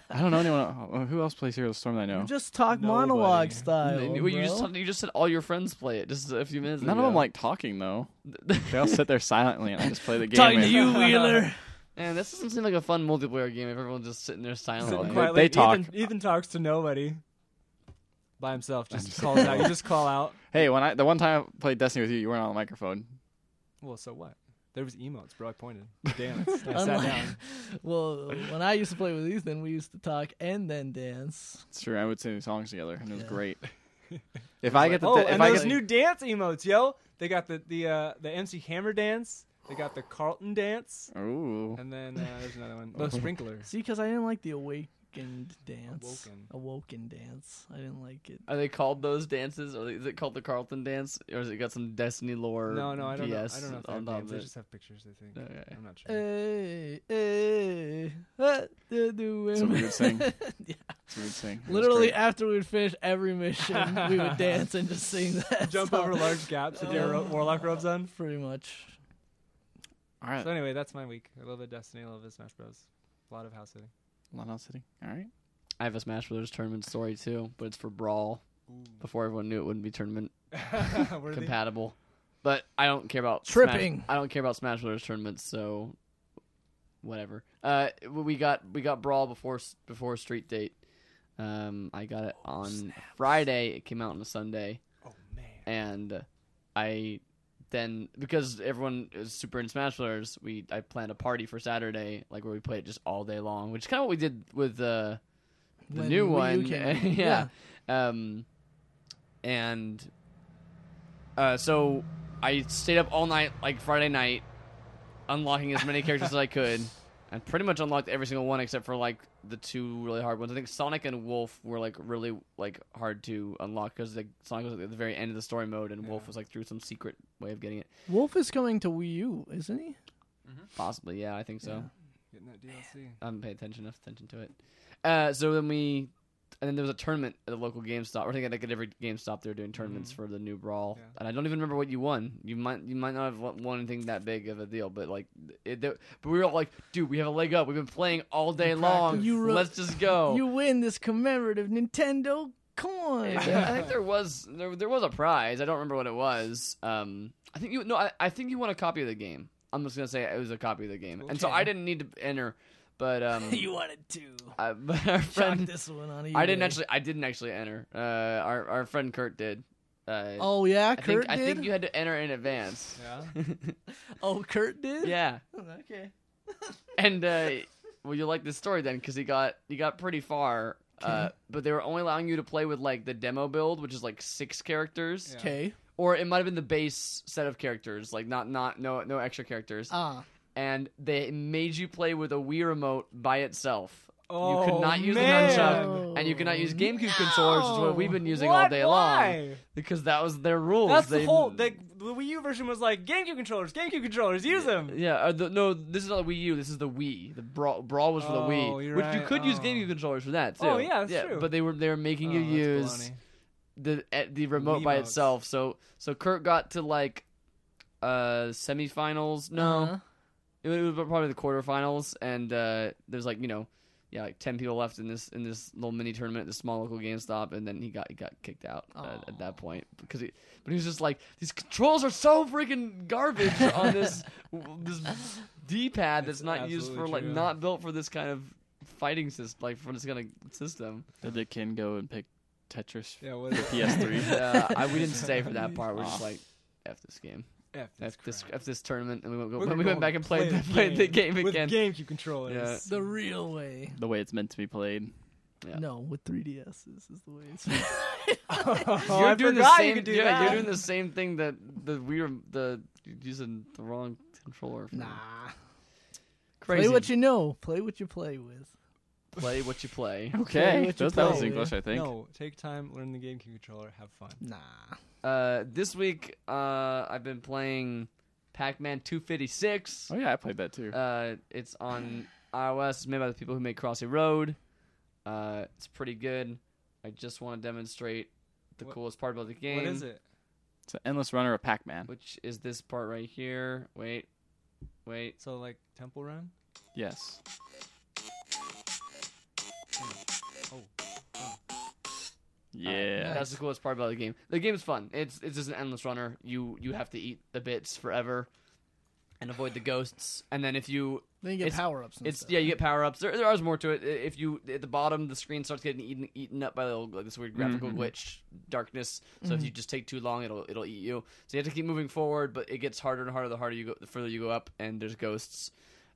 S4: I don't know anyone. el- Who else plays Hero of the Storm that I know?
S3: You just talk
S1: Nobody.
S3: monologue style.
S2: well, you just
S3: bro.
S2: you just said all your friends play it just a uh, few minutes
S4: None
S2: ago.
S4: of them like talking though. They all sit there silently, and I just play the game.
S3: Talking to
S4: and-
S3: you, Wheeler.
S2: Man, this doesn't seem like a fun multiplayer game if everyone's just sitting there silently.
S4: Sitting
S1: Quietly,
S4: They talk.
S1: Ethan, Ethan talks to nobody by himself. Just calls out. You just call out.
S4: Hey, when I the one time I played Destiny with you, you weren't on the microphone.
S1: Well, so what? There was emotes, bro. I pointed. Dance. I sat
S3: Unlike-
S1: down.
S3: well, when I used to play with Ethan, we used to talk and then dance.
S4: It's true. I would sing songs together, and it was
S3: Yeah.
S4: great. If I get the
S1: Oh,
S4: if
S1: and
S4: I
S1: those
S4: get
S1: new dance emotes, yo. They got the the uh, the MC Hammer dance. They got the Carlton dance,
S4: ooh,
S1: and then uh, there's another one. The sprinkler.
S3: See, because I didn't like the awakened dance.
S1: Awoken.
S3: Awoken dance. I didn't like it.
S2: Are they called those dances? Or is it called the Carlton dance? Or has it got some Destiny lore?
S1: No, no, I don't know.
S2: BS
S1: I don't know if they
S2: on
S1: have
S2: top
S1: names.
S2: of
S1: They
S2: it?
S1: just have pictures. I think.
S2: Okay.
S1: I'm not sure.
S3: Hey, hey, Eh, what to do
S4: That's what we would sing.
S3: Yeah.
S4: it's a weird thing. It was
S3: Literally,
S4: great.
S3: after we'd finish every mission, we would dance and just sing that.
S1: Jump
S3: song.
S1: over large gaps with your ro- warlock robes on.
S3: Pretty much.
S4: all right.
S1: So anyway, that's my week. I love it. Destiny. I love it. Smash Bros. A lot of house sitting.
S4: Lionel City. All right.
S2: I have a Smash Brothers tournament story too, but it's for Brawl. Before everyone knew it wouldn't be tournament
S1: Worthy.
S2: compatible. But I don't care about Smash-
S3: Tripping.
S2: I don't care about Smash Brothers tournaments, so whatever. Uh, we got we got Brawl before s- before Street Date. Um, I got it on Friday. It came out on a Sunday,
S1: Oh man.
S2: and I then because everyone is super in Smash Brothers, we I planned a party for Saturday, like where we played it just all day long, which is kind of what we did with uh, the
S3: When
S2: new
S3: Wii U
S2: one. eh,
S3: came out.
S2: yeah. Um, and uh, so I stayed up all night, like Friday night, unlocking as many characters as I could. And pretty much unlocked every single one except for like the two really hard ones. I think Sonic and Wolf were like really like hard to unlock because like Sonic was at the very end of the story mode, and Wolf was like through some secret way of getting it.
S3: Wolf is coming to Wii U, isn't he?
S2: Possibly, yeah, I think so.
S1: Getting that DLC.
S2: I haven't paid attention enough attention to it. Uh, so then we, and then there was a tournament at the local GameStop. I think like at every GameStop they were doing tournaments for the new Brawl,
S1: Yeah.
S2: and I don't even remember what you won. You might you might not have won won anything that big of a deal, but like it. there- But we were all like, dude, we have a leg up. We've been playing all day long.
S3: You re-
S2: Let's just go.
S3: You win this commemorative Nintendo coin.
S2: Yeah, I think there was there, there was a prize. I don't remember what it was. Um, I think you no, I, I think you won a copy of the game. I'm just gonna say it was a copy of the game, and so
S3: Okay.
S2: I didn't need to enter. But um,
S3: you wanted to.
S2: I, but our
S3: Chuck
S2: friend,
S3: this one on eBay.
S2: I didn't actually, I didn't actually enter. Uh, our our friend Kurt did. Uh,
S3: Oh yeah,
S2: I think
S3: Kurt
S2: I
S3: did.
S2: think you had to enter in advance.
S1: Yeah.
S3: Oh, Kurt did.
S2: yeah,
S3: Okay.
S2: and uh, well, you like this story then because he got you got pretty far. Uh, but they were only allowing you to play with like the demo build, which is like six characters.
S1: Yeah.
S3: Okay.
S2: or it might have been the base set of characters, like not not no no extra characters.
S3: Ah.
S2: and they made you play with a Wii remote by itself.
S1: Oh,
S2: you could not use the
S1: man.
S2: nunchuck, and you could not use GameCube
S3: No.
S2: controllers, which is what we've been using all
S1: What?
S2: day long
S1: Why?
S2: because that was their rules.
S1: That's
S2: They-
S1: the whole. Like, the Wii U version was like GameCube controllers, GameCube controllers, use them.
S2: Yeah, uh, the, no, this is not the Wii U. This is the Wii. The brawl, brawl was for the
S1: Oh,
S2: Wii,
S1: you're
S2: which you
S1: right.
S2: could use
S1: Oh.
S2: GameCube controllers for that too.
S1: Oh, yeah, that's
S2: yeah,
S1: true. Oh,
S2: But they were they were making you use the eh, the remote by
S1: Wiimotes.
S2: itself. So so Kurt got to like uh semifinals. No,
S3: Uh-huh.
S2: it was probably the quarterfinals, and uh, there's like you know, yeah, like ten people left in this in this little mini tournament at the small local GameStop, and then he got he got kicked out uh, at that point because he, but he was just like these controls are so freaking garbage on this this D-pad that's
S1: It's
S2: not used for
S1: absolutely
S2: like
S1: true.
S2: not built for this kind of fighting system, like for this kind of system.
S4: Did the kid go and pick Tetris?
S1: Yeah, what is
S4: PS3.
S2: Uh, I, we didn't stay for that part. We're just like. F this game,
S1: F
S2: F
S1: this
S2: this,
S1: crap.
S2: F this tournament, and we went,
S1: We're
S2: we
S1: gonna
S2: went
S1: go
S2: back and played,
S1: play
S2: played the game
S1: with
S2: again.
S1: GameCube controllers.
S3: The real way.
S4: The way it's meant to be played.
S2: Yeah.
S3: No, with 3DSs is the way. It's...
S1: Oh,
S2: you're
S1: I
S2: doing the
S1: forgot
S2: same.
S1: you could do
S2: yeah,
S1: that.
S2: you're doing the same thing that the we were the you're using the wrong controller. For
S3: nah.
S2: crazy.
S3: Play what you know. Play what you play with.
S2: play. What you play.
S3: Play
S4: Okay,
S3: what you
S4: that that was
S3: play.
S4: English, I think.
S1: No, take time, learn the GameCube controller, have fun.
S3: Nah.
S2: Uh, this week, uh, I've been playing Pac-Man 256.
S4: Oh yeah, I played that too.
S2: Uh, it's on iOS. It's made by the people who made Crossy Road. Uh, it's pretty good. I just want to demonstrate the
S1: What-
S2: coolest part about the game.
S1: What is it?
S4: It's an endless runner of Pac-Man.
S2: Which is this part right here? Wait, wait.
S1: So like Temple Run?
S4: Yes. Oh. Yeah.
S2: That's the coolest part about the game. The game's fun. It's it's just an endless runner. You you have to eat the bits forever and avoid the ghosts. And then if you
S3: Then you get
S2: It's-
S3: power ups.
S2: it's yeah, you get power ups. There there is more to it. I- If you at the bottom the screen starts getting eaten eaten up by the old, like this weird graphical glitch darkness. So if you just take too long it'll it'll eat you. So you have to keep moving forward, but it gets harder and harder the harder you go the further you go up and there's ghosts.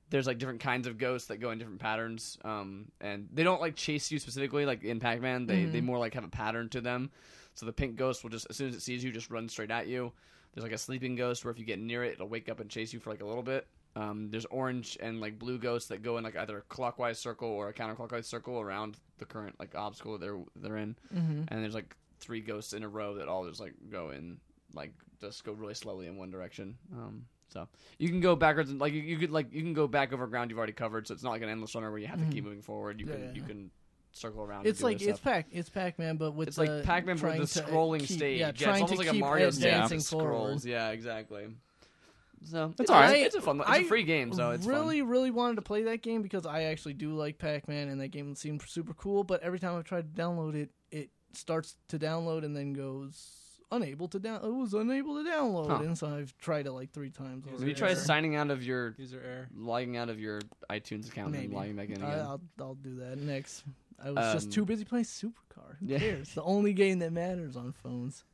S2: There's like different kinds of ghosts that go in different patterns, um, and they don't like chase you specifically like in Pac-Man. They they more like have a pattern to them. So the pink ghost will just, as soon as it sees you, just run straight at you. There's like a sleeping ghost where if you get near it, it'll wake up and chase you for like a little bit. Um, there's orange and like blue ghosts that go in like either a clockwise circle or a counterclockwise circle around the current like obstacle they're they're in.
S3: Mm-hmm.
S2: And there's like three ghosts in a row that all just like go in like just go really slowly in one direction. Um, so you can go backwards and like you, you could like you can go back over ground you've already covered. So it's not like an endless runner where you have to keep moving forward. You
S3: Mm-hmm. Yeah,
S2: can
S3: yeah.
S2: you can circle around. and
S3: It's
S2: do other
S3: like
S2: stuff.
S3: it's Pac it's Pac Man, but with
S2: It's like
S3: the
S2: Pac-Man with
S3: trying
S2: the
S3: to uh,
S2: scrolling
S3: keep-
S2: stage.
S3: Yeah,
S2: Yeah, it's
S3: trying
S2: almost
S3: to
S2: like a
S3: keep
S2: Mario
S3: Ed
S2: game.
S3: dancing
S2: It
S3: forward.
S2: scrolls. Yeah, exactly. So
S4: It's
S2: it's
S4: alright.
S2: alright. It's a fun. It's
S3: I
S2: a free game, so it's
S3: really,
S2: fun.
S3: really wanted to play that game because I actually do like Pac Man, and that game seemed super cool. But every time I've tried to download it, it starts to download and then goes unable to down. It was unable to download,
S2: Huh.
S3: and so I've tried it like three times.
S1: Have
S2: Have you
S3: already.
S2: try
S1: Sure.
S2: signing out of your
S1: User error.
S2: logging out of your iTunes account
S3: Maybe.
S2: and logging back in
S3: I,
S2: again?
S3: I'll, I'll do that next. I was just
S2: Um,
S3: too busy playing Supercar. Who
S2: yeah.
S3: cares? the only game that matters on phones.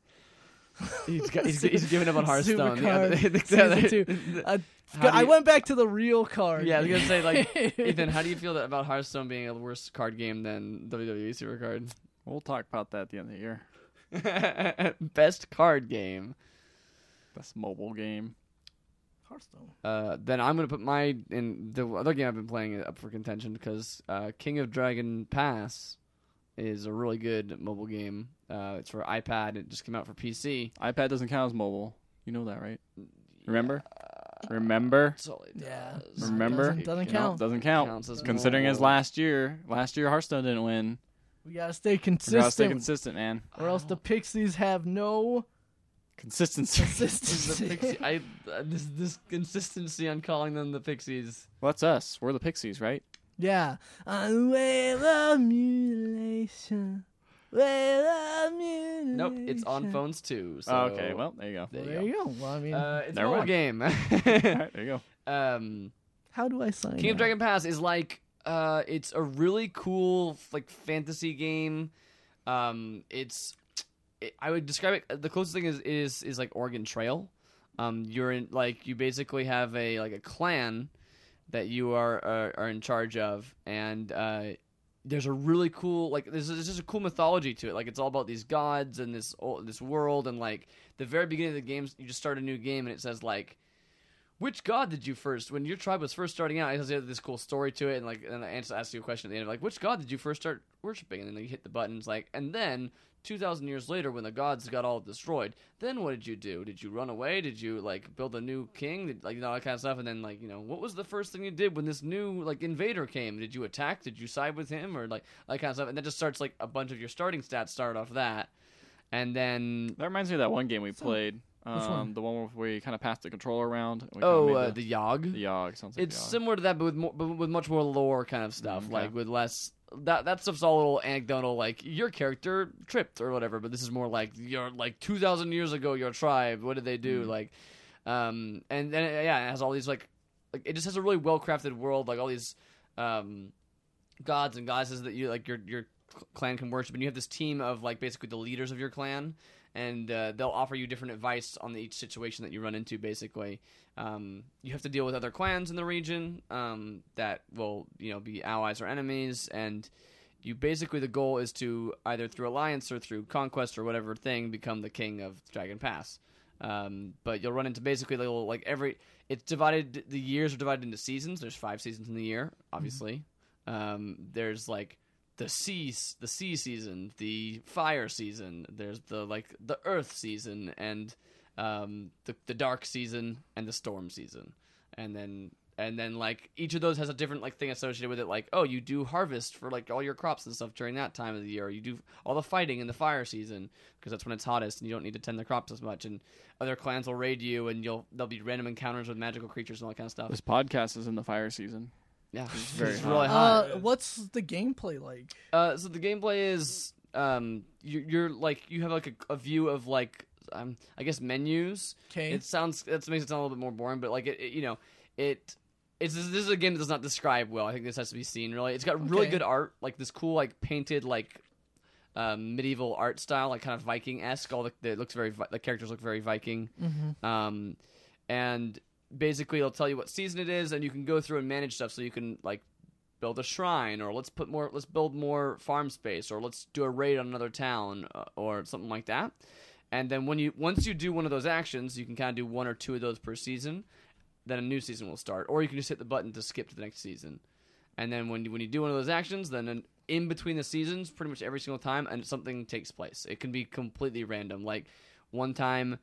S2: He's, got, he's, he's giving up on Hearthstone. The other-
S3: Supercard
S2: the other-
S3: Season two. Uh,
S2: How do
S3: I
S2: you-
S3: went back to the real card.
S2: Yeah, I was gonna say like Ethan, how do you feel that, about Hearthstone being a worse card game than E WWE Supercard?
S4: We'll talk about that at the end of the year.
S2: Best card game.
S4: Best mobile game.
S3: Hearthstone.
S2: Uh, then I'm gonna put my in the other game I've been playing up for contention because uh, King of Dragon Pass is a really good mobile game. Uh, it's for iPad. It just came out for PC.
S4: iPad doesn't count as mobile. You know that, right? Remember? Remember?
S2: That's all it
S3: Uh, Yeah.
S2: does.
S4: Remember?
S3: Doesn't, doesn't
S2: It
S4: No,
S3: count.
S4: doesn't count.
S2: Counts as
S4: Considering his
S2: mobile.
S4: last year, last year Hearthstone didn't win.
S3: We gotta stay
S4: We gotta stay
S3: consistent,
S4: consistent, man.
S3: or else the Pixies have no
S4: Consistency.
S2: The
S3: consistency.
S2: Pixie- I uh, this this consistency on calling them the Pixies.
S4: Well, that's us. We're the Pixies, right?
S3: yeah. Uh, I will love mutilation. Will love mutilation.
S2: Nope, it's on phones too. So
S4: Oh, okay. Well, there you go.
S2: there
S3: Well,
S2: you
S3: there
S2: go.
S3: you go. Well, I mean,
S2: Uh, it's a
S4: Never
S2: mobile
S4: mind.
S2: game.
S4: All right, there you go.
S2: um,
S3: how do I sign?
S2: King of
S3: out?
S2: Dragon Pass is like uh, it's a really cool like fantasy game. Um, it's it, I would describe it. The closest thing is is is like Oregon Trail. Um, you're in like you basically have a like a clan that you are are, are in charge of, and uh, there's a really cool like there's, there's just a cool mythology to it. Like it's all about these gods and this o- this world, and like the very beginning of the games, you just start a new game and it says like. Which god did you first when your tribe was first starting out? It has this cool story to it, and like, and the answer asks you a question at the end of like, which god did you first start worshiping? And then you hit the buttons, like, and then two thousand years later, when the gods got all destroyed, then what did you do? Did you run away? Did you like build a new king? Did, like you know, all that kind of stuff. And then like, you know, what was the first thing you did when this new like invader came? Did you attack? Did you side with him or like that kind of stuff? And that just starts like a bunch of your starting stats start off that, and then
S4: That reminds me of that one game we played. Um,
S3: one?
S4: The one where we kind of passed the controller around. and we kinda
S2: oh,
S4: made
S2: uh,
S4: the,
S2: the Yog.
S4: the Yogg. Sounds like
S2: it's
S4: Yogg.
S2: similar to that, but with more, but with much more lore kind of stuff.
S4: Mm,
S2: Like
S4: okay.
S2: with less that that stuff's all a little anecdotal. Like your character tripped or whatever, but this is more like your like two thousand years ago, your tribe. What did they do?
S4: Mm.
S2: Like, um, and then yeah, it has all these like, like it just has a really well crafted world. Like all these, um, gods and goddesses that you like your your clan can worship, and you have this team of like basically the leaders of your clan. And uh, they'll offer you different advice on each situation that you run into, basically, um, you have to deal with other clans in the region um, that will you know be allies or enemies and you basically the goal is to either through alliance or through conquest or whatever thing become the king of dragon pass um, but you'll run into basically little like every it's divided the years are divided into seasons there's five seasons in the year obviously um, there's like the sea the sea season the fire season there's the like the earth season and um, the the dark season and the storm season, and then and then like each of those has a different like thing associated with it. Like oh, you do harvest for like all your crops and stuff during that time of the year. Or you do all the fighting in the fire season because that's when it's hottest and you don't need to tend the crops as much. And other clans will raid you, and you'll there'll be random encounters with magical creatures and all that kind of stuff.
S4: This podcast is in the fire season.
S2: Yeah, it's
S4: very hot.
S2: really hot.
S3: Uh, what's the gameplay like?
S2: Uh, so the gameplay is um you, you're like you have like a, a view of like um I guess menus.
S3: 'Kay.
S2: It sounds that makes it sound a little bit more boring, but like it, it- you know it. It's this is a game that does not describe well. I think this has to be seen really. It's got really
S3: Okay.
S2: good art, like this cool like painted like um, medieval art style, like kind of Viking esque. All the it looks very Vi- the characters look very Viking. Um, and basically, it'll tell you what season it is, and you can go through and manage stuff. So you can like build a shrine, or let's put more, let's build more farm space, or let's do a raid on another town, uh, or something like that. And then when you once you do one of those actions, you can kind of do one or two of those per season. Then a new season will start, or you can just hit the button to skip to the next season. And then when you, when you do one of those actions, then in, in between the seasons, pretty much every single time, and something takes place. It can be completely random. Like one time,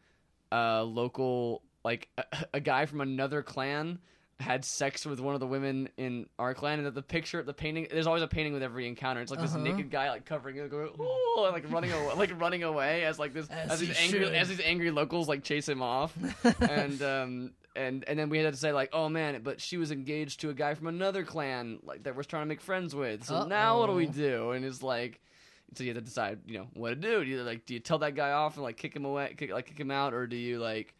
S2: a local like a, a guy from another clan had sex with one of the women in our clan, and that the picture, the painting, there's always a painting with every encounter. It's like this
S3: Uh-huh.
S2: naked guy like covering it, going, "Ooh," and, like running away, like running away as like this
S3: As
S2: as,
S3: he
S2: these angry
S3: should.
S2: as these angry locals like chase him off, and um and and then we had to say like, oh man, but she was engaged to a guy from another clan like that we're trying to make friends with. So now what do we
S3: Uh-oh.
S2: do? And it's like, so you have to decide, you know, what to do. Do you like do you tell that guy off and like kick him away, kick, like kick him out, or do you like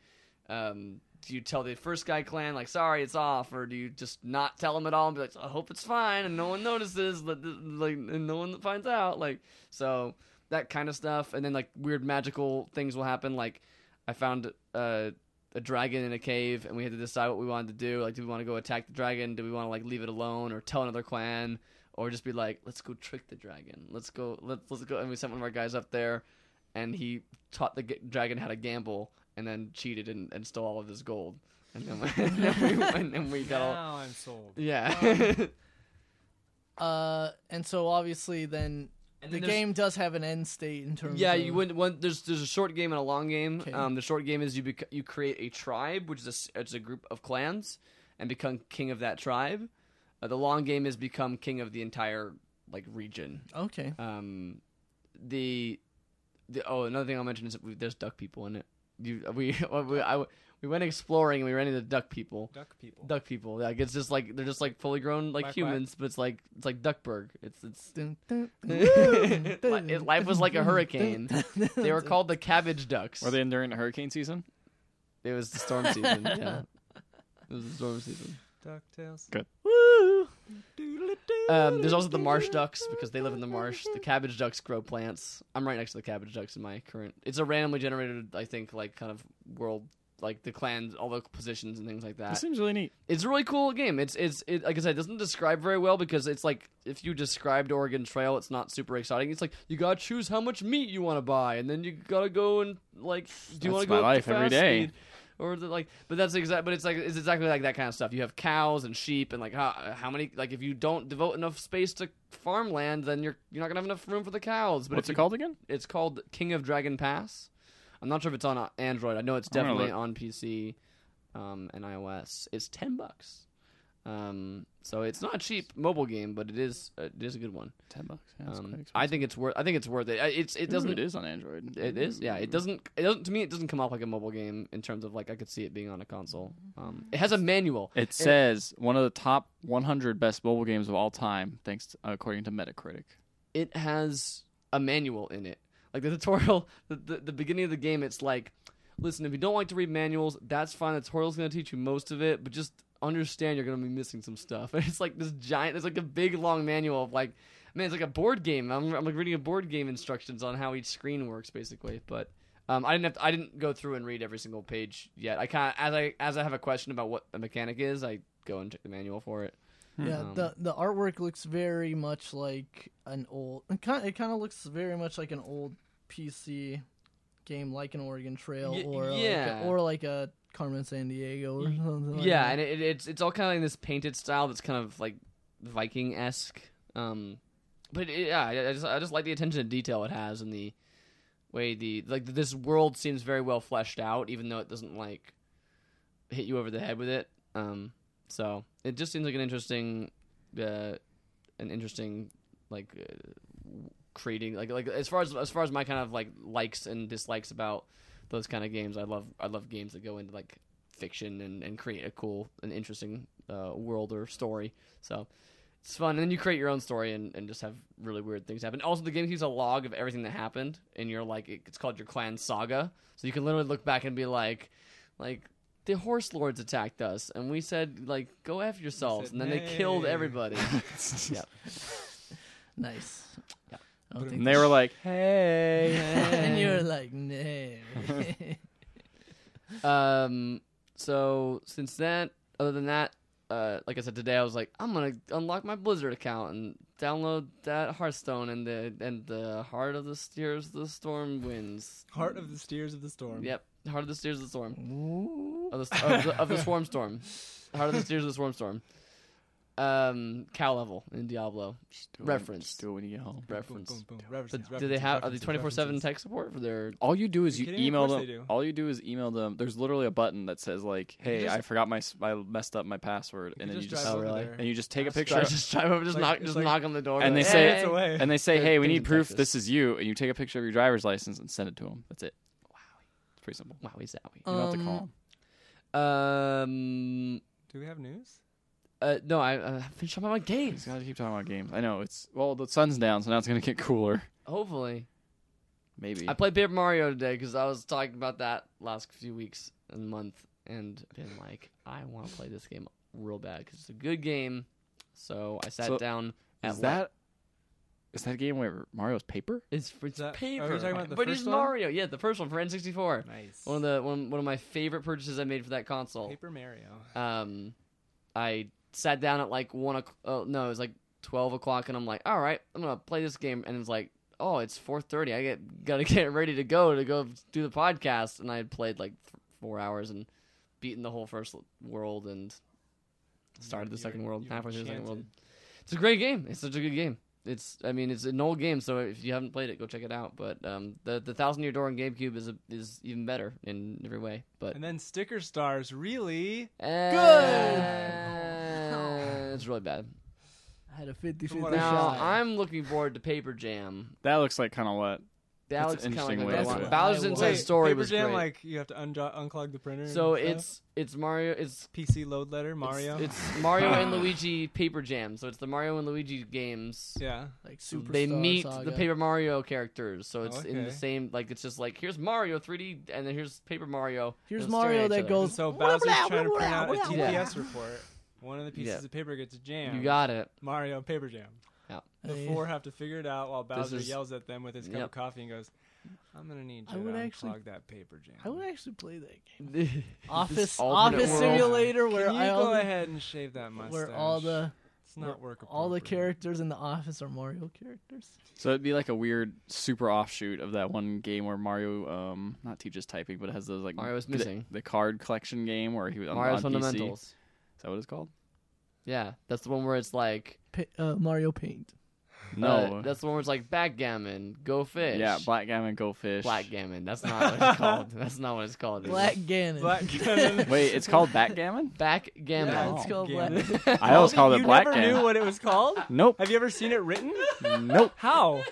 S2: um, do you tell the first guy clan like sorry it's off, or do you just not tell them at all and be like I hope it's fine and no one notices, but th- like and no one finds out? Like so that kind of stuff. And then like weird magical things will happen. Like I found uh, a dragon in a cave, and we had to decide what we wanted to do. Like, do we want to go attack the dragon? Do we want to like leave it alone, or tell another clan, or just be like, let's go trick the dragon. Let's go. Let's let's go. And we sent one of our guys up there, and he taught the g- dragon how to gamble, and then cheated and, and stole all of his gold. And then, we- and then we, and then we got all.
S1: Now I'm sold.
S2: Yeah.
S3: Uh, and so obviously then
S2: And
S3: the
S2: then there's-
S3: game does have an end state in terms.
S2: yeah,
S3: of,
S2: you wouldn't want. There's there's a short game and a long game.
S3: Okay.
S2: Um, the short game is you bec- you create a tribe, which is a s- it's a group of clans, and become king of that tribe. Uh, the long game is become king of the entire like region.
S3: Okay.
S2: Um, the the oh another thing I'll mention is that we, there's duck people in it. You uh, we we, I, we went exploring and we ran into duck people.
S1: Duck people.
S2: Duck people, like it's just like they're just like fully grown like
S1: Quack, quack.
S2: humans, but it's like it's like Duckburg. It's it's
S3: Dun, dun,
S2: Li-
S3: dun,
S2: it- life was like a
S3: dun,
S2: hurricane.
S3: dun, dun,
S2: They were
S3: dun.
S2: called the cabbage ducks.
S4: Were they in during the hurricane season?
S2: It was the storm season. yeah. It was the storm season.
S1: Ducktales.
S3: Woo!
S2: Um, there's also the marsh ducks because they live in the marsh. The cabbage ducks grow plants. I'm right next to the cabbage ducks in my current. It's a randomly generated, I think, like kind of world, like the clans, all the positions and things like that.
S4: This seems really neat.
S2: It's a really cool game. It's it's it, like I said, it doesn't describe very well because it's like if you described Oregon Trail, it's not super exciting. It's like you gotta choose how much meat you want to buy, and then you gotta go and like do you
S4: That's
S2: want to
S4: my
S2: go
S4: life
S2: to fast
S4: every day.
S2: Food? Or the, like, but that's exact. But it's like it's exactly like that kind of stuff. You have cows and sheep, and like how how many like if you don't devote enough space to farmland, then you're you're not gonna have enough room for the cows. But
S4: What's
S2: if
S4: it
S2: you-
S4: called again?
S2: It's called King of Dragon Pass. I'm not sure if it's on uh, Android. I know it's
S4: I'm gonna
S2: definitely
S4: look.
S2: on PC um, and iOS. It's ten bucks, um, so it's not a cheap mobile game, but it is uh, it is a good one.
S4: Ten bucks.
S2: Um, I think it's worth. I think it's worth it. I- It's it
S4: it doesn't.
S2: doesn't.
S4: It Mm. is on Android.
S2: It is. Yeah. It doesn't. It doesn't. To me, it doesn't come off like a mobile game in terms of like I could see it being on a console. Um, it has a manual.
S4: It says one of the top 100 best mobile games of all time, thanks to, according to Metacritic.
S2: it has a manual in it. Like the tutorial, the, the, the beginning of the game, it's like, listen, if you don't like to read manuals, that's fine. The tutorial's going to teach you most of it, but just understand you're going to be missing some stuff. And it's like this giant, it's like a big long manual of like, man, it's like a board game. I'm, I'm like reading a board game instructions on how each screen works, basically. But um, I didn't have to, I didn't go through and read every single page yet. I kind of as I as I have a question about what a mechanic is, I go and check the manual for it.
S3: Yeah,
S2: Um,
S3: the the artwork looks very much like an old. It kind it kind of looks very much like an old PC game, like an Oregon Trail
S2: Y-
S3: or
S2: yeah.
S3: like a, or like a Carmen San Diego or
S2: Y-
S3: something. Like
S2: yeah,
S3: that.
S2: and it, it- it's it's all kind of like this painted style that's kind of like Viking esque. Um, but it, yeah, I I just I just like the attention to detail it has and the way the like this world seems very well fleshed out, even though it doesn't like hit you over the head with it. Um, so it just seems like an interesting, uh, an interesting like uh, creating like like as far as as far as my kind of like likes and dislikes about those kind of games. I love I love games that go into like fiction and, and create a cool and interesting uh, world or story. So it's fun. And then you create your own story and, and just have really weird things happen. Also, the game keeps a log of everything that happened, and you're like, it- it's called your clan saga. So you can literally look back and be like, like, the horse lords attacked us, and we said, like, go F yourselves.
S1: said,
S2: and then they killed
S1: "Nay."
S2: everybody.
S3: nice.
S2: Yeah.
S3: I don't
S4: And they were like,
S3: they-
S4: hey.
S3: and you were like, nay.
S2: Um, so since that, other than that, uh, like I said today, I was like, I'm gonna unlock my Blizzard account and download that Hearthstone and the and the Heart of the Steers the Storm wins.
S1: Heart of the steers of the storm.
S2: Yep, Heart of the Steers the Storm of the of the, of the Swarm Storm, Heart of the Steers of the Swarm Storm. Um, cow level in Diablo Reference.
S4: Just do it when you get home.
S2: reference.
S1: Boom, boom, boom.
S2: But
S1: References,
S2: do they
S1: references,
S2: have are they
S1: references,
S2: twenty four seven
S1: references.
S2: tech support for their?
S4: All you do is
S1: You
S4: you,
S1: kidding me? Of
S4: email
S1: course
S4: them.
S1: they do.
S4: All you do is email them. There's literally a button that says like, "Hey,
S1: just-
S4: I forgot my s- I messed up my password,"
S1: You
S4: and
S1: could
S4: then you just
S1: drive
S2: Oh,
S1: over
S2: really?
S1: there.
S4: and you just take a
S1: That's
S4: picture.
S2: Just drive over, just
S1: Like-
S2: knock,
S1: it's
S2: just
S1: like-
S2: knock on the door.
S4: And
S2: like,
S4: they say-
S1: it's away.
S4: And they say,
S2: There's
S4: "Hey, we
S2: things in
S4: need proof
S2: Texas.
S4: this is you," and you take a picture of your driver's license and send it to them. That's it. It's pretty simple.
S2: "Wow, is that we?"
S4: You don't have to call
S3: Um,
S4: 'em.
S2: Um,
S1: Do we have news?
S2: uh, no, I uh, finished up my
S4: He's
S2: games.
S4: got to keep talking about games. I know it's well, the sun's down, so now it's gonna get cooler.
S2: Hopefully,
S4: Maybe.
S2: I played Paper Mario today because I was talking about that last few weeks and month, and been like, I want to play this game real bad because it's a good game. So I sat
S4: So,
S2: down. At
S4: is that Is that game where Mario's paper?
S2: It's, it's
S1: that- are you
S2: paper.
S1: talking about the
S2: but
S1: first
S2: he's
S1: one?
S2: Mario. Yeah, the first one for N64.
S1: Nice.
S2: One of the one, one of my favorite purchases I made for that console.
S1: Paper Mario.
S2: um, I sat down at like one o'clock. Oh, no, it was like twelve o'clock, and I'm like, all right, I'm gonna play this game, and it's like, oh, it's four thirty. I get gotta get ready to go to go do the podcast, and I had played like th- four hours and beaten the whole first l- world and started the
S1: You're-
S2: second world
S1: you're
S2: halfway through the second world.
S1: enchanted.
S2: It's a great game. It's such a good game. It's I mean it's an old game, so if you haven't played it, go check it out. But um, the the Thousand Year Door on GameCube is a, is even better in every way. But
S1: And then Sticker Stars, really?
S2: uh, it's really bad.
S3: I had a 50 50
S1: What a
S2: Now
S1: shot.
S3: shot.
S2: I'm looking forward to Paper Jam.
S4: That looks like kind of what.
S2: That
S4: That's
S2: looks kind
S4: an
S2: of
S4: interesting
S2: like
S4: way
S2: what I
S4: to do
S2: want.
S4: it.
S2: Bowser's
S3: Wait,
S2: Inside
S3: wait,
S2: Story
S1: Paper
S2: was
S1: Jam,
S2: great.
S1: like uh, you have to unjo- unclog the printer.
S2: so
S1: and stuff?
S2: it's it's Mario it's
S1: PC load letter Mario.
S2: It's, it's Mario and Luigi Paper Jam. So it's the Mario and Luigi games.
S1: yeah.
S3: like super.
S2: they meet the Paper Mario characters, so it's in
S1: okay.
S2: the same like it's just like here's Mario 3D, and then here's Paper Mario.
S3: Here's
S2: They'll stare
S3: Mario
S2: at each
S3: that
S2: other.
S1: And
S3: goes.
S1: so Bowser's trying to print out a
S2: blah.
S1: TPS report. One of the pieces
S2: Yeah.
S1: of paper gets jammed.
S2: You got it.
S1: Mario and Paper Jam. The
S3: Hey,
S1: four have to figure it out while Bowser
S2: is-
S1: yells at them with his cup
S2: Yep.
S1: of coffee and goes, "I'm gonna need
S3: I
S1: you
S3: would
S1: to
S3: actually-
S1: unclog that paper jam."
S3: I would actually play that game.
S2: This
S3: Office
S2: alternate
S3: Office
S2: world.
S3: Simulator,
S1: Can
S3: where
S1: you
S3: I
S1: go
S3: all the,
S1: ahead and shave that mustache?
S3: where all the
S1: it's not work
S3: all the
S1: appropriate.
S3: characters in the office are Mario characters.
S4: So it'd be like a weird super offshoot of that one game where Mario, um, not teaches typing, but it has those like
S2: Mario is
S4: the-
S2: missing.
S4: the, card collection game where he was on,
S2: Mario's
S4: on PC. Is
S2: Fundamentals.
S4: that what it's called?
S2: Yeah, that's the one where it's like
S3: Pa- uh, Mario Paint.
S4: No,
S2: uh, that's the one where it's like backgammon, go fish.
S4: Oh. yeah, Blackgammon Go Fish.
S2: Blackgammon. That's not what it's called. That's not what it's called. dude.
S3: Black Ganon.
S1: black. Ganon.
S4: Wait, it's called Backgammon.
S2: backgammon.
S3: Yeah,
S4: Oh.
S3: it's called
S1: Ganon.
S3: Black.
S4: I always
S1: You-
S4: called
S1: you
S4: it Black
S1: never knew
S4: Gammon.
S1: what it was called.
S4: Nope,
S1: Have you ever seen it written?
S4: nope.
S1: How?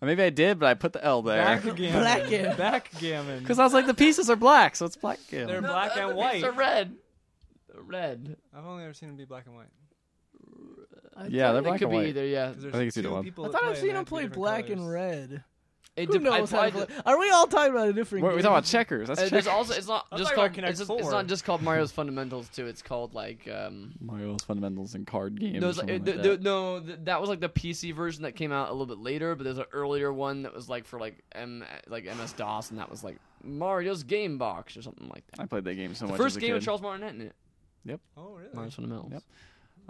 S4: Maybe I did, but I put the L there
S1: Backgammon.
S3: Blackgammon.
S1: Backgammon.
S4: because I was like, the pieces are black, so it's
S1: They're
S4: Blackgammon.
S1: black and white.
S2: It's a red. Red.
S1: I've only ever seen them be black and white.
S3: I
S4: Yeah,
S3: thought-
S4: they're
S2: It
S4: black
S2: could
S4: and
S2: be
S4: white.
S2: either. Yeah.
S1: 'Cause there's
S4: I think it's
S1: two
S4: either one.
S1: people
S3: I
S1: that
S3: thought
S1: play
S3: I've seen
S1: and
S3: him
S1: they have two
S3: play
S1: different
S3: Black and
S1: colors.
S3: Red.
S2: It
S3: Who
S2: dep- I
S3: knows how to
S2: played-
S3: play? Are we all talking about a different
S4: We're, we're
S3: game?
S4: talking about checkers. That's
S2: uh,
S4: checkers.
S2: there's also it's not
S1: I'm
S2: just
S1: talking
S2: called
S1: about Connect
S2: it's, just, it's
S1: Four.
S2: not just called Mario's fundamentals too. It's called like um
S4: Mario's fundamentals and card games.
S2: no,
S4: or
S2: it's like,
S4: something
S2: uh, the-
S4: like
S2: the-
S4: that.
S2: no th- that was like the PC version that came out a little bit later, but there's an earlier one that was like for like M like MS DOS and that was like Mario's Game Box or something like that.
S4: I played that game so
S2: The
S4: much. as
S2: first
S4: a
S2: game
S4: kid.
S2: with Charles Martinet in it.
S1: Oh really?
S2: Mario's fundamentals.
S4: Yep.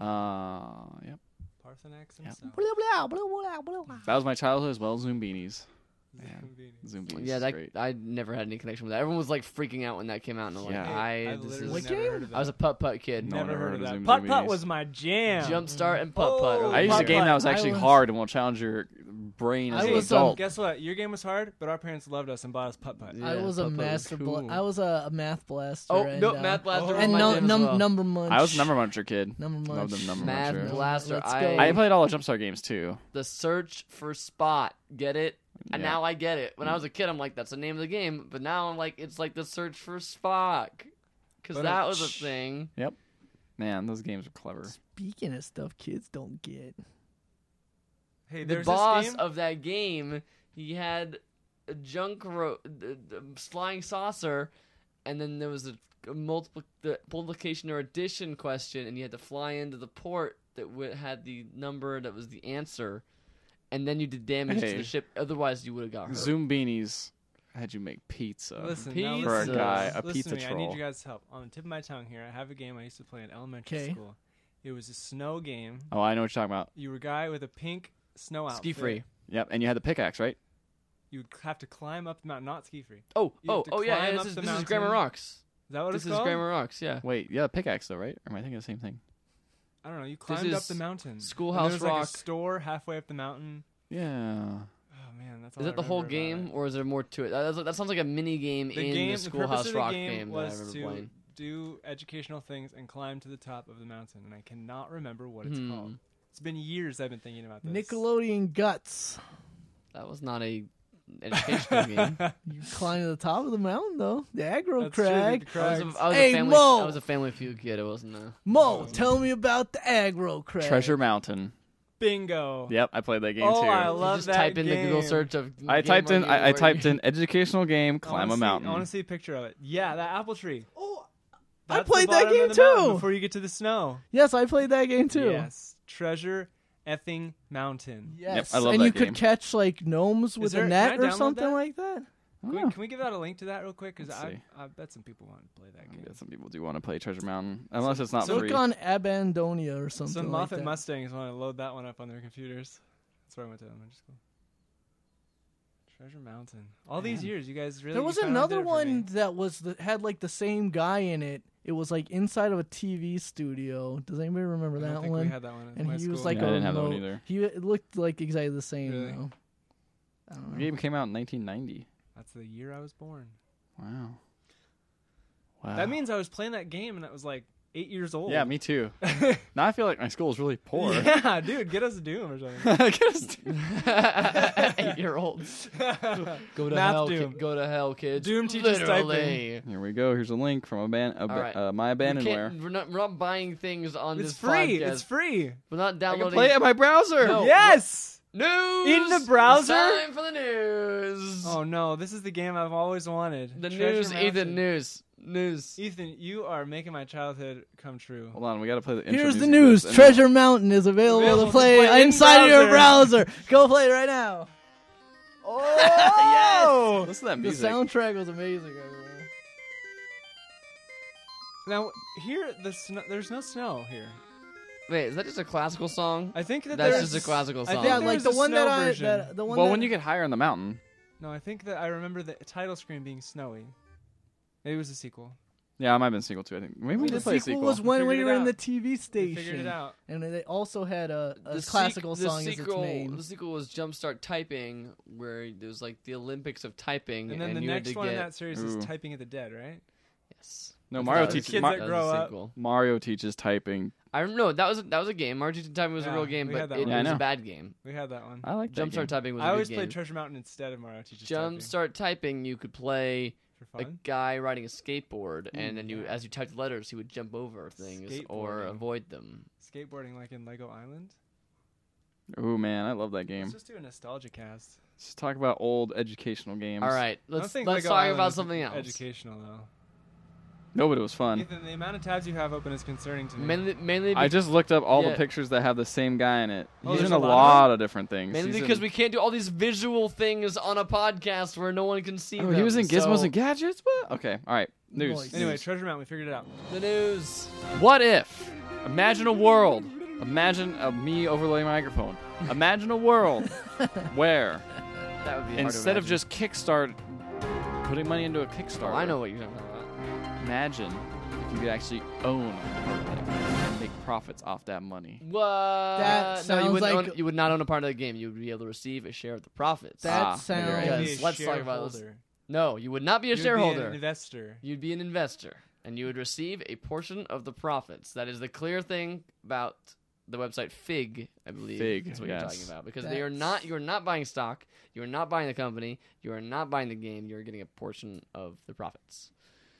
S4: Uh, yep.
S1: Parthenax
S4: Yeah.
S1: himself.
S3: Blah, blah, blah, blah, blah, blah.
S4: That was my childhood as well. Zoom beanies. Yeah.
S1: Convenient.
S4: Zoom beanies.
S2: Yeah,
S4: is
S2: that
S4: great.
S2: I never had any connection with that. Everyone was like freaking out when that came out, and I'm like,
S4: Yeah.
S2: I,
S1: I've
S2: this
S1: literally
S2: is,
S1: never heard of that.
S2: I was a putt putt kid.
S4: No. one
S1: never
S4: ever
S1: heard
S4: heard
S1: of
S4: of
S1: that.
S4: Zoom
S1: Putt
S4: Zoomies.
S1: putt was my jam.
S2: Jump start and putt putt.
S1: Oh.
S4: I used a
S1: But-
S4: game
S1: but
S4: that was
S3: I
S4: actually
S3: was-
S4: hard and will challenge your brain as
S3: I
S4: an
S3: was, um,
S4: adult.
S1: Guess what? Your game was hard, but our parents loved us and bought us putt putt.
S2: Yeah,
S3: I was a
S2: Putt-Putt was
S3: master. Bla-
S2: cool.
S3: I was a, a math blaster.
S2: Oh
S3: and,
S2: no,
S3: uh,
S2: Math Blaster.
S1: oh.
S2: was
S3: And
S2: my
S3: no,
S2: jam as
S3: num-
S2: well.
S3: number munch.
S4: I was a number muncher kid.
S3: Number munch.
S4: Love them number
S2: Math
S4: munchers.
S2: Blaster,
S3: Let's
S2: I-
S3: go.
S4: I played all the Jumpstart games too.
S2: The search for spot. Get it? And
S4: Yeah. Mm.
S2: now I get it. When I was a kid, I'm like, that's the name of the game. But now I'm like, it's like the search for Spock, because
S1: But,
S2: that
S1: uh,
S2: was a thing.
S4: Man, those games are clever.
S3: Speaking of stuff kids don't get.
S1: Hey,
S2: the
S1: there's this
S2: boss
S1: game.
S2: of that game, he had a junk ro- d- d- flying saucer, and then there was a, a multiple the multiplication or addition question, and you had to fly into the port that w- had the number that was the answer, and then you did damage to
S4: Hey.
S2: the ship. Otherwise, you would have got hurt.
S4: Zoom beanies had you make pizza.
S1: Listen,
S2: Pizza.
S1: now listen
S2: For a
S1: to this.
S2: guy,
S4: a
S1: Listen
S4: pizza
S1: to me. I need
S4: troll.
S1: you guys' help. On the tip of my tongue here, I have a game I used to play in elementary
S3: 'Kay.
S1: school. It was a snow game.
S4: Oh, I know what you're talking about.
S1: You were a guy with a pink snow outfit.
S2: Ski free.
S4: Yep, and you had the pickaxe, right?
S1: You would have to climb up the mountain, not ski free. Is
S2: Oh,
S1: You have
S2: oh,
S1: to
S2: oh, yeah.
S1: climb
S2: yeah
S1: up
S2: this is,
S1: the
S2: this is Grammar
S1: mountain.
S2: Rocks.
S1: that what
S2: This
S1: it's
S2: is
S1: called?
S2: Grammar Rocks. Yeah.
S4: Wait, yeah, pickaxe though, right? Or am I thinking the same thing?
S1: I don't know. You climbed up
S2: is
S1: the mountain.
S2: Schoolhouse
S1: and there was like
S2: Rock.
S1: a store halfway up the mountain.
S4: Yeah.
S1: Oh man, that's all
S2: Is
S1: I
S2: that the whole
S1: remember about
S2: game,
S1: it.
S2: or is there more to it? That, that's- that sounds like a mini game
S1: The
S2: in
S1: game,
S2: the
S1: the purpose
S2: Schoolhouse
S1: of the
S2: Rock
S1: game,
S2: that I
S1: was
S2: remember
S1: to
S2: playing.
S1: do educational things and climb to the top of the mountain, and I cannot remember what it's
S2: Hmm.
S1: called. It's been years I've been thinking about this.
S3: Nickelodeon Guts.
S2: That was not a educational game.
S3: You climb to the top of the mountain, though. The aggro
S1: That's true,
S3: crag.
S1: the
S2: I was
S1: crags.
S2: a, I was
S3: Hey,
S2: a family.
S3: Mo!
S2: I was a family feud kid. It wasn't. A,
S3: Mo, tell me about the aggro crag.
S4: Treasure Mountain.
S1: Bingo.
S4: Yep, I played that game
S1: Oh,
S4: too.
S1: I
S2: You
S1: love
S2: just
S1: that
S2: type in the Google
S1: game.
S2: search of.
S4: I
S2: game
S4: typed
S2: on
S4: in
S2: you
S4: I, I
S2: where
S4: typed
S2: you-
S4: in educational game, climb
S1: Honestly-
S4: a mountain.
S1: Honestly, a picture of it. Yeah, that apple tree.
S3: Oh,
S1: That's
S3: played
S1: the
S3: that
S1: bottom
S3: game
S1: of the mountain
S3: too.
S1: Before you get to the snow.
S3: yes, I played that game too.
S1: Yes. Treasure effing mountain.
S3: Yes,
S4: I love
S3: and
S4: that
S3: you
S4: game.
S3: could catch like gnomes with
S1: there-
S3: a
S1: can I
S3: net or
S1: download
S3: something
S1: that?
S3: like that.
S1: Can
S4: Ah.
S1: we, can we give out a link to that real quick? Because
S4: Let's
S1: I,
S4: see.
S1: I bet some people want to play that
S4: I
S1: game.
S4: guess some people do want to play Treasure Mountain, unless it's not
S1: so
S4: free.
S3: Click on Abandonia or something.
S1: Some
S3: like
S1: Moffat
S3: that.
S1: Mustangs want to load that one up on their computers. That's where I went to elementary school. Treasure Mountain. All these
S4: Man.
S1: years, you guys really.
S3: There
S1: you
S3: was
S1: kinda did
S3: another
S1: it for me.
S3: one that was the, had like the same guy in it. It was like inside of a TV studio. Does anybody remember
S1: I don't
S3: that
S1: think
S3: one?
S1: we had that one. At
S3: and
S1: my
S3: he
S1: school.
S3: was like
S4: Yeah,
S3: a
S4: I didn't have that one
S3: remote-
S4: either.
S3: He it looked like exactly the same
S1: Really?
S3: though. I don't
S4: The
S3: know.
S4: game came out in 1990.
S1: That's the year I was born.
S4: Wow. Wow.
S1: That means I was playing that game and that was like eight years old.
S4: Yeah, me too. now I feel like my school is really poor.
S1: yeah, dude, get us a Doom or something.
S2: Eight year olds. Go to
S1: Math
S2: hell.
S1: Doom.
S2: Kid, go to hell, kids.
S1: Doom teaches
S2: Literally.
S4: Here we go. Here's a link from a ban- a,
S2: All right.
S4: uh, my
S2: We
S4: abandonware.
S2: can't- We're not, we're not buying things on
S1: it's
S2: this
S1: free.
S2: podcast.
S1: It's free.
S2: We're not
S4: I can
S2: downloading.
S4: play it in my browser.
S2: No.
S1: yes.
S2: News
S1: In the browser?
S2: It's Time for the news.
S1: Oh no, this is the game I've always wanted.
S2: the
S1: Treasure
S2: news, Ethan.
S1: Mountain.
S2: News, news.
S1: Ethan, you are making my childhood come true.
S4: Hold on, we got to play the. intro
S3: Here's the
S4: music
S3: news:
S4: first, and-
S3: Treasure Mountain is available,
S1: Available
S3: to play,
S1: in
S3: inside your browser. Go play it right now.
S1: Oh yes!
S4: Listen to that
S3: The
S4: music.
S3: soundtrack was amazing. everyone.
S1: Now here, the snow, there's no snow here.
S2: Wait, is that just a classical song?
S1: I think that
S2: That's
S1: there's-
S2: just Oh. a classical
S1: I think
S2: song.
S3: Yeah,
S1: there
S3: like
S1: was
S3: the
S1: a
S3: one
S1: snow
S3: that I
S1: version.
S3: that, the one.
S4: Well,
S3: that,
S4: when you get higher in the mountain,
S1: No, I think that I remember the title screen being snowy. Maybe it was a sequel.
S4: yeah, I might have been sequel too. I think maybe we
S3: the
S4: did play a
S3: sequel
S4: sequel.
S3: was when
S1: figured
S3: we
S1: it
S3: were in
S1: out.
S3: the TV
S1: They
S3: station.
S1: figured it out.
S3: And they also had a, a
S2: sequ-
S3: classical
S2: the
S3: song
S2: sequel,
S3: as its name.
S2: The sequel was Jumpstart Typing, where there was like the Olympics of typing,
S1: And then the
S2: you had
S1: next
S2: to
S1: one in
S2: get-
S1: that series
S4: Ooh.
S1: is Typing at the Dead, right?
S2: Yes.
S4: No,
S2: That's
S4: Mario
S2: not a
S1: Kids
S4: teaches
S2: sequel.
S1: that
S4: Mar-
S2: That was
S1: grow
S2: a
S1: up.
S2: sequel.
S4: Mario teaches typing.
S2: I rem- no, that was a, that was a game. Mario teaches typing was a
S1: Yeah,
S2: real game,
S1: we
S2: but
S1: had that
S2: it
S1: one.
S4: Yeah, I
S2: was a
S4: know.
S2: bad game.
S1: We had that one.
S4: I like that game.
S2: Jumpstart Typing was a
S1: I
S2: good
S1: always
S2: game.
S1: played Treasure Mountain instead of Mario Teaches Typing
S2: Jumpstart Typing, you could play
S1: for
S2: a
S1: fun. Mm,
S2: guy riding a skateboard, and then you, as you typed letters, he would jump over things or
S1: Skateboarding.
S2: avoid them.
S1: Skateboarding like in Lego Island.
S4: Oh man, I love that game.
S1: Let's
S4: Let's
S1: just do a nostalgia cast.
S4: talk about old educational games.
S2: All right,
S1: I don't
S2: let's
S1: think
S2: let's
S1: Lego
S2: talk
S1: Island
S2: about
S1: is
S2: something else.
S1: Educational though.
S4: No, but it was fun.
S1: Ethan, the amount of tabs you have open is concerning to me.
S2: Mainly, mainly,
S4: I
S2: be-
S4: just looked up all
S2: Yeah.
S4: the pictures that have the same guy in it.
S1: Oh,
S4: He's
S1: there's
S4: in
S1: a
S4: a
S1: lot of
S4: lot of different things.
S2: mainly
S4: He's
S2: because
S4: in-
S2: we can't do all these visual things on a podcast where no one can see.
S4: Oh, he was in
S2: them,
S4: Gizmos
S2: so-
S4: and Gadgets. What? Okay, all right. News.
S3: Nice.
S1: Anyway,
S4: News.
S1: Treasure Mountain, we figured it out.
S2: The news.
S4: What if? Imagine a world. Imagine a me overlay microphone. Imagine a world where
S2: That would be hard to
S4: instead of
S2: imagine.
S4: just Kickstart, putting money into a
S2: Oh,
S4: Kickstarter.
S2: I know what you're talking about.
S4: Imagine if you could actually own an overlay and make profits off that money.
S2: What?
S3: That
S2: no, you
S3: sounds
S2: would
S3: like-
S2: own, you would not own a part of the game. You would be able to receive a share of the profits.
S3: That
S4: Ah, you're right.
S3: sounds.
S2: Because
S1: Be a
S2: let's talk about this.
S1: shareholder.
S2: no, you would not be a
S1: You'd be an
S2: shareholder.
S1: investor.
S2: You'd be an investor, and you would receive a portion of the profits. That is the clear thing about the website Fig, I believe.
S4: Fig,
S2: is what you're
S4: yes.
S2: talking about because they are
S3: That's-
S2: not. You are not buying stock. You are not buying the company. You are not buying the game. You are getting a portion of the profits.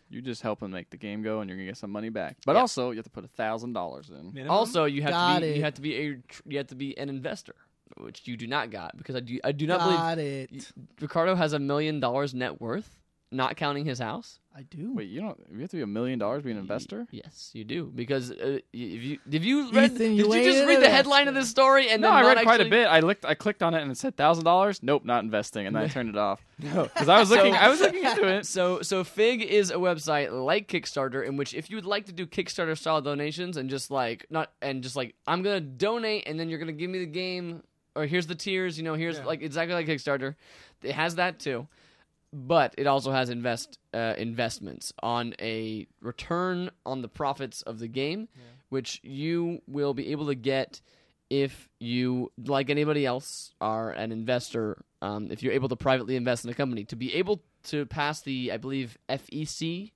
S4: You just help them make the game go, and you're gonna get some money back. But
S2: Yeah.
S4: also, you have to put a thousand dollars in.
S1: Minimum?
S2: Also, you have
S3: Got
S2: to be,
S3: it.
S2: you have to be a tr- you have to be an investor, which you do not got because I do I do not
S3: Got
S2: believe
S3: it.
S2: Ricardo has a million dollars net worth, not counting his house.
S3: I do.
S4: Wait, you don't? You have to be a million dollars to be an investor?
S2: Yes, you do because uh, y- if you if you read
S3: Ethan,
S2: did
S3: you
S2: you
S3: ain't
S2: just
S3: an
S2: read the
S3: investor.
S2: headline of this story and
S4: No,
S2: then
S4: I
S2: not
S4: read quite a
S2: actually-
S4: bit. I looked, I clicked on it, and it said thousand dollars. Nope, not investing, and then I turned it off. because I was looking, I was looking into it.
S2: So so Fig is a website like Kickstarter in which if you would like to do Kickstarter style donations and just like not and just like I'm gonna donate and then you're gonna give me the game or here's the tiers you know here's
S1: Yeah.
S2: like exactly like Kickstarter it has that too but it also has invest uh, investments on a return on the profits of the game which you will be able to get if you, like anybody else, are an investor. Um, if you're able to privately invest in a company, to be able to pass the, I believe, FEC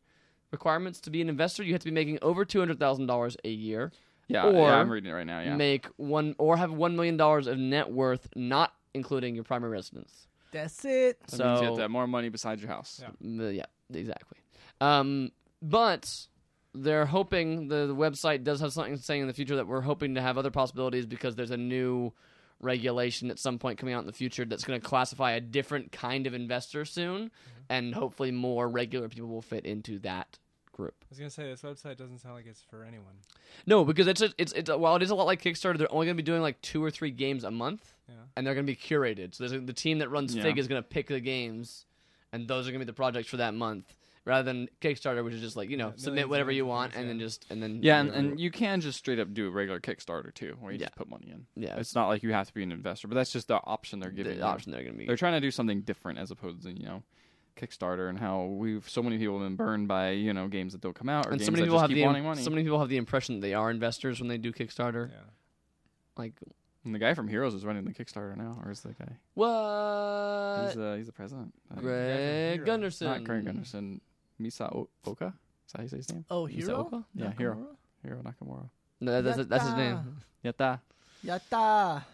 S2: requirements to be an investor, you have to be making over two hundred thousand dollars a year,
S4: Yeah,
S2: Or
S4: yeah, I'm reading it right now. Yeah,
S2: make one or have one million dollars of net worth, not including your primary residence.
S3: That's it.
S4: That means you have
S2: so
S4: to have more money besides your house.
S1: Yeah.
S2: Mm, yeah, exactly. Um, but they're hoping the, the website does have something saying in the future that we're hoping to have other possibilities because there's a new regulation at some point coming out in the future that's going to classify a different kind of investor soon, and hopefully more regular people will fit into that group.
S1: was gonna say this website doesn't sound like it's for anyone.
S2: No, because it's a, it's it's a, while it is a lot like Kickstarter, they're only going to be doing like two or three games a month,
S1: Yeah.
S2: and they're going to be curated. So there's, the team that runs
S4: Yeah.
S2: Fig is going to pick the games, and those are going to be the projects for that month, rather than Kickstarter, which is just like you know
S1: Yeah,
S2: submit
S1: millions
S2: whatever
S1: and
S2: you
S1: millions
S2: want
S1: of
S2: and then
S1: things,
S2: just and then
S4: Yeah, and,
S2: whatever.
S4: and you can just straight up do a regular Kickstarter too, where you
S2: Yeah.
S4: just put money in.
S2: yeah, it's
S4: It's not like you have to be an investor, but that's just the option they're giving.
S2: the
S4: you.
S2: option they're going to be.
S4: They're trying to do something different as opposed to you know Kickstarter and how we've so many people have been burned by you know games that don't come out or
S2: and
S4: games
S2: so many
S4: that
S2: people
S4: just
S2: have
S4: keep
S2: the
S4: wanting money.
S2: so many people have the impression that they are investors when they do
S1: Yeah.
S2: Kickstarter. Like
S4: And the guy from Heroes is running the Kickstarter now, or is the guy?
S2: what?
S4: he's uh, he's the president. I think.
S2: Greg
S1: Heroes.
S2: Gunderson.
S4: Not Greg Anderson. Misa O- Oka. Is that how you say his name?
S3: Oh,
S4: Misa
S3: hero.
S4: Oka? Yeah, Hero.
S3: Nakamura?
S4: Hero Nakamura.
S2: No, that's that's his name.
S4: Yatta.
S3: Yatta.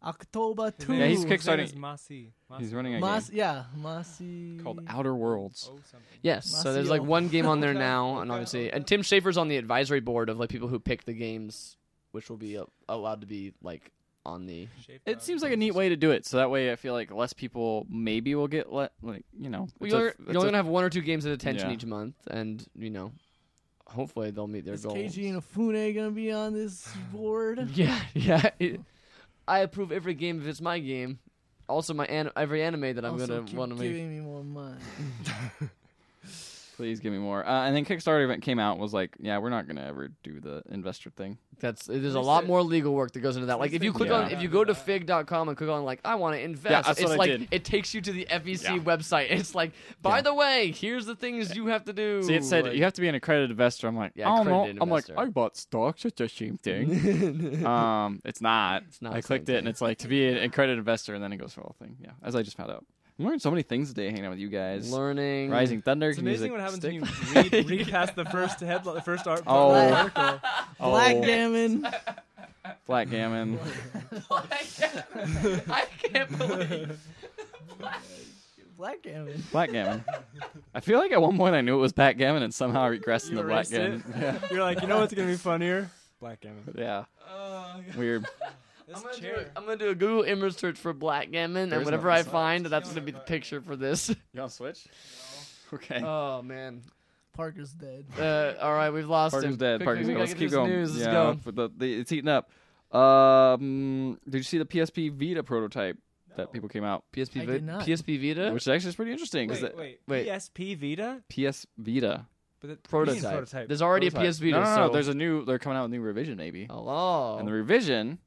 S3: October
S1: His
S3: two.
S1: name
S4: Yeah, he's
S1: is- his name
S4: kickstarting-
S1: is Masi.
S4: He's
S1: Masi-
S4: running a
S3: Mas-
S4: game
S3: yeah, Masi.
S4: called Outer Worlds.
S1: Oh, something.
S2: Yes. So there's like
S3: Masio.
S2: one game on there
S1: Okay,
S2: now, and
S1: okay,
S2: obviously,
S1: okay.
S2: and Tim Schafer's on the advisory board of like people who pick the games, which will be uh, allowed to be like on the.
S1: Shape
S4: It
S1: dog
S4: seems like a neat
S1: versus-
S4: way to do it. So that way, I feel like less people maybe will get let like you know.
S2: Well,
S4: it's a-
S2: you're,
S4: it's
S2: you're only
S4: a-
S2: gonna have one or two games at attention
S4: Yeah.
S2: each month, and you know, hopefully they'll meet their
S3: Is
S2: goals.
S3: KG and Afune gonna be on this board?
S2: yeah, yeah. it- I approve every game if it's my game. Also, my an- every anime that I'm
S3: Also
S2: gonna
S3: keep
S2: want to make.
S3: giving me more money.
S4: Please give me more. Uh, and then Kickstarter event came out and was like, yeah, we're not gonna ever do the investor thing.
S2: That's there's a
S1: There's
S2: lot
S1: a-
S2: more legal work that goes into that. Like if you
S1: thing
S2: click
S4: you
S2: on
S1: gotta
S2: if you
S1: do
S2: go to
S1: that.
S2: fig.com and click on like I want to invest,
S4: that's
S2: it's
S4: what I
S2: like
S4: did.
S2: it takes you to the FEC
S4: Yeah.
S2: website. It's like by
S4: Yeah.
S2: the way, here's the things you have to do.
S4: See, it said you have to be an accredited investor. I'm like,
S2: Yeah,
S4: I don't know.
S2: accredited
S4: I'm like,
S2: investor.
S4: I bought stocks. It's the same thing.
S2: have
S4: um, it's not.
S2: It's not
S4: I
S2: the same
S4: clicked it, and it's like to be an accredited investor, and then it goes for the whole thing. Yeah, as I just found out. I'm learning so many things today hanging out with you guys.
S2: learning
S4: Rising Thunder.
S1: It's amazing what happens
S4: to
S1: when you read, read past the first headline, the first art
S4: Oh.
S1: article.
S4: oh,
S3: Black Gammon.
S4: Black Gammon.
S2: I can't believe
S3: Black Gammon.
S4: Blackgammon. I feel like at one point I knew it was Backgammon, and somehow I regressed
S1: You
S4: into
S1: erased
S4: Blackgammon. Yeah.
S1: You're like, you know what's gonna be funnier? Black Gammon.
S4: yeah. Weird.
S1: This
S2: I'm gonna, do a,
S1: chair.
S2: I'm gonna do a Google image search for Black Gammon,
S4: There
S2: and
S4: is
S2: whatever
S4: no
S2: I
S4: website.
S2: find, that's
S1: on
S2: gonna
S1: it,
S2: be the
S1: but-
S2: picture for this.
S4: You want to switch? Okay.
S2: oh man!
S3: Parker's dead.
S2: Uh, all right, we've lost
S4: Parker's
S2: him.
S4: dead.
S2: Quick,
S4: Parker's
S2: we
S4: dead.
S2: gotta
S4: Let's
S2: get
S4: keep
S2: this
S4: going.
S2: News.
S4: yeah,
S2: Let's go.
S4: but the- the- it's eating up. Um, did you see the PSP Vita prototype that people came out?
S2: PSP,
S3: I
S2: Vi-
S3: did not.
S2: PSP Vita.
S4: Whiita? Which actually is pretty interesting. 'cause
S1: Wait, wait,
S2: wait.
S1: PSP Vita,
S4: the PS Vita.
S1: but it-
S2: prototype.
S1: means
S2: There's already
S4: prototype-
S2: a PS Vita.
S4: No, no, no.
S2: So
S4: There's a new. They're coming out with a new revision, maybe.
S2: hello.
S4: And the revision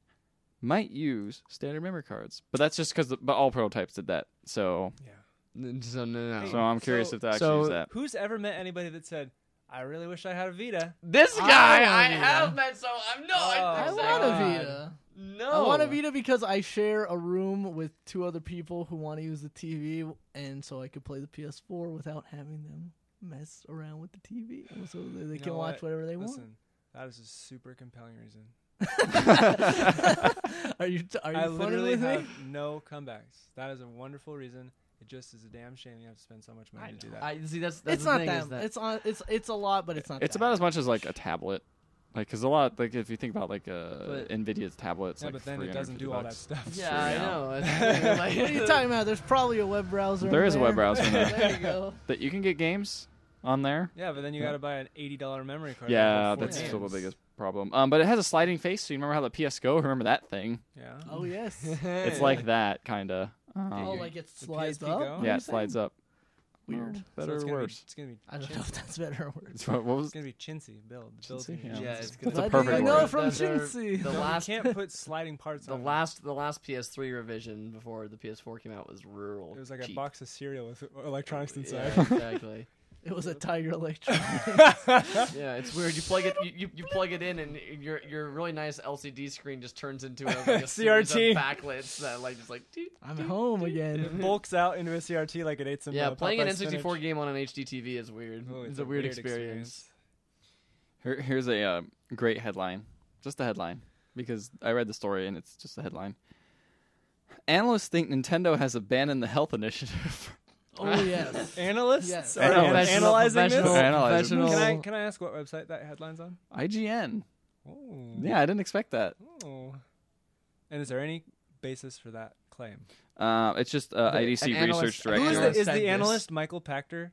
S4: might use standard memory cards, but that's just because. But all prototypes did that, so
S1: Yeah.
S2: so no, no.
S1: Hey,
S4: so I'm curious
S1: So-
S4: if they actually
S2: so-
S4: use that.
S1: Who's ever met anybody that said, "I really wish I had a Vita"?
S2: this
S3: I
S2: guy
S3: want a
S2: I,
S3: Vita.
S2: have met, so Oh. I'm no. I,
S1: Oh,
S3: I
S2: I'm
S1: my
S3: want a
S2: like,
S1: God.
S3: Vita.
S2: No,
S3: I want a Vita because I share a room with two other people who want to use the TV, and so I could play the PS4 without having them mess around with the TV, and so they, they
S1: You
S3: can
S1: know
S3: watch
S1: what?
S3: whatever they want.
S1: Listen, that is a super compelling reason.
S3: are you t- are you
S1: I
S3: funny
S1: literally
S3: with
S1: have
S3: me?
S1: no comebacks. That is a wonderful reason. It just is a damn shame you have to spend so much money to do that.
S2: I see. That's, that's
S3: It's
S2: the
S3: not
S2: thing, is
S3: that,
S2: that.
S3: It's on. It's it's a lot, but it's not.
S4: It's
S3: that
S4: about as much as like a tablet, like because a lot like if you think about like uh,
S2: But-
S4: Nvidia's tablets,
S1: yeah,
S4: like
S1: but then it doesn't
S4: 350
S1: do all that
S4: bucks.
S1: stuff.
S2: yeah,
S4: true,
S2: I
S4: yeah.
S2: know. It's like-
S3: What are you talking about? There's probably a web browser.
S4: There
S3: in
S4: is a web browser in there.
S3: there you go.
S4: That you can get games on there.
S1: Yeah, but then you
S4: Yeah.
S1: got to buy an eighty dollar memory card.
S4: Yeah,
S1: for four
S4: that's still the
S1: games.
S4: biggest problem. Um, but it has a sliding face, so you remember how the PS Go? Remember that thing?
S1: Yeah.
S3: Oh yes.
S4: It's like that kind of.
S3: Oh,
S1: you-
S3: like it
S1: the
S3: slides
S1: PSP
S3: up.
S1: Go?
S3: What are
S4: yeah,
S3: you
S4: it slides
S3: saying?
S4: up.
S3: Weird.
S4: Oh,
S1: So
S4: Better
S1: it's
S4: or
S1: gonna be-
S4: worse?
S1: it's gonna be.
S3: I don't
S1: chintzy.
S3: know if that's better or worse.
S4: It's what what was
S1: It's gonna be chintzy. Build. build
S4: Chintzy?
S1: build.
S4: Yeah.
S2: Yeah, it's gonna
S4: That's a
S3: Why do
S4: perfect
S3: you know
S4: word.
S3: from
S2: That's our-
S3: Chintzy?
S2: the
S1: No,
S2: last-
S1: you can't put sliding parts
S2: The
S1: on it.
S2: last, the last PS3 revision before the PS4 came out was rural.
S1: It was like a
S2: cheap.
S1: box of cereal with
S4: Oh,
S1: electronics
S2: Yeah,
S1: inside.
S2: exactly.
S3: It was a Tiger Electric.
S2: Yeah, it's weird. You plug it, you, you, you plug it in, and your your really nice LCD screen just turns into a, like a series of
S1: CRT.
S2: backlits that like just like. doot.
S3: I'm home again. Oh,
S1: It bulks out into a CRT like it ate some.
S2: Yeah,
S1: uh,
S2: playing an
S1: Popeye
S2: N64
S1: spinach. Oh,
S2: game on an HD TV is weird.
S1: Ooh,
S2: Oh, it's, a, weird, experience.
S4: Here, here's a uh, great headline. Just the headline, because I read the story and it's just the headline. Analysts think Nintendo has abandoned the health initiative.
S3: Oh yes.
S1: Analysts
S3: Yes.
S1: are
S4: Analysts.
S1: an- analyzing this.
S2: professional,
S4: They're analyzing this.
S1: Can
S2: professional.
S1: I can I ask what website that headline's on?
S4: IGN.
S1: Oh.
S4: Yeah, I didn't expect that.
S1: Oh. And is there any basis for that claim?
S4: Uh, it's just uh,
S2: The-
S4: IDC
S2: an analyst-
S4: research
S2: who
S4: director.
S1: Who is
S2: Accurate.
S1: the, is
S2: Said
S1: the
S2: this.
S1: analyst Michael Pachter?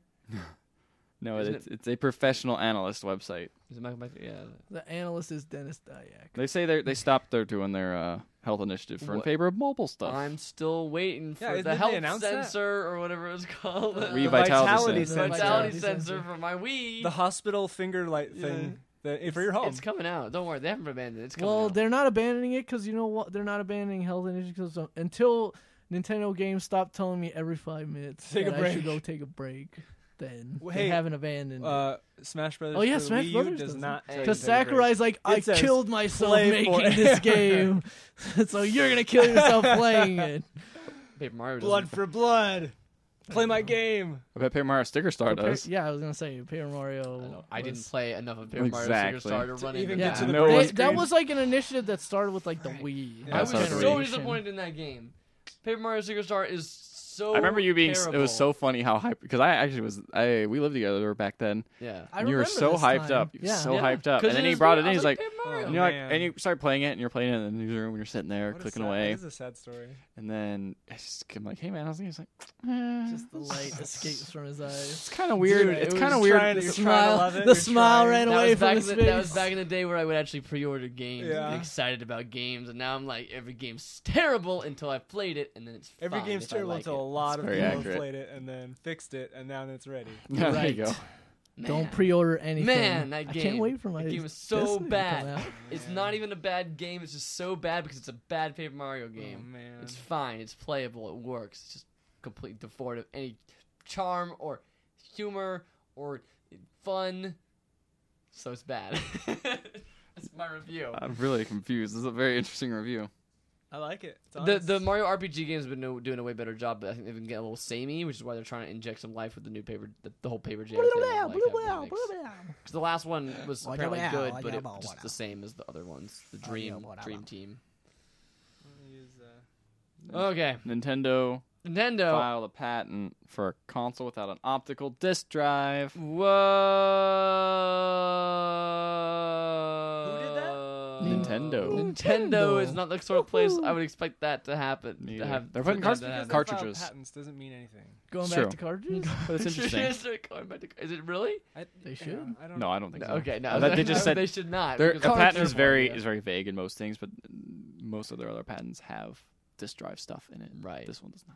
S4: No,
S2: Isn't
S4: it's it's a professional analyst website.
S2: Is it Michael Beck- Yeah.
S3: The analyst is Dennis Dyack.
S4: They say they they stopped their doing their uh, health initiative for in
S2: What?
S4: favor of mobile stuff.
S2: I'm still waiting for
S1: Yeah, didn't
S2: the
S1: they
S2: health
S1: announce that?
S2: sensor or whatever it's called.
S3: Uh,
S2: the
S4: Revitality
S1: vitality
S4: sensor.
S1: sensor.
S2: vitality
S3: Vitality
S2: sensor
S3: sensor.
S2: for my Wii.
S1: The hospital finger light thing that, for your home.
S2: It's coming out. Don't worry, they haven't abandoned it. It's coming
S3: Well,
S2: out.
S3: they're not abandoning it because you know what? They're not abandoning health initiatives uh, until Nintendo games stop telling me every five minutes
S1: Take a
S3: that I should
S1: break.
S3: go take a break. Then
S1: Well,
S3: they
S1: hey,
S3: haven't abandoned. it.
S1: uh, Smash Brothers.
S3: Oh, yeah,
S1: for the
S3: Smash
S1: Wii U
S3: Brothers
S1: does
S3: doesn't.
S1: not. tell you
S3: Because
S1: to take a break.
S3: Sakurai's like, I
S1: It says,
S3: killed myself
S1: "Play
S3: making
S1: forever."
S3: this game, so you're gonna kill yourself playing it.
S2: Paper Mario.
S1: blood
S2: doesn't-
S1: for blood. Play my game.
S4: I bet Paper Mario Sticker Star
S3: Paper-
S4: does.
S3: yeah, I was gonna say Paper Mario.
S2: I know. I didn't
S3: was-
S2: play enough of Paper Mario
S4: Exactly.
S2: Superstar to
S1: To
S2: run
S1: even
S2: into
S1: get
S2: that.
S1: to the
S4: No
S1: big
S4: one-
S3: They- that
S1: screen.
S3: was like an initiative that started with like the Wii.
S1: Yeah,
S2: I
S1: That
S2: was
S4: sounds
S2: so
S4: great.
S2: disappointed in that game. Paper Mario Superstar is so.
S4: I remember you being. s- It
S2: terrible.
S4: was so funny how hyped because I actually was. I we lived together back then.
S2: Yeah.
S3: I
S4: and you were
S3: remember
S4: so
S3: this
S4: hyped
S3: time.
S4: up. You were
S3: Yeah.
S4: so
S2: Yeah.
S4: hyped up.
S2: 'Cause
S4: And then he
S2: is
S4: brought
S2: weird.
S4: it in.
S2: I
S4: He's
S2: was
S4: like,
S2: Paper
S1: Oh,
S2: Mario.
S4: you know, like,
S1: man.
S4: and you started playing it, and you're playing it in the newsroom, and you're sitting there
S1: What a
S4: clicking
S1: sad-
S4: away.
S1: That is a sad story.
S4: And then I just, I'm like, hey man, how's it? He's like, eh.
S3: Just the light escapes from his eyes.
S4: it's kind of weird.
S1: Dude,
S4: it's
S1: it
S4: kind of
S1: was
S4: weird.
S1: trying to-
S4: It's-
S1: You're trying to love it,
S3: the
S1: you're
S3: smile
S1: trying.
S3: ran
S2: That
S3: away
S2: was,
S3: from
S2: back in
S3: his
S2: the,
S3: face.
S2: that was back in the day where I would actually pre-order games, and
S1: Yeah.
S2: get excited about games, and now I'm like, every game's terrible until I've played it, and then it's
S1: Every
S2: fine
S1: game's
S2: if I
S1: terrible
S2: like
S1: until
S2: it.
S1: a lot of
S4: very
S1: people have
S4: accurate.
S1: played it and then fixed it, and now it's ready.
S4: Yeah, there you
S3: Right.
S4: go.
S3: Don't
S2: Man.
S3: pre-order anything.
S2: Man, that
S3: I
S2: game.
S3: can't wait for my
S2: That game is so
S3: Destiny to come
S2: bad.
S3: out.
S2: It's not even a bad game. It's just so bad because it's a bad Paper Mario game.
S1: Oh, man.
S2: It's fine. It's playable. It works. It's just completely devoid of any charm or humor or fun. So it's bad. That's my review.
S4: I'm really confused. This is a very interesting review.
S1: I like it. It's
S2: The
S1: honest.
S2: the Mario RPG games have been no, doing a way better job, but I think they've been getting a little samey, which is why they're trying to inject some life with the new paper, the, the whole paper jam. thing, like, having a mix. 'Cause the last one was
S5: Wada
S2: apparently
S5: wow,
S2: good,
S5: wada
S2: but it
S5: wow,
S2: just
S5: wada.
S2: the same as the other ones. The
S5: yeah,
S2: Dream
S5: wada
S2: Dream
S5: wow.
S2: Team.
S1: Use, uh,
S2: Okay,
S4: Nintendo
S1: Oh.
S2: Nintendo.
S4: filed a patent for a console without an optical disc drive.
S2: Whoa.
S1: Who did
S4: Nintendo.
S2: Nintendo is
S3: Nintendo.
S2: not the sort of place I
S3: Woohoo.
S2: would expect that to happen.
S4: Me
S2: To
S4: either.
S2: have,
S4: They're putting
S2: to have
S4: cartridges-
S2: that happen.
S4: cart- cartridges.
S1: patents doesn't mean anything.
S3: Going
S4: It's
S3: back
S4: true.
S3: to cartridges?
S4: But it's interesting.
S2: Just like going back to- Is it really?
S1: I,
S3: They
S1: yeah,
S3: should.
S1: I don't
S4: no, I don't think so.
S2: Okay, no.
S4: I thought Uh, they just said
S2: they should not.
S4: their a
S2: because
S4: patent
S2: cartridges-
S4: is very
S2: Yeah.
S4: is very vague in most things, but most of their other patents have disc drive stuff in it.
S2: Right.
S4: This one does not.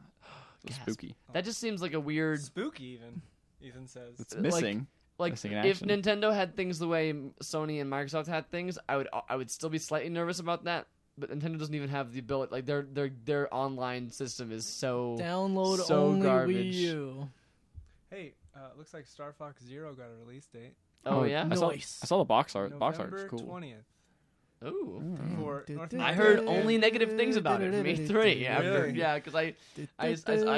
S4: It's
S2: Gasp.
S4: spooky.
S2: That just seems like a weird.
S1: Spooky, even. Ethan says.
S4: It's
S2: Like-
S4: missing.
S2: Like
S4: Missing in
S2: if
S4: action.
S2: Nintendo had things the way Sony and Microsoft had things, I would I would still be slightly nervous about that. But Nintendo doesn't even have the ability. Like their their their online system is so.
S3: Download
S2: So
S3: only Wii
S2: garbage.
S3: U.
S1: hey, uh, looks like Star Fox Zero got a release date.
S2: Oh,
S4: Oh,
S2: yeah.
S4: I saw, I
S3: Nice.
S4: saw the box art.
S1: November
S4: box art is cool. Mm.
S1: 20th.
S2: Ooh.
S1: For North
S2: I heard only negative things about it from E3. After,
S1: Really?
S2: yeah, because I, I, I, I,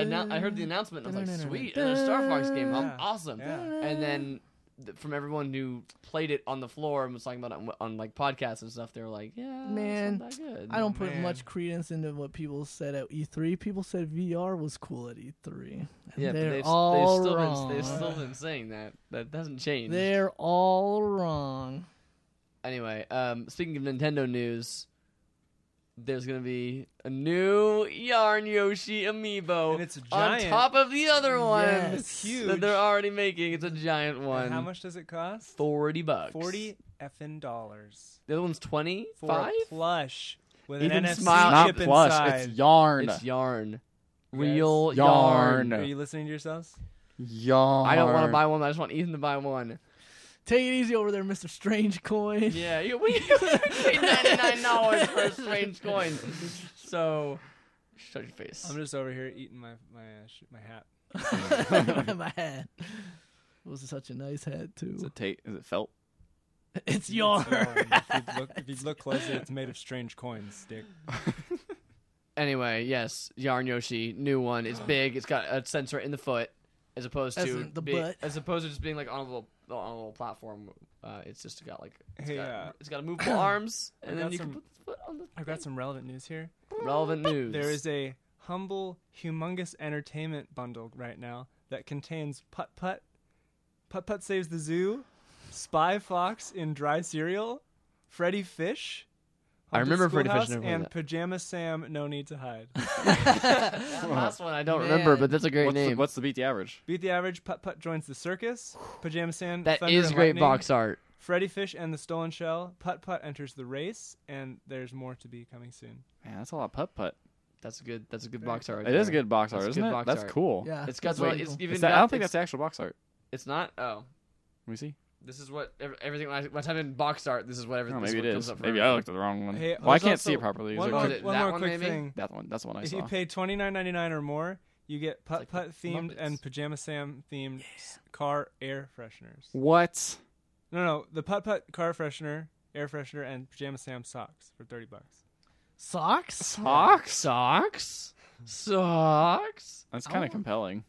S2: annou- I heard the announcement and I was like, sweet, another Star Fox game. I'm
S1: Yeah.
S2: awesome.
S1: Yeah.
S2: And
S3: Uh.
S2: then th- from everyone who played it on the floor and was talking about it on, on like podcasts and stuff, they were like, yeah, it's
S3: Man,
S2: not that good.
S3: I don't put
S1: Man.
S3: much credence into what people said at E3. People said VR was cool at E3. And
S2: Yeah, but
S3: they're
S2: they've,
S3: all
S2: they've, still
S3: wrong.
S2: Been, they've still been saying that. That doesn't change.
S3: They're all wrong.
S2: Anyway, um, speaking of Nintendo news, there's gonna be a new Yarn Yoshi amiibo
S1: And it's
S2: on
S1: giant.
S2: top of the other one
S3: Yes.
S1: Huge.
S2: that they're already making. It's a giant one.
S1: And how much does it cost?
S2: Forty bucks.
S1: Forty effing dollars
S2: The other one's twenty
S1: for
S2: five.
S1: a plush with
S2: Ethan
S1: an NFC
S2: smiled.
S4: Not
S1: chip
S4: plush.
S1: inside.
S4: It's yarn.
S2: It's yarn, real
S4: Yes.
S2: yarn.
S4: Yarn.
S1: Are you listening to yourselves?
S4: yarn.
S2: I don't want to buy one. but I just want Ethan to buy one.
S3: Take it easy over there, Mr. Strange Coin.
S2: Yeah, you, we paid ninety nine dollars for a strange coin. So, shut your face.
S1: I'm just over here eating my my uh, sh- my hat.
S3: My hat. It was such a nice hat too.
S4: Is it tape? Is it felt?
S3: It's yarn.
S1: if, you look, if you look closer, it's made of strange coins, Dick.
S2: Anyway, yes, Yarn Yoshi, new one. It's big. It's got a sensor in the foot, as opposed
S3: As
S2: to
S3: in the
S2: being-
S3: butt.
S2: as opposed to just being like on a little on a little platform. Uh, it's just got like it's
S1: Hey,
S2: got,
S1: uh,
S2: it's got movable arms, and then
S1: got
S2: you
S1: some-
S2: can put the foot on the.
S1: I've got some relevant news here.
S2: relevant news.
S1: There is a humble, humongous entertainment bundle right now that contains Putt Putt, Putt Putt Saves the Zoo, Spy Fox in Dry Cereal, Freddy Fish,
S2: I remember Freddy
S1: Schoolhouse
S2: Fish never
S1: and
S2: that.
S1: Pajama Sam. No need to hide.
S2: That last one I don't remember,
S3: Man.
S2: but that's a great
S4: what's, the,
S2: name.
S4: what's the beat the average?
S1: Beat the average. Putt Putt joins the circus. Pajama Sam.
S2: that
S1: Thunder
S2: is
S1: and
S2: great
S1: Lightning.
S2: box art.
S1: Freddy Fish and the Stolen Shell. Putt Putt enters the race, and there's more to be coming soon.
S4: Man, that's a lot of putt putt.
S2: That's a good. That's a good box art. right
S4: It is
S2: there.
S4: good box art,
S2: That's
S4: isn't
S2: good
S4: it?
S2: box
S4: that's
S2: art.
S4: cool.
S3: Yeah,
S2: It's got.
S3: Wait,
S2: it's
S3: cool.
S2: even.
S4: Is that- I
S2: got-
S4: don't think
S2: it's,
S4: that's the actual box art.
S2: It's not. Oh,
S4: Let me see.
S2: this is what ev- everything. When I, when I type in box art, this is what everything.
S4: Oh,
S2: this
S4: maybe it
S2: is what comes
S4: is.
S2: up for
S4: Maybe
S2: everything.
S4: I looked at the wrong one.
S1: Hey,
S4: well, I
S1: there's
S4: can't see it
S1: also
S4: properly.
S1: One
S4: These are-
S1: more,
S2: good.
S1: one
S2: That
S1: more
S2: one,
S1: quick
S2: maybe?
S1: thing.
S4: That one. That's the one I
S1: If
S4: saw.
S1: you pay twenty nine ninety nine or more, you get putt
S2: like the
S1: putt themed and
S2: Muppets.
S1: pajama Sam themed s- car air fresheners.
S4: what?
S1: No, no, the putt putt car freshener, air freshener, and pajama Sam socks for thirty bucks.
S3: Socks?
S4: Socks?
S2: Socks. Socks.
S4: That's
S3: I
S4: kind of
S3: want-
S4: compelling.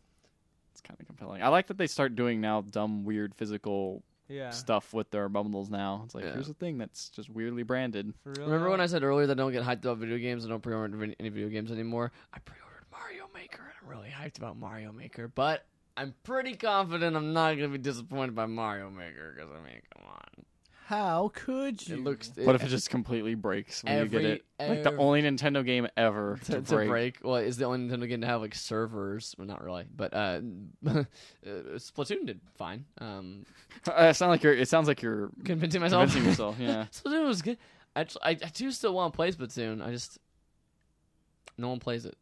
S4: It's kind of compelling. I like that they start doing now dumb, weird physical
S1: Yeah,
S4: stuff with their bundles now. It's like,
S2: Yeah.
S4: here's a thing that's just weirdly branded.
S1: for real.
S2: Remember when I said earlier that I don't get hyped about video games? I don't pre-order any- any video games anymore. I pre-ordered Mario Maker, and I'm really hyped about Mario Maker. But I'm pretty confident I'm not gonna be disappointed by Mario Maker because I mean, come on,
S3: How could you?
S2: it looks.
S4: What if it just completely breaks when you get
S2: Every-
S4: it? Like the
S2: every-
S4: only Nintendo game ever to,
S2: to, to break.
S4: break.
S2: Well, it's the only Nintendo game to have like servers. Well, not really, but uh, uh, Splatoon did fine. Um,
S4: Uh, it sounds like you're. It sounds like you're
S2: convincing myself.
S4: convincing yourself. Yeah.
S2: Splatoon was good. I, tr- I, I do still want to play Splatoon. I just no one plays it.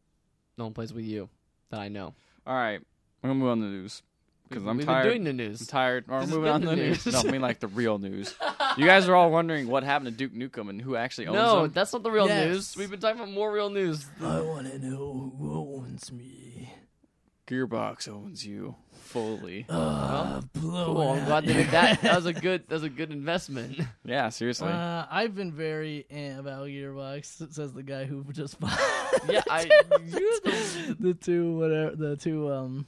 S2: No one plays with you that I know.
S4: All right. We're gonna move on to the news because I'm
S2: We've
S4: tired.
S2: been doing the
S4: I'm
S2: news.
S4: tired. Or
S2: This has
S4: moving
S2: been
S4: on to
S2: the
S4: the news.
S2: news.
S4: no, I mean like the real news. You guys are all wondering what happened to Duke Nukem and who actually owns
S2: No,
S4: him.
S2: that's not the real
S3: Yes.
S2: news. We've been talking about more real news.
S3: I want to know who owns me.
S4: Gearbox owns you fully.
S3: Uh, blow
S2: Cool.
S3: it
S2: I'm
S3: out.
S2: glad they did that. That was a good. That was a good investment.
S4: yeah, seriously.
S3: Uh, I've been very eh about Gearbox, says the guy who just bought
S2: Yeah, I. you're the-
S3: the two whatever the two um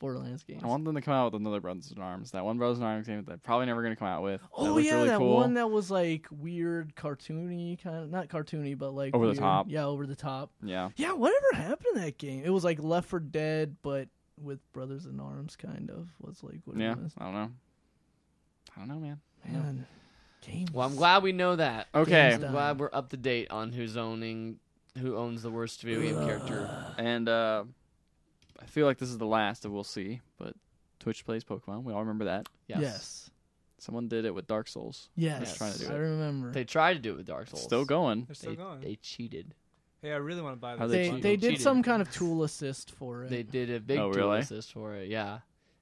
S3: Borderlands games.
S4: I want them to come out with another Brothers in Arms. That one Brothers in Arms game that they're probably never going to come out with. that
S3: oh
S4: looked
S3: yeah,
S4: really
S3: that
S4: cool.
S3: one that was like weird, cartoony kind of not cartoony, but like
S4: Over the
S3: weird.
S4: top.
S3: Yeah, over the top.
S4: yeah,
S3: Yeah, whatever happened to that game? It was like Left for Dead, but with Brothers in Arms, kind of was like what
S4: yeah.
S3: it was.
S4: I don't know. I don't know, man.
S3: Man, games.
S2: Well, I'm glad we know that.
S4: Okay,
S3: Games
S2: I'm glad we're up to date on who's owning, who owns the worst video game character.
S4: and uh, I feel like this is the last of we'll see. But Twitch plays Pokemon. We all remember that.
S2: Yes.
S3: Yes,
S4: Someone did it with Dark Souls.
S3: yes,
S4: trying to do
S3: I
S4: it.
S3: remember.
S2: They tried to do it with Dark Souls.
S4: Still going.
S1: They're still
S2: They,
S1: going.
S2: they cheated.
S1: hey, I really want to buy
S4: How
S1: this.
S4: they
S3: they,
S1: bundle.
S4: cheated?
S3: they did
S2: Cheated.
S3: some kind of tool assist for it.
S2: They did a big
S4: Oh,
S2: tool
S4: really?
S2: assist for it. Yeah,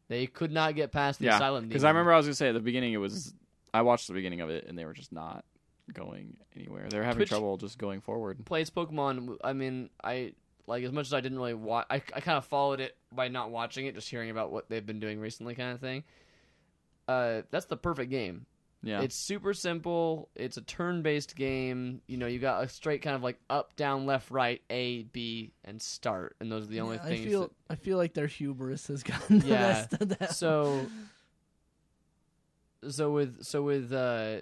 S2: they could not get past the
S4: Yeah,
S2: asylum.
S4: Because I remember I was going to say at the beginning it was. I watched the beginning of it and they were just not going anywhere. They were having
S2: Twitch-
S4: trouble just going forward.
S2: plays Pokemon. I mean, I like as much as I didn't really watch. I I kind of followed it by not watching it, just hearing about what they've been doing recently, kind of thing. Uh, that's the perfect game.
S4: Yeah.
S2: It's super simple. It's a turn-based game. You know, you got a straight kind of like up, down, left, right, A, B, and start, and those are the only
S3: Yeah,
S2: things.
S3: I feel I feel like their hubris has gotten the
S2: Yeah.
S3: best of that.
S2: that, so, so with so with uh,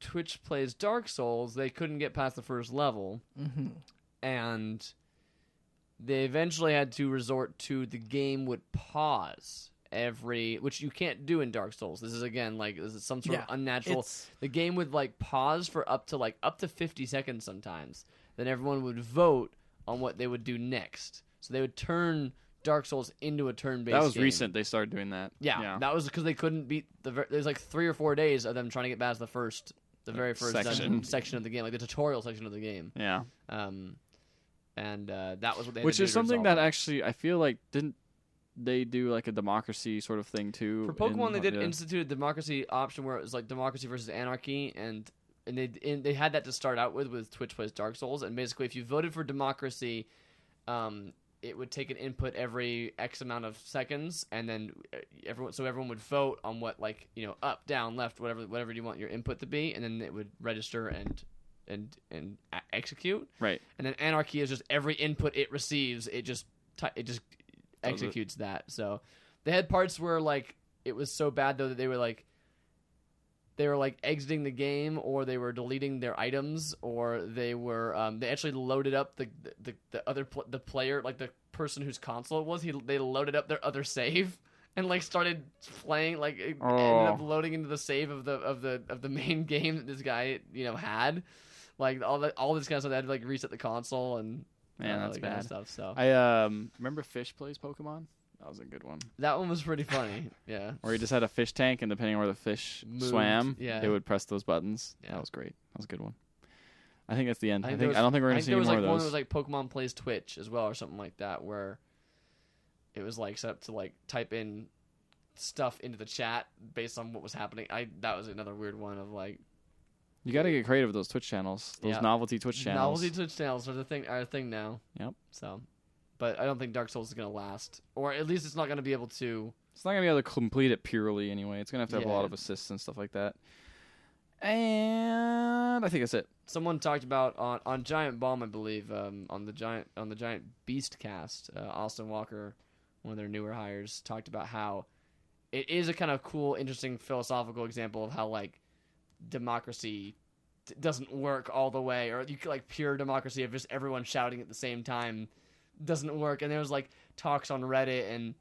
S2: Twitch plays Dark Souls, they couldn't get past the first level,
S3: Mhm.
S2: and they eventually had to resort to the game would pause every, which you can't do in Dark Souls. This is again like this is some sort
S3: Yeah,
S2: of unnatural
S3: it's
S2: the game would like pause for up to like up to 50 seconds sometimes then everyone would vote on what they would do next so they would turn dark souls into a turn-based
S4: that was
S2: game.
S4: recent. They started doing that.
S2: yeah,
S4: yeah.
S2: that was because they couldn't beat the ver- there's like three or four days of them trying to get past the first the very first
S4: Section.
S2: dungeon- section of the game like the tutorial section of the game
S4: yeah.
S2: um and uh, that was what they had
S4: which
S2: to do
S4: is
S2: to
S4: something
S2: resolve
S4: that actually I feel like didn't they do like a democracy sort of thing too
S2: For
S4: in-
S2: Pokemon, they did
S4: yeah.
S2: institute a democracy option where it was like democracy versus anarchy, and and they and they had that to start out with with Twitch Plays Dark Souls, and basically if you voted for democracy, um, it would take an input every X amount of seconds, and then uh, everyone so everyone would vote on what like you know up, down, left, whatever whatever you want your input to be, and then it would register and and and a- execute,
S4: right.
S2: and then anarchy is just every input it receives, it just ti it just executes that. So they had parts where like it was so bad though that they were like they were like exiting the game or they were deleting their items or they were um, they actually loaded up the the, the other pl- the player like the person whose console it was he they loaded up their other save and like started playing like it ended up
S4: Oh.
S2: loading into the save of the of the of the main game that this guy you know had like all that, all this kind of stuff. They had to like reset the console and
S4: Man,
S2: all
S4: that's
S2: that kind of
S4: bad.
S2: stuff. So
S4: I um remember Fish plays Pokemon. That was a good one.
S2: that one was pretty funny. Yeah,
S4: Where he just had a fish tank, and depending on where the fish
S2: Moved,
S4: swam,
S2: yeah.
S4: it would press those buttons.
S2: Yeah.
S4: That was great. That was a good one. I think that's the end. I,
S2: there
S4: think
S2: was-
S4: I don't think we're gonna
S2: think
S4: see
S2: there
S4: any
S2: was
S4: more
S2: like
S4: of
S2: one
S4: those.
S2: that was like Pokemon plays Twitch as well or something like that where it was like set up to like type in stuff into the chat based on what was happening. I that was another weird one of like
S4: you got to get creative with those Twitch channels, those
S2: Yeah.
S4: novelty Twitch channels.
S2: novelty Twitch channels are the thing are a thing now.
S4: Yep.
S2: So, but I don't think Dark Souls is gonna last, or at least it's not gonna be able to.
S4: It's not gonna be able to complete it purely anyway. It's gonna have to have a
S2: Yeah.
S4: lot of assists and stuff like that. And I think that's it.
S2: Someone talked about on, on Giant Bomb, I believe, um, on the giant on the Giant Beast cast. Uh, Austin Walker, one of their newer hires, talked about how it is a kind of cool, interesting philosophical example of how like democracy d- doesn't work all the way, or you could, like pure democracy of just everyone shouting at the same time doesn't work. And there was like talks on Reddit and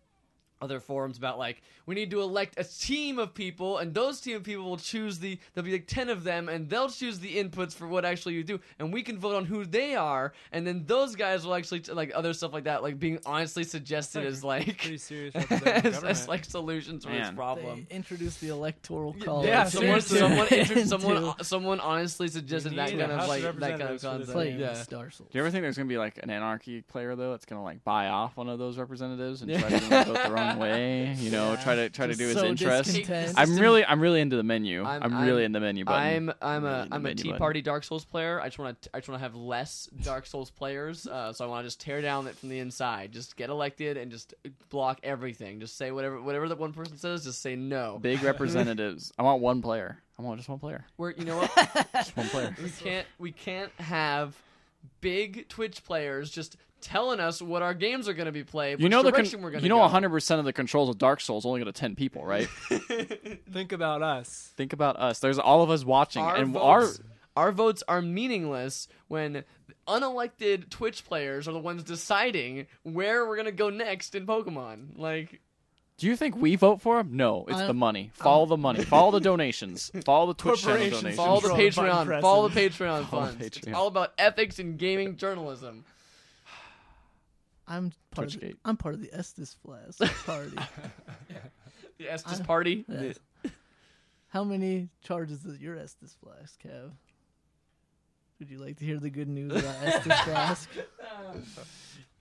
S2: other forums about like we need to elect a team of people and those team of people will choose the there'll be like 10 of them and they'll choose the inputs for what actually you do and we can vote on who they are and then those guys will actually like other stuff like that like being honestly suggested
S1: like
S2: as like
S1: Pretty serious.
S2: as, as like solutions for this
S4: Man.
S2: problem.
S3: They introduced the electoral
S2: Y-
S3: college.
S2: yeah, someone,
S1: seriously.
S2: someone, intro-
S3: into
S2: someone, someone honestly suggested
S1: We
S2: that
S1: need
S2: kind
S1: a
S2: of
S1: House
S2: like
S1: of
S2: that kind of
S1: Representatives for this
S2: concept.
S3: playing
S2: Yeah.
S3: Star Souls.
S4: Do you ever think there's gonna be like an anarchy player though that's gonna like buy off one of those representatives and try to get them to vote the wrong way? You know,
S3: Yeah.
S4: try to try
S3: Just
S4: to do his
S3: so
S4: interest.
S3: discontent.
S2: It's
S4: I'm
S2: just a-
S4: really I'm really into the menu.
S2: I'm-
S4: I'm,
S2: I'm-
S4: really into the menu button.
S2: I'm I'm
S4: Really
S2: a
S4: need the
S2: I'm a
S4: menu
S2: Tea
S4: button.
S2: Party Dark Souls player. I just want to I just want to have less Dark Souls players. Uh, so I want to just tear down it from the inside. Just get elected and just block everything. Just say whatever whatever that one person says. Just say no.
S4: Big representatives. I want one player. I want just one player.
S2: We're you know what
S4: Just one player.
S2: we can't we can't have big Twitch players just telling us what our games are going to be played.
S4: You
S2: which
S4: know the
S2: direction we're
S4: con-
S2: going
S4: you know
S2: go.
S4: 100% of the controls of Dark Souls only go to 10 people, right?
S1: think about us.
S4: Think about us. There's all of us watching
S2: our
S4: and our
S2: votes, our votes are meaningless when unelected Twitch players are the ones deciding where we're gonna go next in Pokemon. Like,
S4: Do you think we vote for him? No, it's
S2: Uh,
S3: I-
S4: the money. Follow the money. Follow the donations. Follow the Twitch channel
S1: Corporations
S4: donations.
S2: follow the
S1: Control the button
S2: Patreon,
S1: presses.
S2: follow the Patreon
S4: Follow
S2: funds. It's
S4: Patreon.
S2: all about ethics and gaming journalism.
S3: I'm part of the,
S4: Twitchgate.
S3: I'm part of the Estes Flask party.
S2: The Estes party.
S3: Yes. How many charges does your Estes Flask have? Would you like to hear the good news about Estes Flask?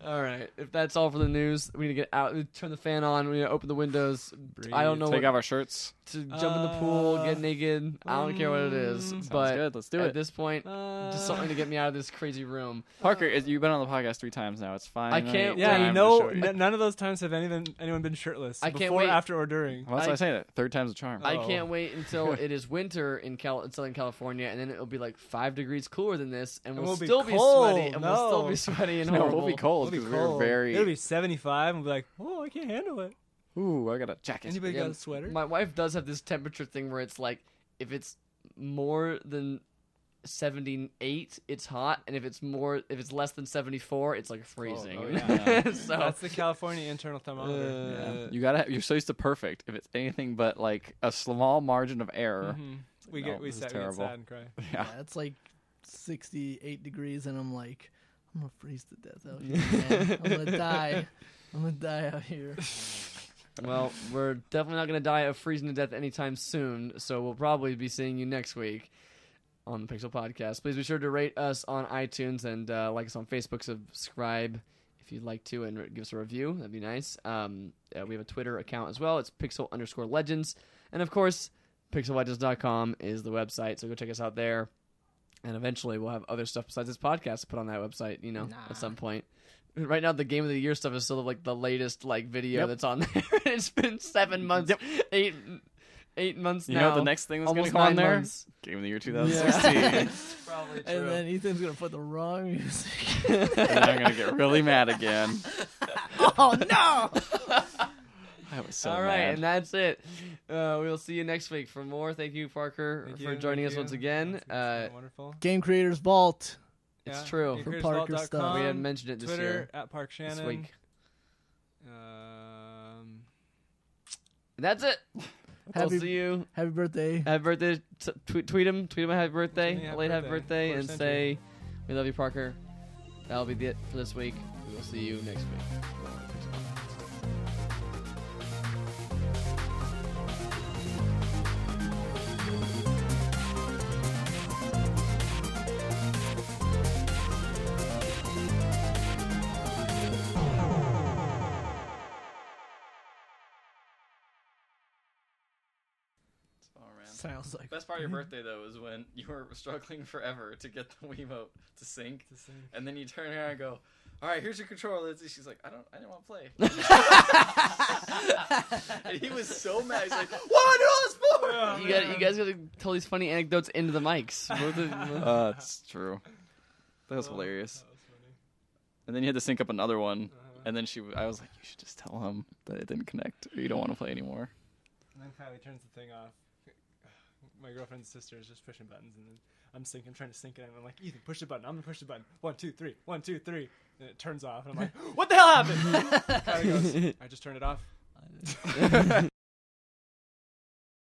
S2: All right, if that's all for the news, we need to get out. we Turn the fan on. We need to open the windows. I don't know
S4: Take
S2: what
S4: off our shirts.
S2: to jump in the pool, get
S1: Uh,
S2: naked. I don't care what it is,
S1: mm,
S4: Sounds
S2: but
S4: good. Let's do
S2: at
S4: it.
S2: this point,
S1: Uh,
S2: just something to get me out of this crazy room.
S4: Parker, is- you've been on the podcast three times now. It's fine.
S2: I can't
S1: yeah,
S2: wait.
S1: you
S2: I'm
S1: know,
S4: That's
S1: n- none of those times have anyone anyone been shirtless
S2: I can't
S1: before,
S2: wait. Oh,
S1: after, or during.
S4: why
S2: I-
S4: I say that? Third time's a charm.
S2: I
S1: Oh.
S2: can't wait until it is winter in, Cal- in Southern California, and then it'll be like five degrees cooler than this, and
S1: It
S2: we'll
S1: will be
S2: still be,
S1: cold,
S2: sweaty, and we'll still
S1: no.
S2: be sweaty and
S4: no,
S2: horrible.
S4: we'll be cold
S1: It'll be
S4: because we were
S1: cold. It'll be
S4: very.
S1: 75 and we'll be like, oh, I can't handle it.
S4: Ooh, I got a jacket.
S1: Anybody
S2: Yeah,
S1: got a sweater?
S2: My wife does have this temperature thing where it's like if it's more than seventy eight, it's hot, and if it's more if it's less than seventy four, it's like freezing.
S1: oh, yeah.
S2: so
S1: That's the California internal thermometer.
S2: Uh,
S4: Yeah. You gotta. You're so used to perfect. If it's anything but like a small margin of error,
S1: Mhm. We
S4: No,
S1: get we
S4: this is
S1: sad, we get
S4: terrible.
S1: sad and cry.
S4: Yeah.
S3: Yeah, it's like 68 degrees, and I'm like, I'm gonna freeze to death out here. Man. I'm gonna die. I'm gonna die out here.
S2: well, we're definitely not gonna die of freezing to death anytime soon, so we'll probably be seeing you next week on the Pixel Podcast. Please be sure to rate us on iTunes and uh, like us on Facebook. Subscribe if you'd like to, and re- give us a review. That'd be nice. Um, uh, we have a Twitter account as well. It's Pixel underscore Legends, and of course, PixelLegends.com is the website. So go check us out there. And eventually, we'll have other stuff besides this podcast to put on that website. You know,
S3: Nah.
S2: at some point. Right now, the game of the year stuff is still like the latest like video
S4: Yep.
S2: that's on there. it's been seven months, eight, eight months
S4: You
S2: now.
S4: know what the next thing that's gonna
S2: almost
S4: come on
S2: nine
S4: there?
S2: months.
S4: Game of the year 2016.
S2: Probably true.
S3: And then Ethan's gonna put the wrong music.
S4: and I'm gonna get really mad again.
S3: oh no!
S4: I was so
S2: All right,
S4: mad.
S2: and that's it. Uh, we'll see you next week for more. Thank you, Parker,
S1: Thank
S2: for
S1: you,
S2: joining
S1: thank
S2: us
S1: you.
S2: once again.
S1: It's been
S2: Uh,
S1: wonderful.
S3: Game Creators Vault.
S2: it's
S1: Yeah.
S2: true.
S3: For
S1: Increasebalt.com,
S3: Parker stuff.
S2: we had mentioned it this
S1: Twitter
S2: year,
S1: at Park Shannon.
S2: this week.
S1: Um,
S2: That's it. I'll
S3: Happy-
S2: see you.
S3: Happy birthday.
S2: Happy birthday. T- tweet, tweet him. Tweet him a happy birthday.
S1: Tweet me a happy
S2: late happy
S1: birthday.
S2: birthday.
S1: Quarter
S2: And
S1: century.
S2: say, we love you, Parker. That'll be it for this week. We will see you next week.
S4: Oh,
S3: Sounds like
S4: Best part of your
S2: Mm-hmm.
S4: birthday though is when you were struggling forever to get the Wiimote to sync, and then you turn around and go, "All right, here's your controller." Lindsay." She's like, "I don't, I didn't want to play." and he was so mad. He's like, "What? I do all this for?"
S2: You, got, you guys got to tell these funny anecdotes into the mics.
S4: Uh, it's true. That was hilarious. And then you had to sync up another one, and then she, w- I was like, "You should just tell him that it didn't connect, or you don't want to play anymore."
S1: And then Kylie turns the thing off. My girlfriend's sister is just pushing buttons, and then I'm syncing, trying to sync it, and I'm like, Ethan, push the button. I'm gonna push the button. One, two, three. One, two, three. And it turns off, and I'm like, What the hell happened? Kylie goes, I just turned it off.